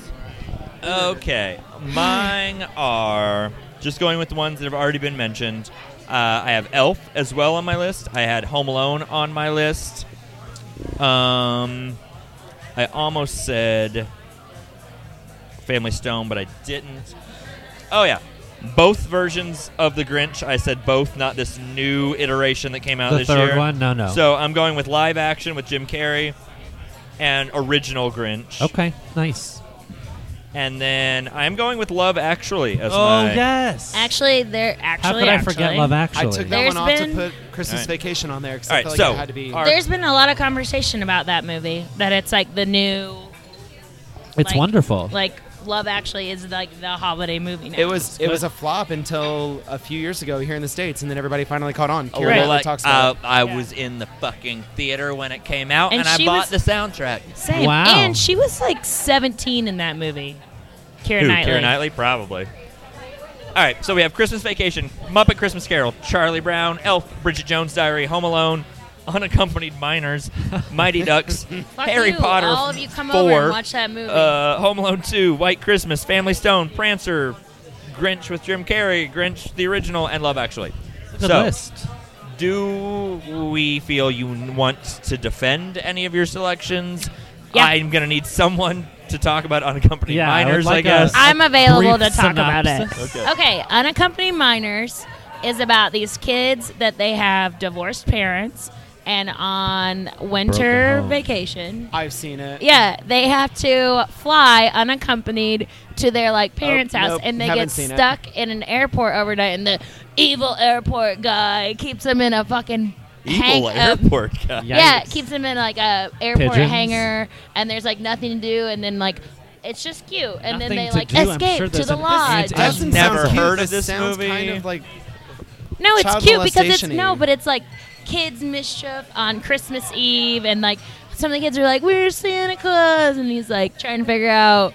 Speaker 1: Okay. Mine are just going with the ones that have already been mentioned. Uh, I have Elf as well on my list. I had Home Alone on my list. Um, I almost said Family Stone, but I didn't. Oh yeah, both versions of the Grinch. I said both, not this new iteration that came out
Speaker 4: The
Speaker 1: this
Speaker 4: third
Speaker 1: year.
Speaker 4: one? No, no.
Speaker 1: So I'm going with live action with Jim Carrey and original Grinch.
Speaker 4: Okay, nice.
Speaker 1: And then I'm going with Love Actually as
Speaker 4: Oh,
Speaker 1: my.
Speaker 4: yes.
Speaker 2: Actually, they're
Speaker 4: How
Speaker 2: actually.
Speaker 4: could I forget
Speaker 2: actually,
Speaker 4: Love
Speaker 3: I
Speaker 4: Actually?
Speaker 3: took that
Speaker 2: There's
Speaker 3: one off to
Speaker 2: been-
Speaker 3: put Christmas
Speaker 1: Alright.
Speaker 3: Vacation on there because I
Speaker 1: Alright,
Speaker 3: felt like
Speaker 1: so
Speaker 3: it had to be.
Speaker 1: our-
Speaker 2: There's been a lot of conversation about that movie that it's like the new,
Speaker 4: it's
Speaker 2: like-
Speaker 4: wonderful.
Speaker 2: like Love Actually is like the holiday movie. Now.
Speaker 3: It was it
Speaker 1: But-
Speaker 3: was a flop until a few years ago here in the states, and then everybody finally caught on.
Speaker 1: Oh,
Speaker 3: Kira
Speaker 1: well,
Speaker 3: Knightley
Speaker 1: like,
Speaker 3: talks
Speaker 1: I,
Speaker 3: about it.
Speaker 1: I
Speaker 2: Yeah.
Speaker 1: was in the fucking theater when it came out,
Speaker 2: And
Speaker 1: and, I
Speaker 2: she
Speaker 1: bought
Speaker 2: was-
Speaker 1: the soundtrack.
Speaker 2: Same.
Speaker 4: Wow.
Speaker 2: And she was like 17 in that movie. Kira Knightley.
Speaker 1: Keira Knightley, probably. All right, so we have Christmas Vacation, Muppet Christmas Carol, Charlie Brown, Elf, Bridget Jones' Diary, Home Alone, Unaccompanied Minors, Mighty Ducks,
Speaker 2: Fuck
Speaker 1: Harry
Speaker 2: you.
Speaker 1: Potter,
Speaker 2: All of you come
Speaker 1: four,
Speaker 2: over and watch that movie.
Speaker 1: uh, Home Alone 2, White Christmas, Family Stone, Prancer, Grinch with Jim Carrey, Grinch the original, and Love Actually.
Speaker 4: Good
Speaker 1: so,
Speaker 4: list.
Speaker 1: do we feel you n- want to defend any of your selections?
Speaker 2: Yeah.
Speaker 1: I'm going to need someone to talk about unaccompanied
Speaker 4: Yeah, I would
Speaker 1: minors, I,
Speaker 4: like
Speaker 1: guess.
Speaker 4: us-
Speaker 2: I'm
Speaker 4: a
Speaker 2: available to
Speaker 4: brief
Speaker 2: talk about it.
Speaker 4: synopsis.
Speaker 1: Okay.
Speaker 2: Okay, Unaccompanied Minors is about these kids that they have divorced parents and on
Speaker 4: Broken
Speaker 2: winter
Speaker 4: home.
Speaker 2: vacation.
Speaker 3: I've seen it.
Speaker 2: Yeah, they have to fly unaccompanied to their like parents' house
Speaker 3: Oh, nope,
Speaker 2: and they
Speaker 3: haven't
Speaker 2: get
Speaker 3: seen it.
Speaker 2: stuck in an airport overnight and the evil airport guy keeps them in a fucking hang
Speaker 1: Evil
Speaker 2: up
Speaker 1: airport guy.
Speaker 4: Yeah.
Speaker 2: yeah,
Speaker 4: Yikes.
Speaker 2: it keeps them in like a airport
Speaker 4: Pigeons.
Speaker 2: hangar, and there's like nothing to do, and then like It's just cute. And
Speaker 4: Nothing
Speaker 2: then they
Speaker 4: to
Speaker 2: like
Speaker 4: do. I'm
Speaker 2: escape
Speaker 4: sure
Speaker 2: to
Speaker 4: there's
Speaker 2: the
Speaker 4: an
Speaker 2: lodge.
Speaker 4: anti-
Speaker 1: I've
Speaker 3: Doesn't
Speaker 1: never
Speaker 3: sound cute.
Speaker 1: heard of
Speaker 3: It
Speaker 1: this
Speaker 3: sounds
Speaker 1: movie.
Speaker 3: Kind of like
Speaker 2: No, it's
Speaker 3: child
Speaker 2: cute because it's no,
Speaker 3: molestation-y.
Speaker 2: but it's like kids mischief on Christmas Eve, and like some of the kids are like, "Where's Santa Claus?" and he's like trying to figure out,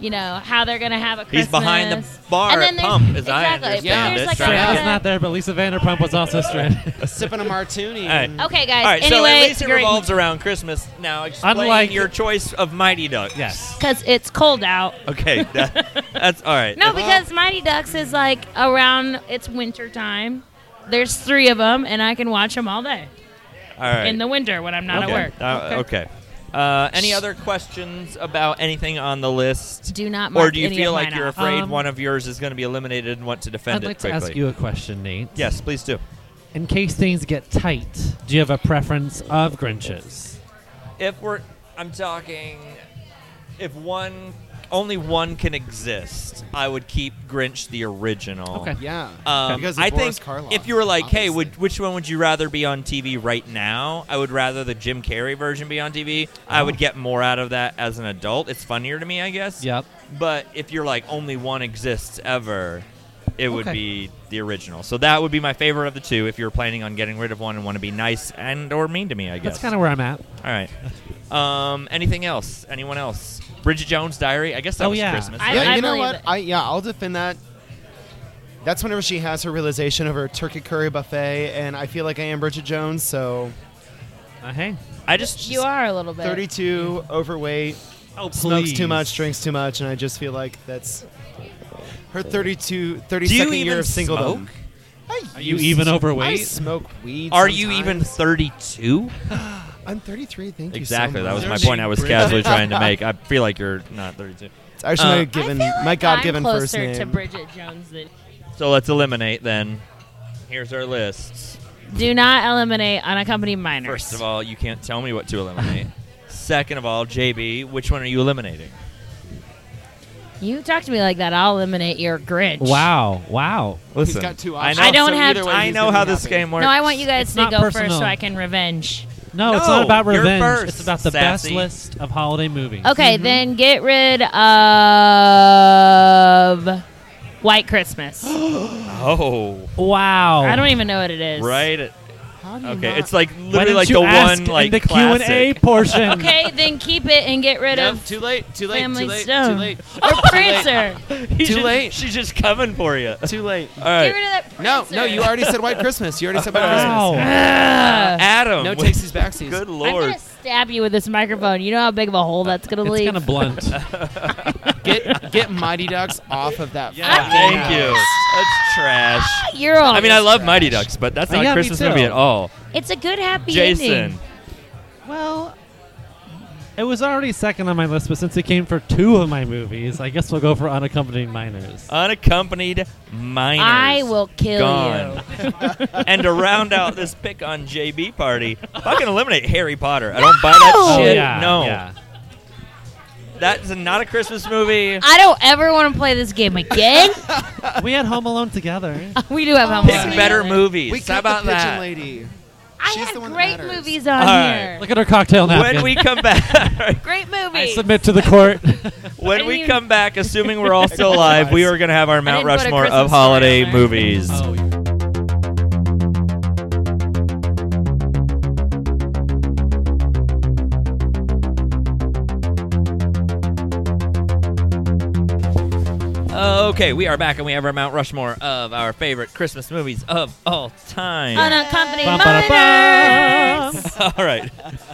Speaker 2: you know, how they're gonna have a Christmas.
Speaker 1: He's behind the bar
Speaker 2: and
Speaker 1: at
Speaker 2: then there's-
Speaker 1: Pump, as I
Speaker 2: exactly. but
Speaker 1: understand
Speaker 2: there's
Speaker 1: it,
Speaker 2: like
Speaker 1: trying to
Speaker 2: a lot
Speaker 4: Santa's
Speaker 1: Yeah.
Speaker 4: not there, but Lisa Vanderpump was also stranded.
Speaker 3: sipping a martini.
Speaker 1: All right.
Speaker 2: of- okay, guys.
Speaker 1: All right,
Speaker 2: anyway,
Speaker 1: so at least it
Speaker 2: great.
Speaker 1: revolves around Christmas. Now, explain
Speaker 4: Unlike-
Speaker 1: your choice of Mighty Ducks.
Speaker 4: yes.
Speaker 2: because it's cold out.
Speaker 1: Okay, that- that's all right.
Speaker 2: No, because Mighty Ducks is like around. It's winter time. There's three of them, and I can watch them all day
Speaker 1: all right.
Speaker 2: in the winter when I'm not
Speaker 1: okay.
Speaker 2: at work.
Speaker 1: Uh, okay. Uh, any other questions about anything on the list?
Speaker 2: Do not mark
Speaker 1: Or do you
Speaker 2: any
Speaker 1: feel
Speaker 2: of
Speaker 1: like
Speaker 2: mine
Speaker 1: you're
Speaker 2: off.
Speaker 1: afraid
Speaker 4: Um,
Speaker 1: one of yours is going to be eliminated and want to defend
Speaker 4: I'd
Speaker 1: it
Speaker 4: like to
Speaker 1: quickly?
Speaker 4: ask you a question, Nate.
Speaker 1: yes, please do.
Speaker 4: In case things get tight, do you have a preference of Grinches?
Speaker 1: If we're, I'm talking, if one, only one can exist, I would keep Grinch the original.
Speaker 4: Okay.
Speaker 3: Yeah.
Speaker 1: Um,
Speaker 3: because of
Speaker 1: I
Speaker 3: Boris
Speaker 1: think
Speaker 3: Karloff,
Speaker 1: if you were like, hey,
Speaker 3: obviously.
Speaker 1: would, which one would you rather be on TV right now? I would rather the Jim Carrey version be on TV. I
Speaker 4: Oh.
Speaker 1: would get more out of that as an adult. It's funnier to me, I guess.
Speaker 4: Yep.
Speaker 1: But if you're like, only one exists ever, it would
Speaker 4: Okay.
Speaker 1: be the original. So that would be my favorite of the two if you're planning on getting rid of one and want to be nice and or mean to me, I guess.
Speaker 4: That's kind of where I'm at.
Speaker 1: All right. Um, anything else? Anyone else? Bridget Jones' Diary? I guess that
Speaker 4: Oh,
Speaker 1: was
Speaker 4: yeah.
Speaker 1: Christmas.
Speaker 2: I-
Speaker 1: right?
Speaker 3: yeah, you know
Speaker 2: believe
Speaker 3: what?
Speaker 2: it.
Speaker 3: I yeah, I'll defend that. That's whenever she has her realization of her turkey curry buffet, and I feel like I am Bridget Jones. So
Speaker 4: Uh, hey.
Speaker 1: I just...
Speaker 2: You are a little bit.
Speaker 3: 32, overweight,
Speaker 4: Oh, please.
Speaker 3: smokes too much, drinks too much, and I just feel like that's her 32, 30
Speaker 1: Do you
Speaker 3: second year
Speaker 1: even
Speaker 3: of singledom.
Speaker 1: smoke?
Speaker 3: I
Speaker 4: Are you
Speaker 3: used
Speaker 4: even
Speaker 3: to-
Speaker 4: overweight?
Speaker 3: I smoke weed.
Speaker 1: Are you
Speaker 3: sometimes.
Speaker 1: even 32?
Speaker 3: I'm 33. Thank you. so
Speaker 1: Exactly. That was
Speaker 3: much.
Speaker 1: my
Speaker 4: Is there
Speaker 1: point.
Speaker 4: any
Speaker 1: I was
Speaker 4: bridge?
Speaker 1: casually trying to make. I feel like you're not 32.
Speaker 3: It's actually
Speaker 1: Uh,
Speaker 3: my
Speaker 1: I
Speaker 3: given,
Speaker 2: I feel like
Speaker 3: my God-given
Speaker 2: I'm
Speaker 3: first
Speaker 2: closer
Speaker 3: name.
Speaker 2: to Bridget Jones than
Speaker 1: So let's eliminate then. Here's our list.
Speaker 2: do not eliminate unaccompanied minors.
Speaker 1: First of all, you can't tell me what to eliminate. Second of all, JB, which one are you eliminating?
Speaker 2: you talk to me like that, I'll eliminate your Grinch.
Speaker 4: Wow. Wow.
Speaker 3: He's got two
Speaker 1: I
Speaker 3: options.
Speaker 1: know,
Speaker 2: I don't have-
Speaker 1: either way, I
Speaker 3: he's
Speaker 1: know
Speaker 3: gonna
Speaker 1: how
Speaker 3: be
Speaker 1: this
Speaker 3: happy.
Speaker 1: game works.
Speaker 2: No, I want you guys
Speaker 4: It's
Speaker 2: to
Speaker 4: not
Speaker 2: go first
Speaker 4: personal. Mm-hmm.
Speaker 2: so I can revenge.
Speaker 4: No, it's
Speaker 1: No,
Speaker 4: not about
Speaker 1: you're
Speaker 4: revenge.
Speaker 1: first,
Speaker 4: it's about the
Speaker 1: sassy.
Speaker 4: best list of holiday movies.
Speaker 2: Okay, then get rid of White Christmas.
Speaker 1: Oh,
Speaker 4: Wow.
Speaker 2: I don't even know what it is.
Speaker 1: right.
Speaker 2: Mm-hmm.
Speaker 1: it-
Speaker 3: How do you
Speaker 1: Okay,
Speaker 3: not-
Speaker 1: it's like
Speaker 4: Why
Speaker 1: literally
Speaker 4: didn't
Speaker 1: like
Speaker 4: you
Speaker 1: the
Speaker 4: ask
Speaker 1: one like
Speaker 4: in the
Speaker 1: classic.
Speaker 4: Q&A portion.
Speaker 2: Okay, then keep it and get rid
Speaker 3: Yep,
Speaker 2: of
Speaker 3: too late, too late,
Speaker 2: Family
Speaker 3: too late,
Speaker 2: Stone.
Speaker 3: too late,
Speaker 2: oh, Prancer.
Speaker 1: He's
Speaker 3: Too
Speaker 1: just-
Speaker 3: late.
Speaker 1: She's just coming for you. All
Speaker 3: too late.
Speaker 2: Get
Speaker 1: right,
Speaker 2: rid of that Prancer.
Speaker 3: No, no, you already said White Christmas. You already said White Christmas.
Speaker 4: Wow.
Speaker 2: Ugh.
Speaker 1: Adam.
Speaker 3: No
Speaker 1: with-
Speaker 3: takesies, backsies.
Speaker 1: Good
Speaker 2: I'm
Speaker 1: lord.
Speaker 2: gonna stab you with this microphone. You know how big of a hole that's gonna
Speaker 4: It's
Speaker 2: leave.
Speaker 4: kind of blunt.
Speaker 3: Get get Mighty Ducks off of that.
Speaker 1: Yeah,
Speaker 3: fucking
Speaker 1: thank
Speaker 3: house.
Speaker 1: you. That's trash.
Speaker 2: Ah, You're all.
Speaker 1: I mean, I love
Speaker 3: trash.
Speaker 1: Mighty Ducks, but that's
Speaker 4: Uh,
Speaker 1: not a
Speaker 4: yeah, me
Speaker 1: Christmas
Speaker 4: too.
Speaker 1: movie at all.
Speaker 2: It's a good happy
Speaker 1: Jason,
Speaker 2: ending.
Speaker 4: Well, it was already second on my list, but since it came for two of my movies, I guess we'll go for unaccompanied minors.
Speaker 1: Oh, unaccompanied minors.
Speaker 2: I will kill
Speaker 1: Gone.
Speaker 2: you.
Speaker 1: and to round out this pick on JB party, fucking eliminate Harry Potter. I don't buy that
Speaker 2: No!
Speaker 1: Oh, shit.
Speaker 4: yeah,
Speaker 1: no,
Speaker 4: yeah.
Speaker 1: that's not a Christmas movie.
Speaker 2: I don't ever want to play this game again.
Speaker 4: we had Home Alone together.
Speaker 2: we do have
Speaker 1: pick
Speaker 2: homework.
Speaker 1: better movies.
Speaker 3: We
Speaker 1: How
Speaker 3: cut
Speaker 1: about
Speaker 3: the pigeon
Speaker 1: that?
Speaker 3: lady.
Speaker 2: I
Speaker 3: She's
Speaker 2: had
Speaker 3: the one that
Speaker 2: great
Speaker 3: matters.
Speaker 2: movies on
Speaker 1: All right.
Speaker 2: here.
Speaker 4: Look at her cocktail napkin.
Speaker 1: When we come back,
Speaker 2: great movies.
Speaker 4: I submit to the court.
Speaker 1: when
Speaker 2: I
Speaker 1: we
Speaker 2: didn't
Speaker 1: come back, assuming we're all still alive, we are going to have our Mount
Speaker 2: didn't put a
Speaker 1: Rushmore
Speaker 2: Christmas
Speaker 1: of holiday
Speaker 2: story on there.
Speaker 1: movies.
Speaker 4: Oh,
Speaker 2: Oh.
Speaker 1: Okay, we are back and we have our Mount Rushmore of our favorite Christmas movies of all time.
Speaker 2: Unaccompanied
Speaker 4: Bum, ba, da, bum.
Speaker 2: minors.
Speaker 1: all right.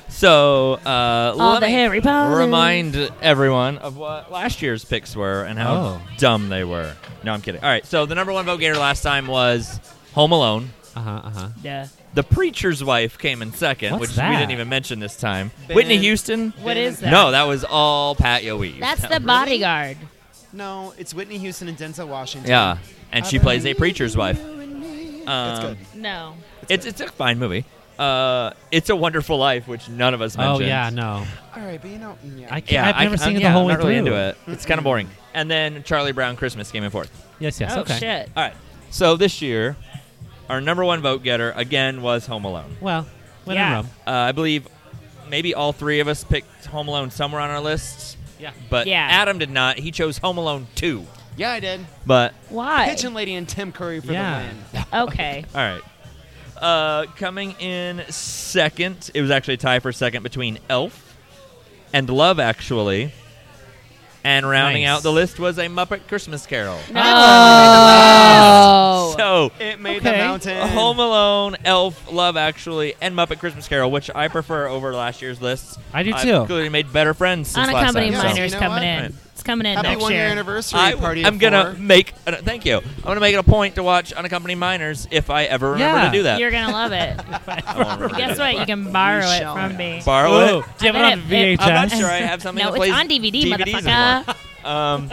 Speaker 1: So, uh,
Speaker 2: All
Speaker 1: let
Speaker 2: the
Speaker 1: me
Speaker 2: Harry Potter.
Speaker 1: remind everyone of what last year's picks were and how
Speaker 4: Oh.
Speaker 1: dumb they were. No, I'm kidding. All right. So, the number one vote getter last time was Home Alone.
Speaker 4: Uh huh. Uh huh.
Speaker 2: Duh.
Speaker 1: The Preacher's Wife came in second,
Speaker 4: What's
Speaker 1: which we
Speaker 4: that?
Speaker 1: didn't even mention this time.
Speaker 3: Ben-
Speaker 1: Whitney Houston?
Speaker 2: What is that?
Speaker 1: No, that was all Pat Yowie.
Speaker 2: That's the
Speaker 1: That-
Speaker 2: bodyguard.
Speaker 3: No, it's Whitney Houston and Denzel Washington.
Speaker 1: Yeah, and she plays a preacher's wife.
Speaker 3: That's
Speaker 1: Um,
Speaker 3: good.
Speaker 2: No.
Speaker 1: It's it's a fine movie. Uh, it's a Wonderful Life, which none of us
Speaker 4: Oh
Speaker 1: mentioned.
Speaker 4: yeah, no.
Speaker 3: All right, but you know, mm, yeah.
Speaker 4: I can't,
Speaker 1: yeah.
Speaker 4: I've
Speaker 1: I-
Speaker 4: never
Speaker 1: I'm-
Speaker 4: seen it
Speaker 1: yeah,
Speaker 4: the whole
Speaker 1: I'm
Speaker 4: way
Speaker 1: not really
Speaker 4: through.
Speaker 1: into it. It's kind of boring. And then Charlie Brown Christmas came in fourth.
Speaker 4: Yes. Yes.
Speaker 2: oh
Speaker 4: okay.
Speaker 2: shit.
Speaker 1: All right. So this year, our number one vote getter again was Home Alone.
Speaker 4: Well, when
Speaker 2: Yeah.
Speaker 4: in Rome.
Speaker 1: Uh, I believe maybe all three of us picked Home Alone somewhere on our list.
Speaker 4: Yeah.
Speaker 1: But
Speaker 2: Yeah.
Speaker 1: Adam did not. He chose Home Alone 2.
Speaker 3: Yeah, I did.
Speaker 1: But
Speaker 2: Why?
Speaker 3: Kitchen Lady and Tim Curry for
Speaker 4: Yeah.
Speaker 3: the win.
Speaker 2: Okay.
Speaker 1: all right. Uh, coming in second, it was actually a tie for second between Elf and Love, actually. And rounding
Speaker 4: Nice.
Speaker 1: out the list was a Muppet Christmas Carol.
Speaker 2: Oh.
Speaker 1: So
Speaker 3: It made the
Speaker 4: Okay.
Speaker 3: mountain.
Speaker 1: Home Alone, Elf, Love Actually, and Muppet Christmas Carol, which I prefer over last year's lists.
Speaker 4: I do
Speaker 1: I've
Speaker 4: too.
Speaker 1: clearly made better friends since last
Speaker 2: Unaccompanied
Speaker 1: time.
Speaker 3: so-
Speaker 2: minors
Speaker 3: You know
Speaker 2: coming
Speaker 3: what?
Speaker 2: in. It's coming in
Speaker 3: Happy
Speaker 2: next
Speaker 3: one year
Speaker 2: year.
Speaker 3: anniversary
Speaker 1: I,
Speaker 3: party.
Speaker 1: am
Speaker 3: of
Speaker 1: gonna
Speaker 3: four.
Speaker 1: make. Uh, thank you. I'm gonna make it a point to watch Unaccompanied Minors if I ever remember
Speaker 4: Yeah.
Speaker 1: to do that.
Speaker 2: You're gonna love it.
Speaker 1: I won't remember to do
Speaker 2: Guess
Speaker 1: that.
Speaker 2: what? You can borrow
Speaker 3: You
Speaker 2: it
Speaker 3: shall
Speaker 2: from
Speaker 3: not.
Speaker 2: me.
Speaker 1: Borrow
Speaker 4: Whoa.
Speaker 1: it.
Speaker 4: Do you have it
Speaker 2: I
Speaker 4: on
Speaker 2: bet it-
Speaker 4: VHS?
Speaker 1: I'm not sure I have something
Speaker 2: No,
Speaker 1: that
Speaker 2: it's
Speaker 1: plays
Speaker 2: on DVD,
Speaker 1: DVDs
Speaker 2: motherfucker.
Speaker 1: anymore. Um,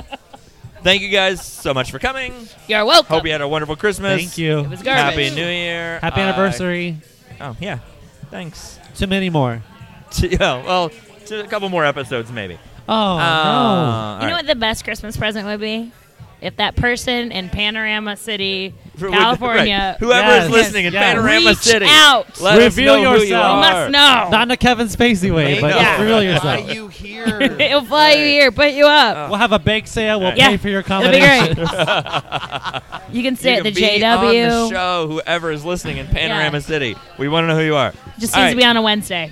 Speaker 1: thank you guys so much for coming.
Speaker 2: You're welcome.
Speaker 1: Hope you had a wonderful Christmas.
Speaker 4: Thank you.
Speaker 2: it was garbage.
Speaker 1: Happy New Year.
Speaker 4: Happy
Speaker 1: Uh,
Speaker 4: anniversary
Speaker 1: Oh yeah. Thanks.
Speaker 4: to many more.
Speaker 1: To, yeah, well, to a couple more episodes maybe.
Speaker 4: Oh
Speaker 1: Uh,
Speaker 2: You know
Speaker 1: all
Speaker 2: what the best Christmas present would be? If that person in Panorama City,
Speaker 1: For- with- right.
Speaker 2: California,
Speaker 1: Whoever
Speaker 4: Yes.
Speaker 1: is listening in
Speaker 4: Yes.
Speaker 1: Panorama
Speaker 2: Reach
Speaker 1: City,
Speaker 2: out.
Speaker 1: let us
Speaker 4: Reveal
Speaker 1: know who you
Speaker 4: yourself.
Speaker 1: are.
Speaker 4: You
Speaker 2: must know.
Speaker 4: no! Not in a Kevin Spacey way,
Speaker 3: Make
Speaker 4: but
Speaker 3: up.
Speaker 2: Yeah.
Speaker 4: just reveal
Speaker 3: Why
Speaker 4: yourself.
Speaker 3: you here?
Speaker 2: It'll fly you here, put you up.
Speaker 4: We'll have a bake sale. We'll
Speaker 2: Yeah.
Speaker 4: pay for your
Speaker 2: It'll be
Speaker 4: accommodation.
Speaker 2: great. you can
Speaker 1: Oh. You
Speaker 2: sit
Speaker 1: can
Speaker 2: at the
Speaker 1: be on the
Speaker 2: JW.
Speaker 1: show. Whoever is listening in Panorama City, we want to know who you are.
Speaker 2: Just
Speaker 1: All
Speaker 2: needs
Speaker 1: right.
Speaker 2: to be on a Wednesday.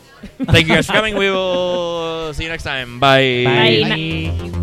Speaker 1: Thank you guys for coming. We will see you next time. Bye.
Speaker 2: Bye.
Speaker 4: Bye.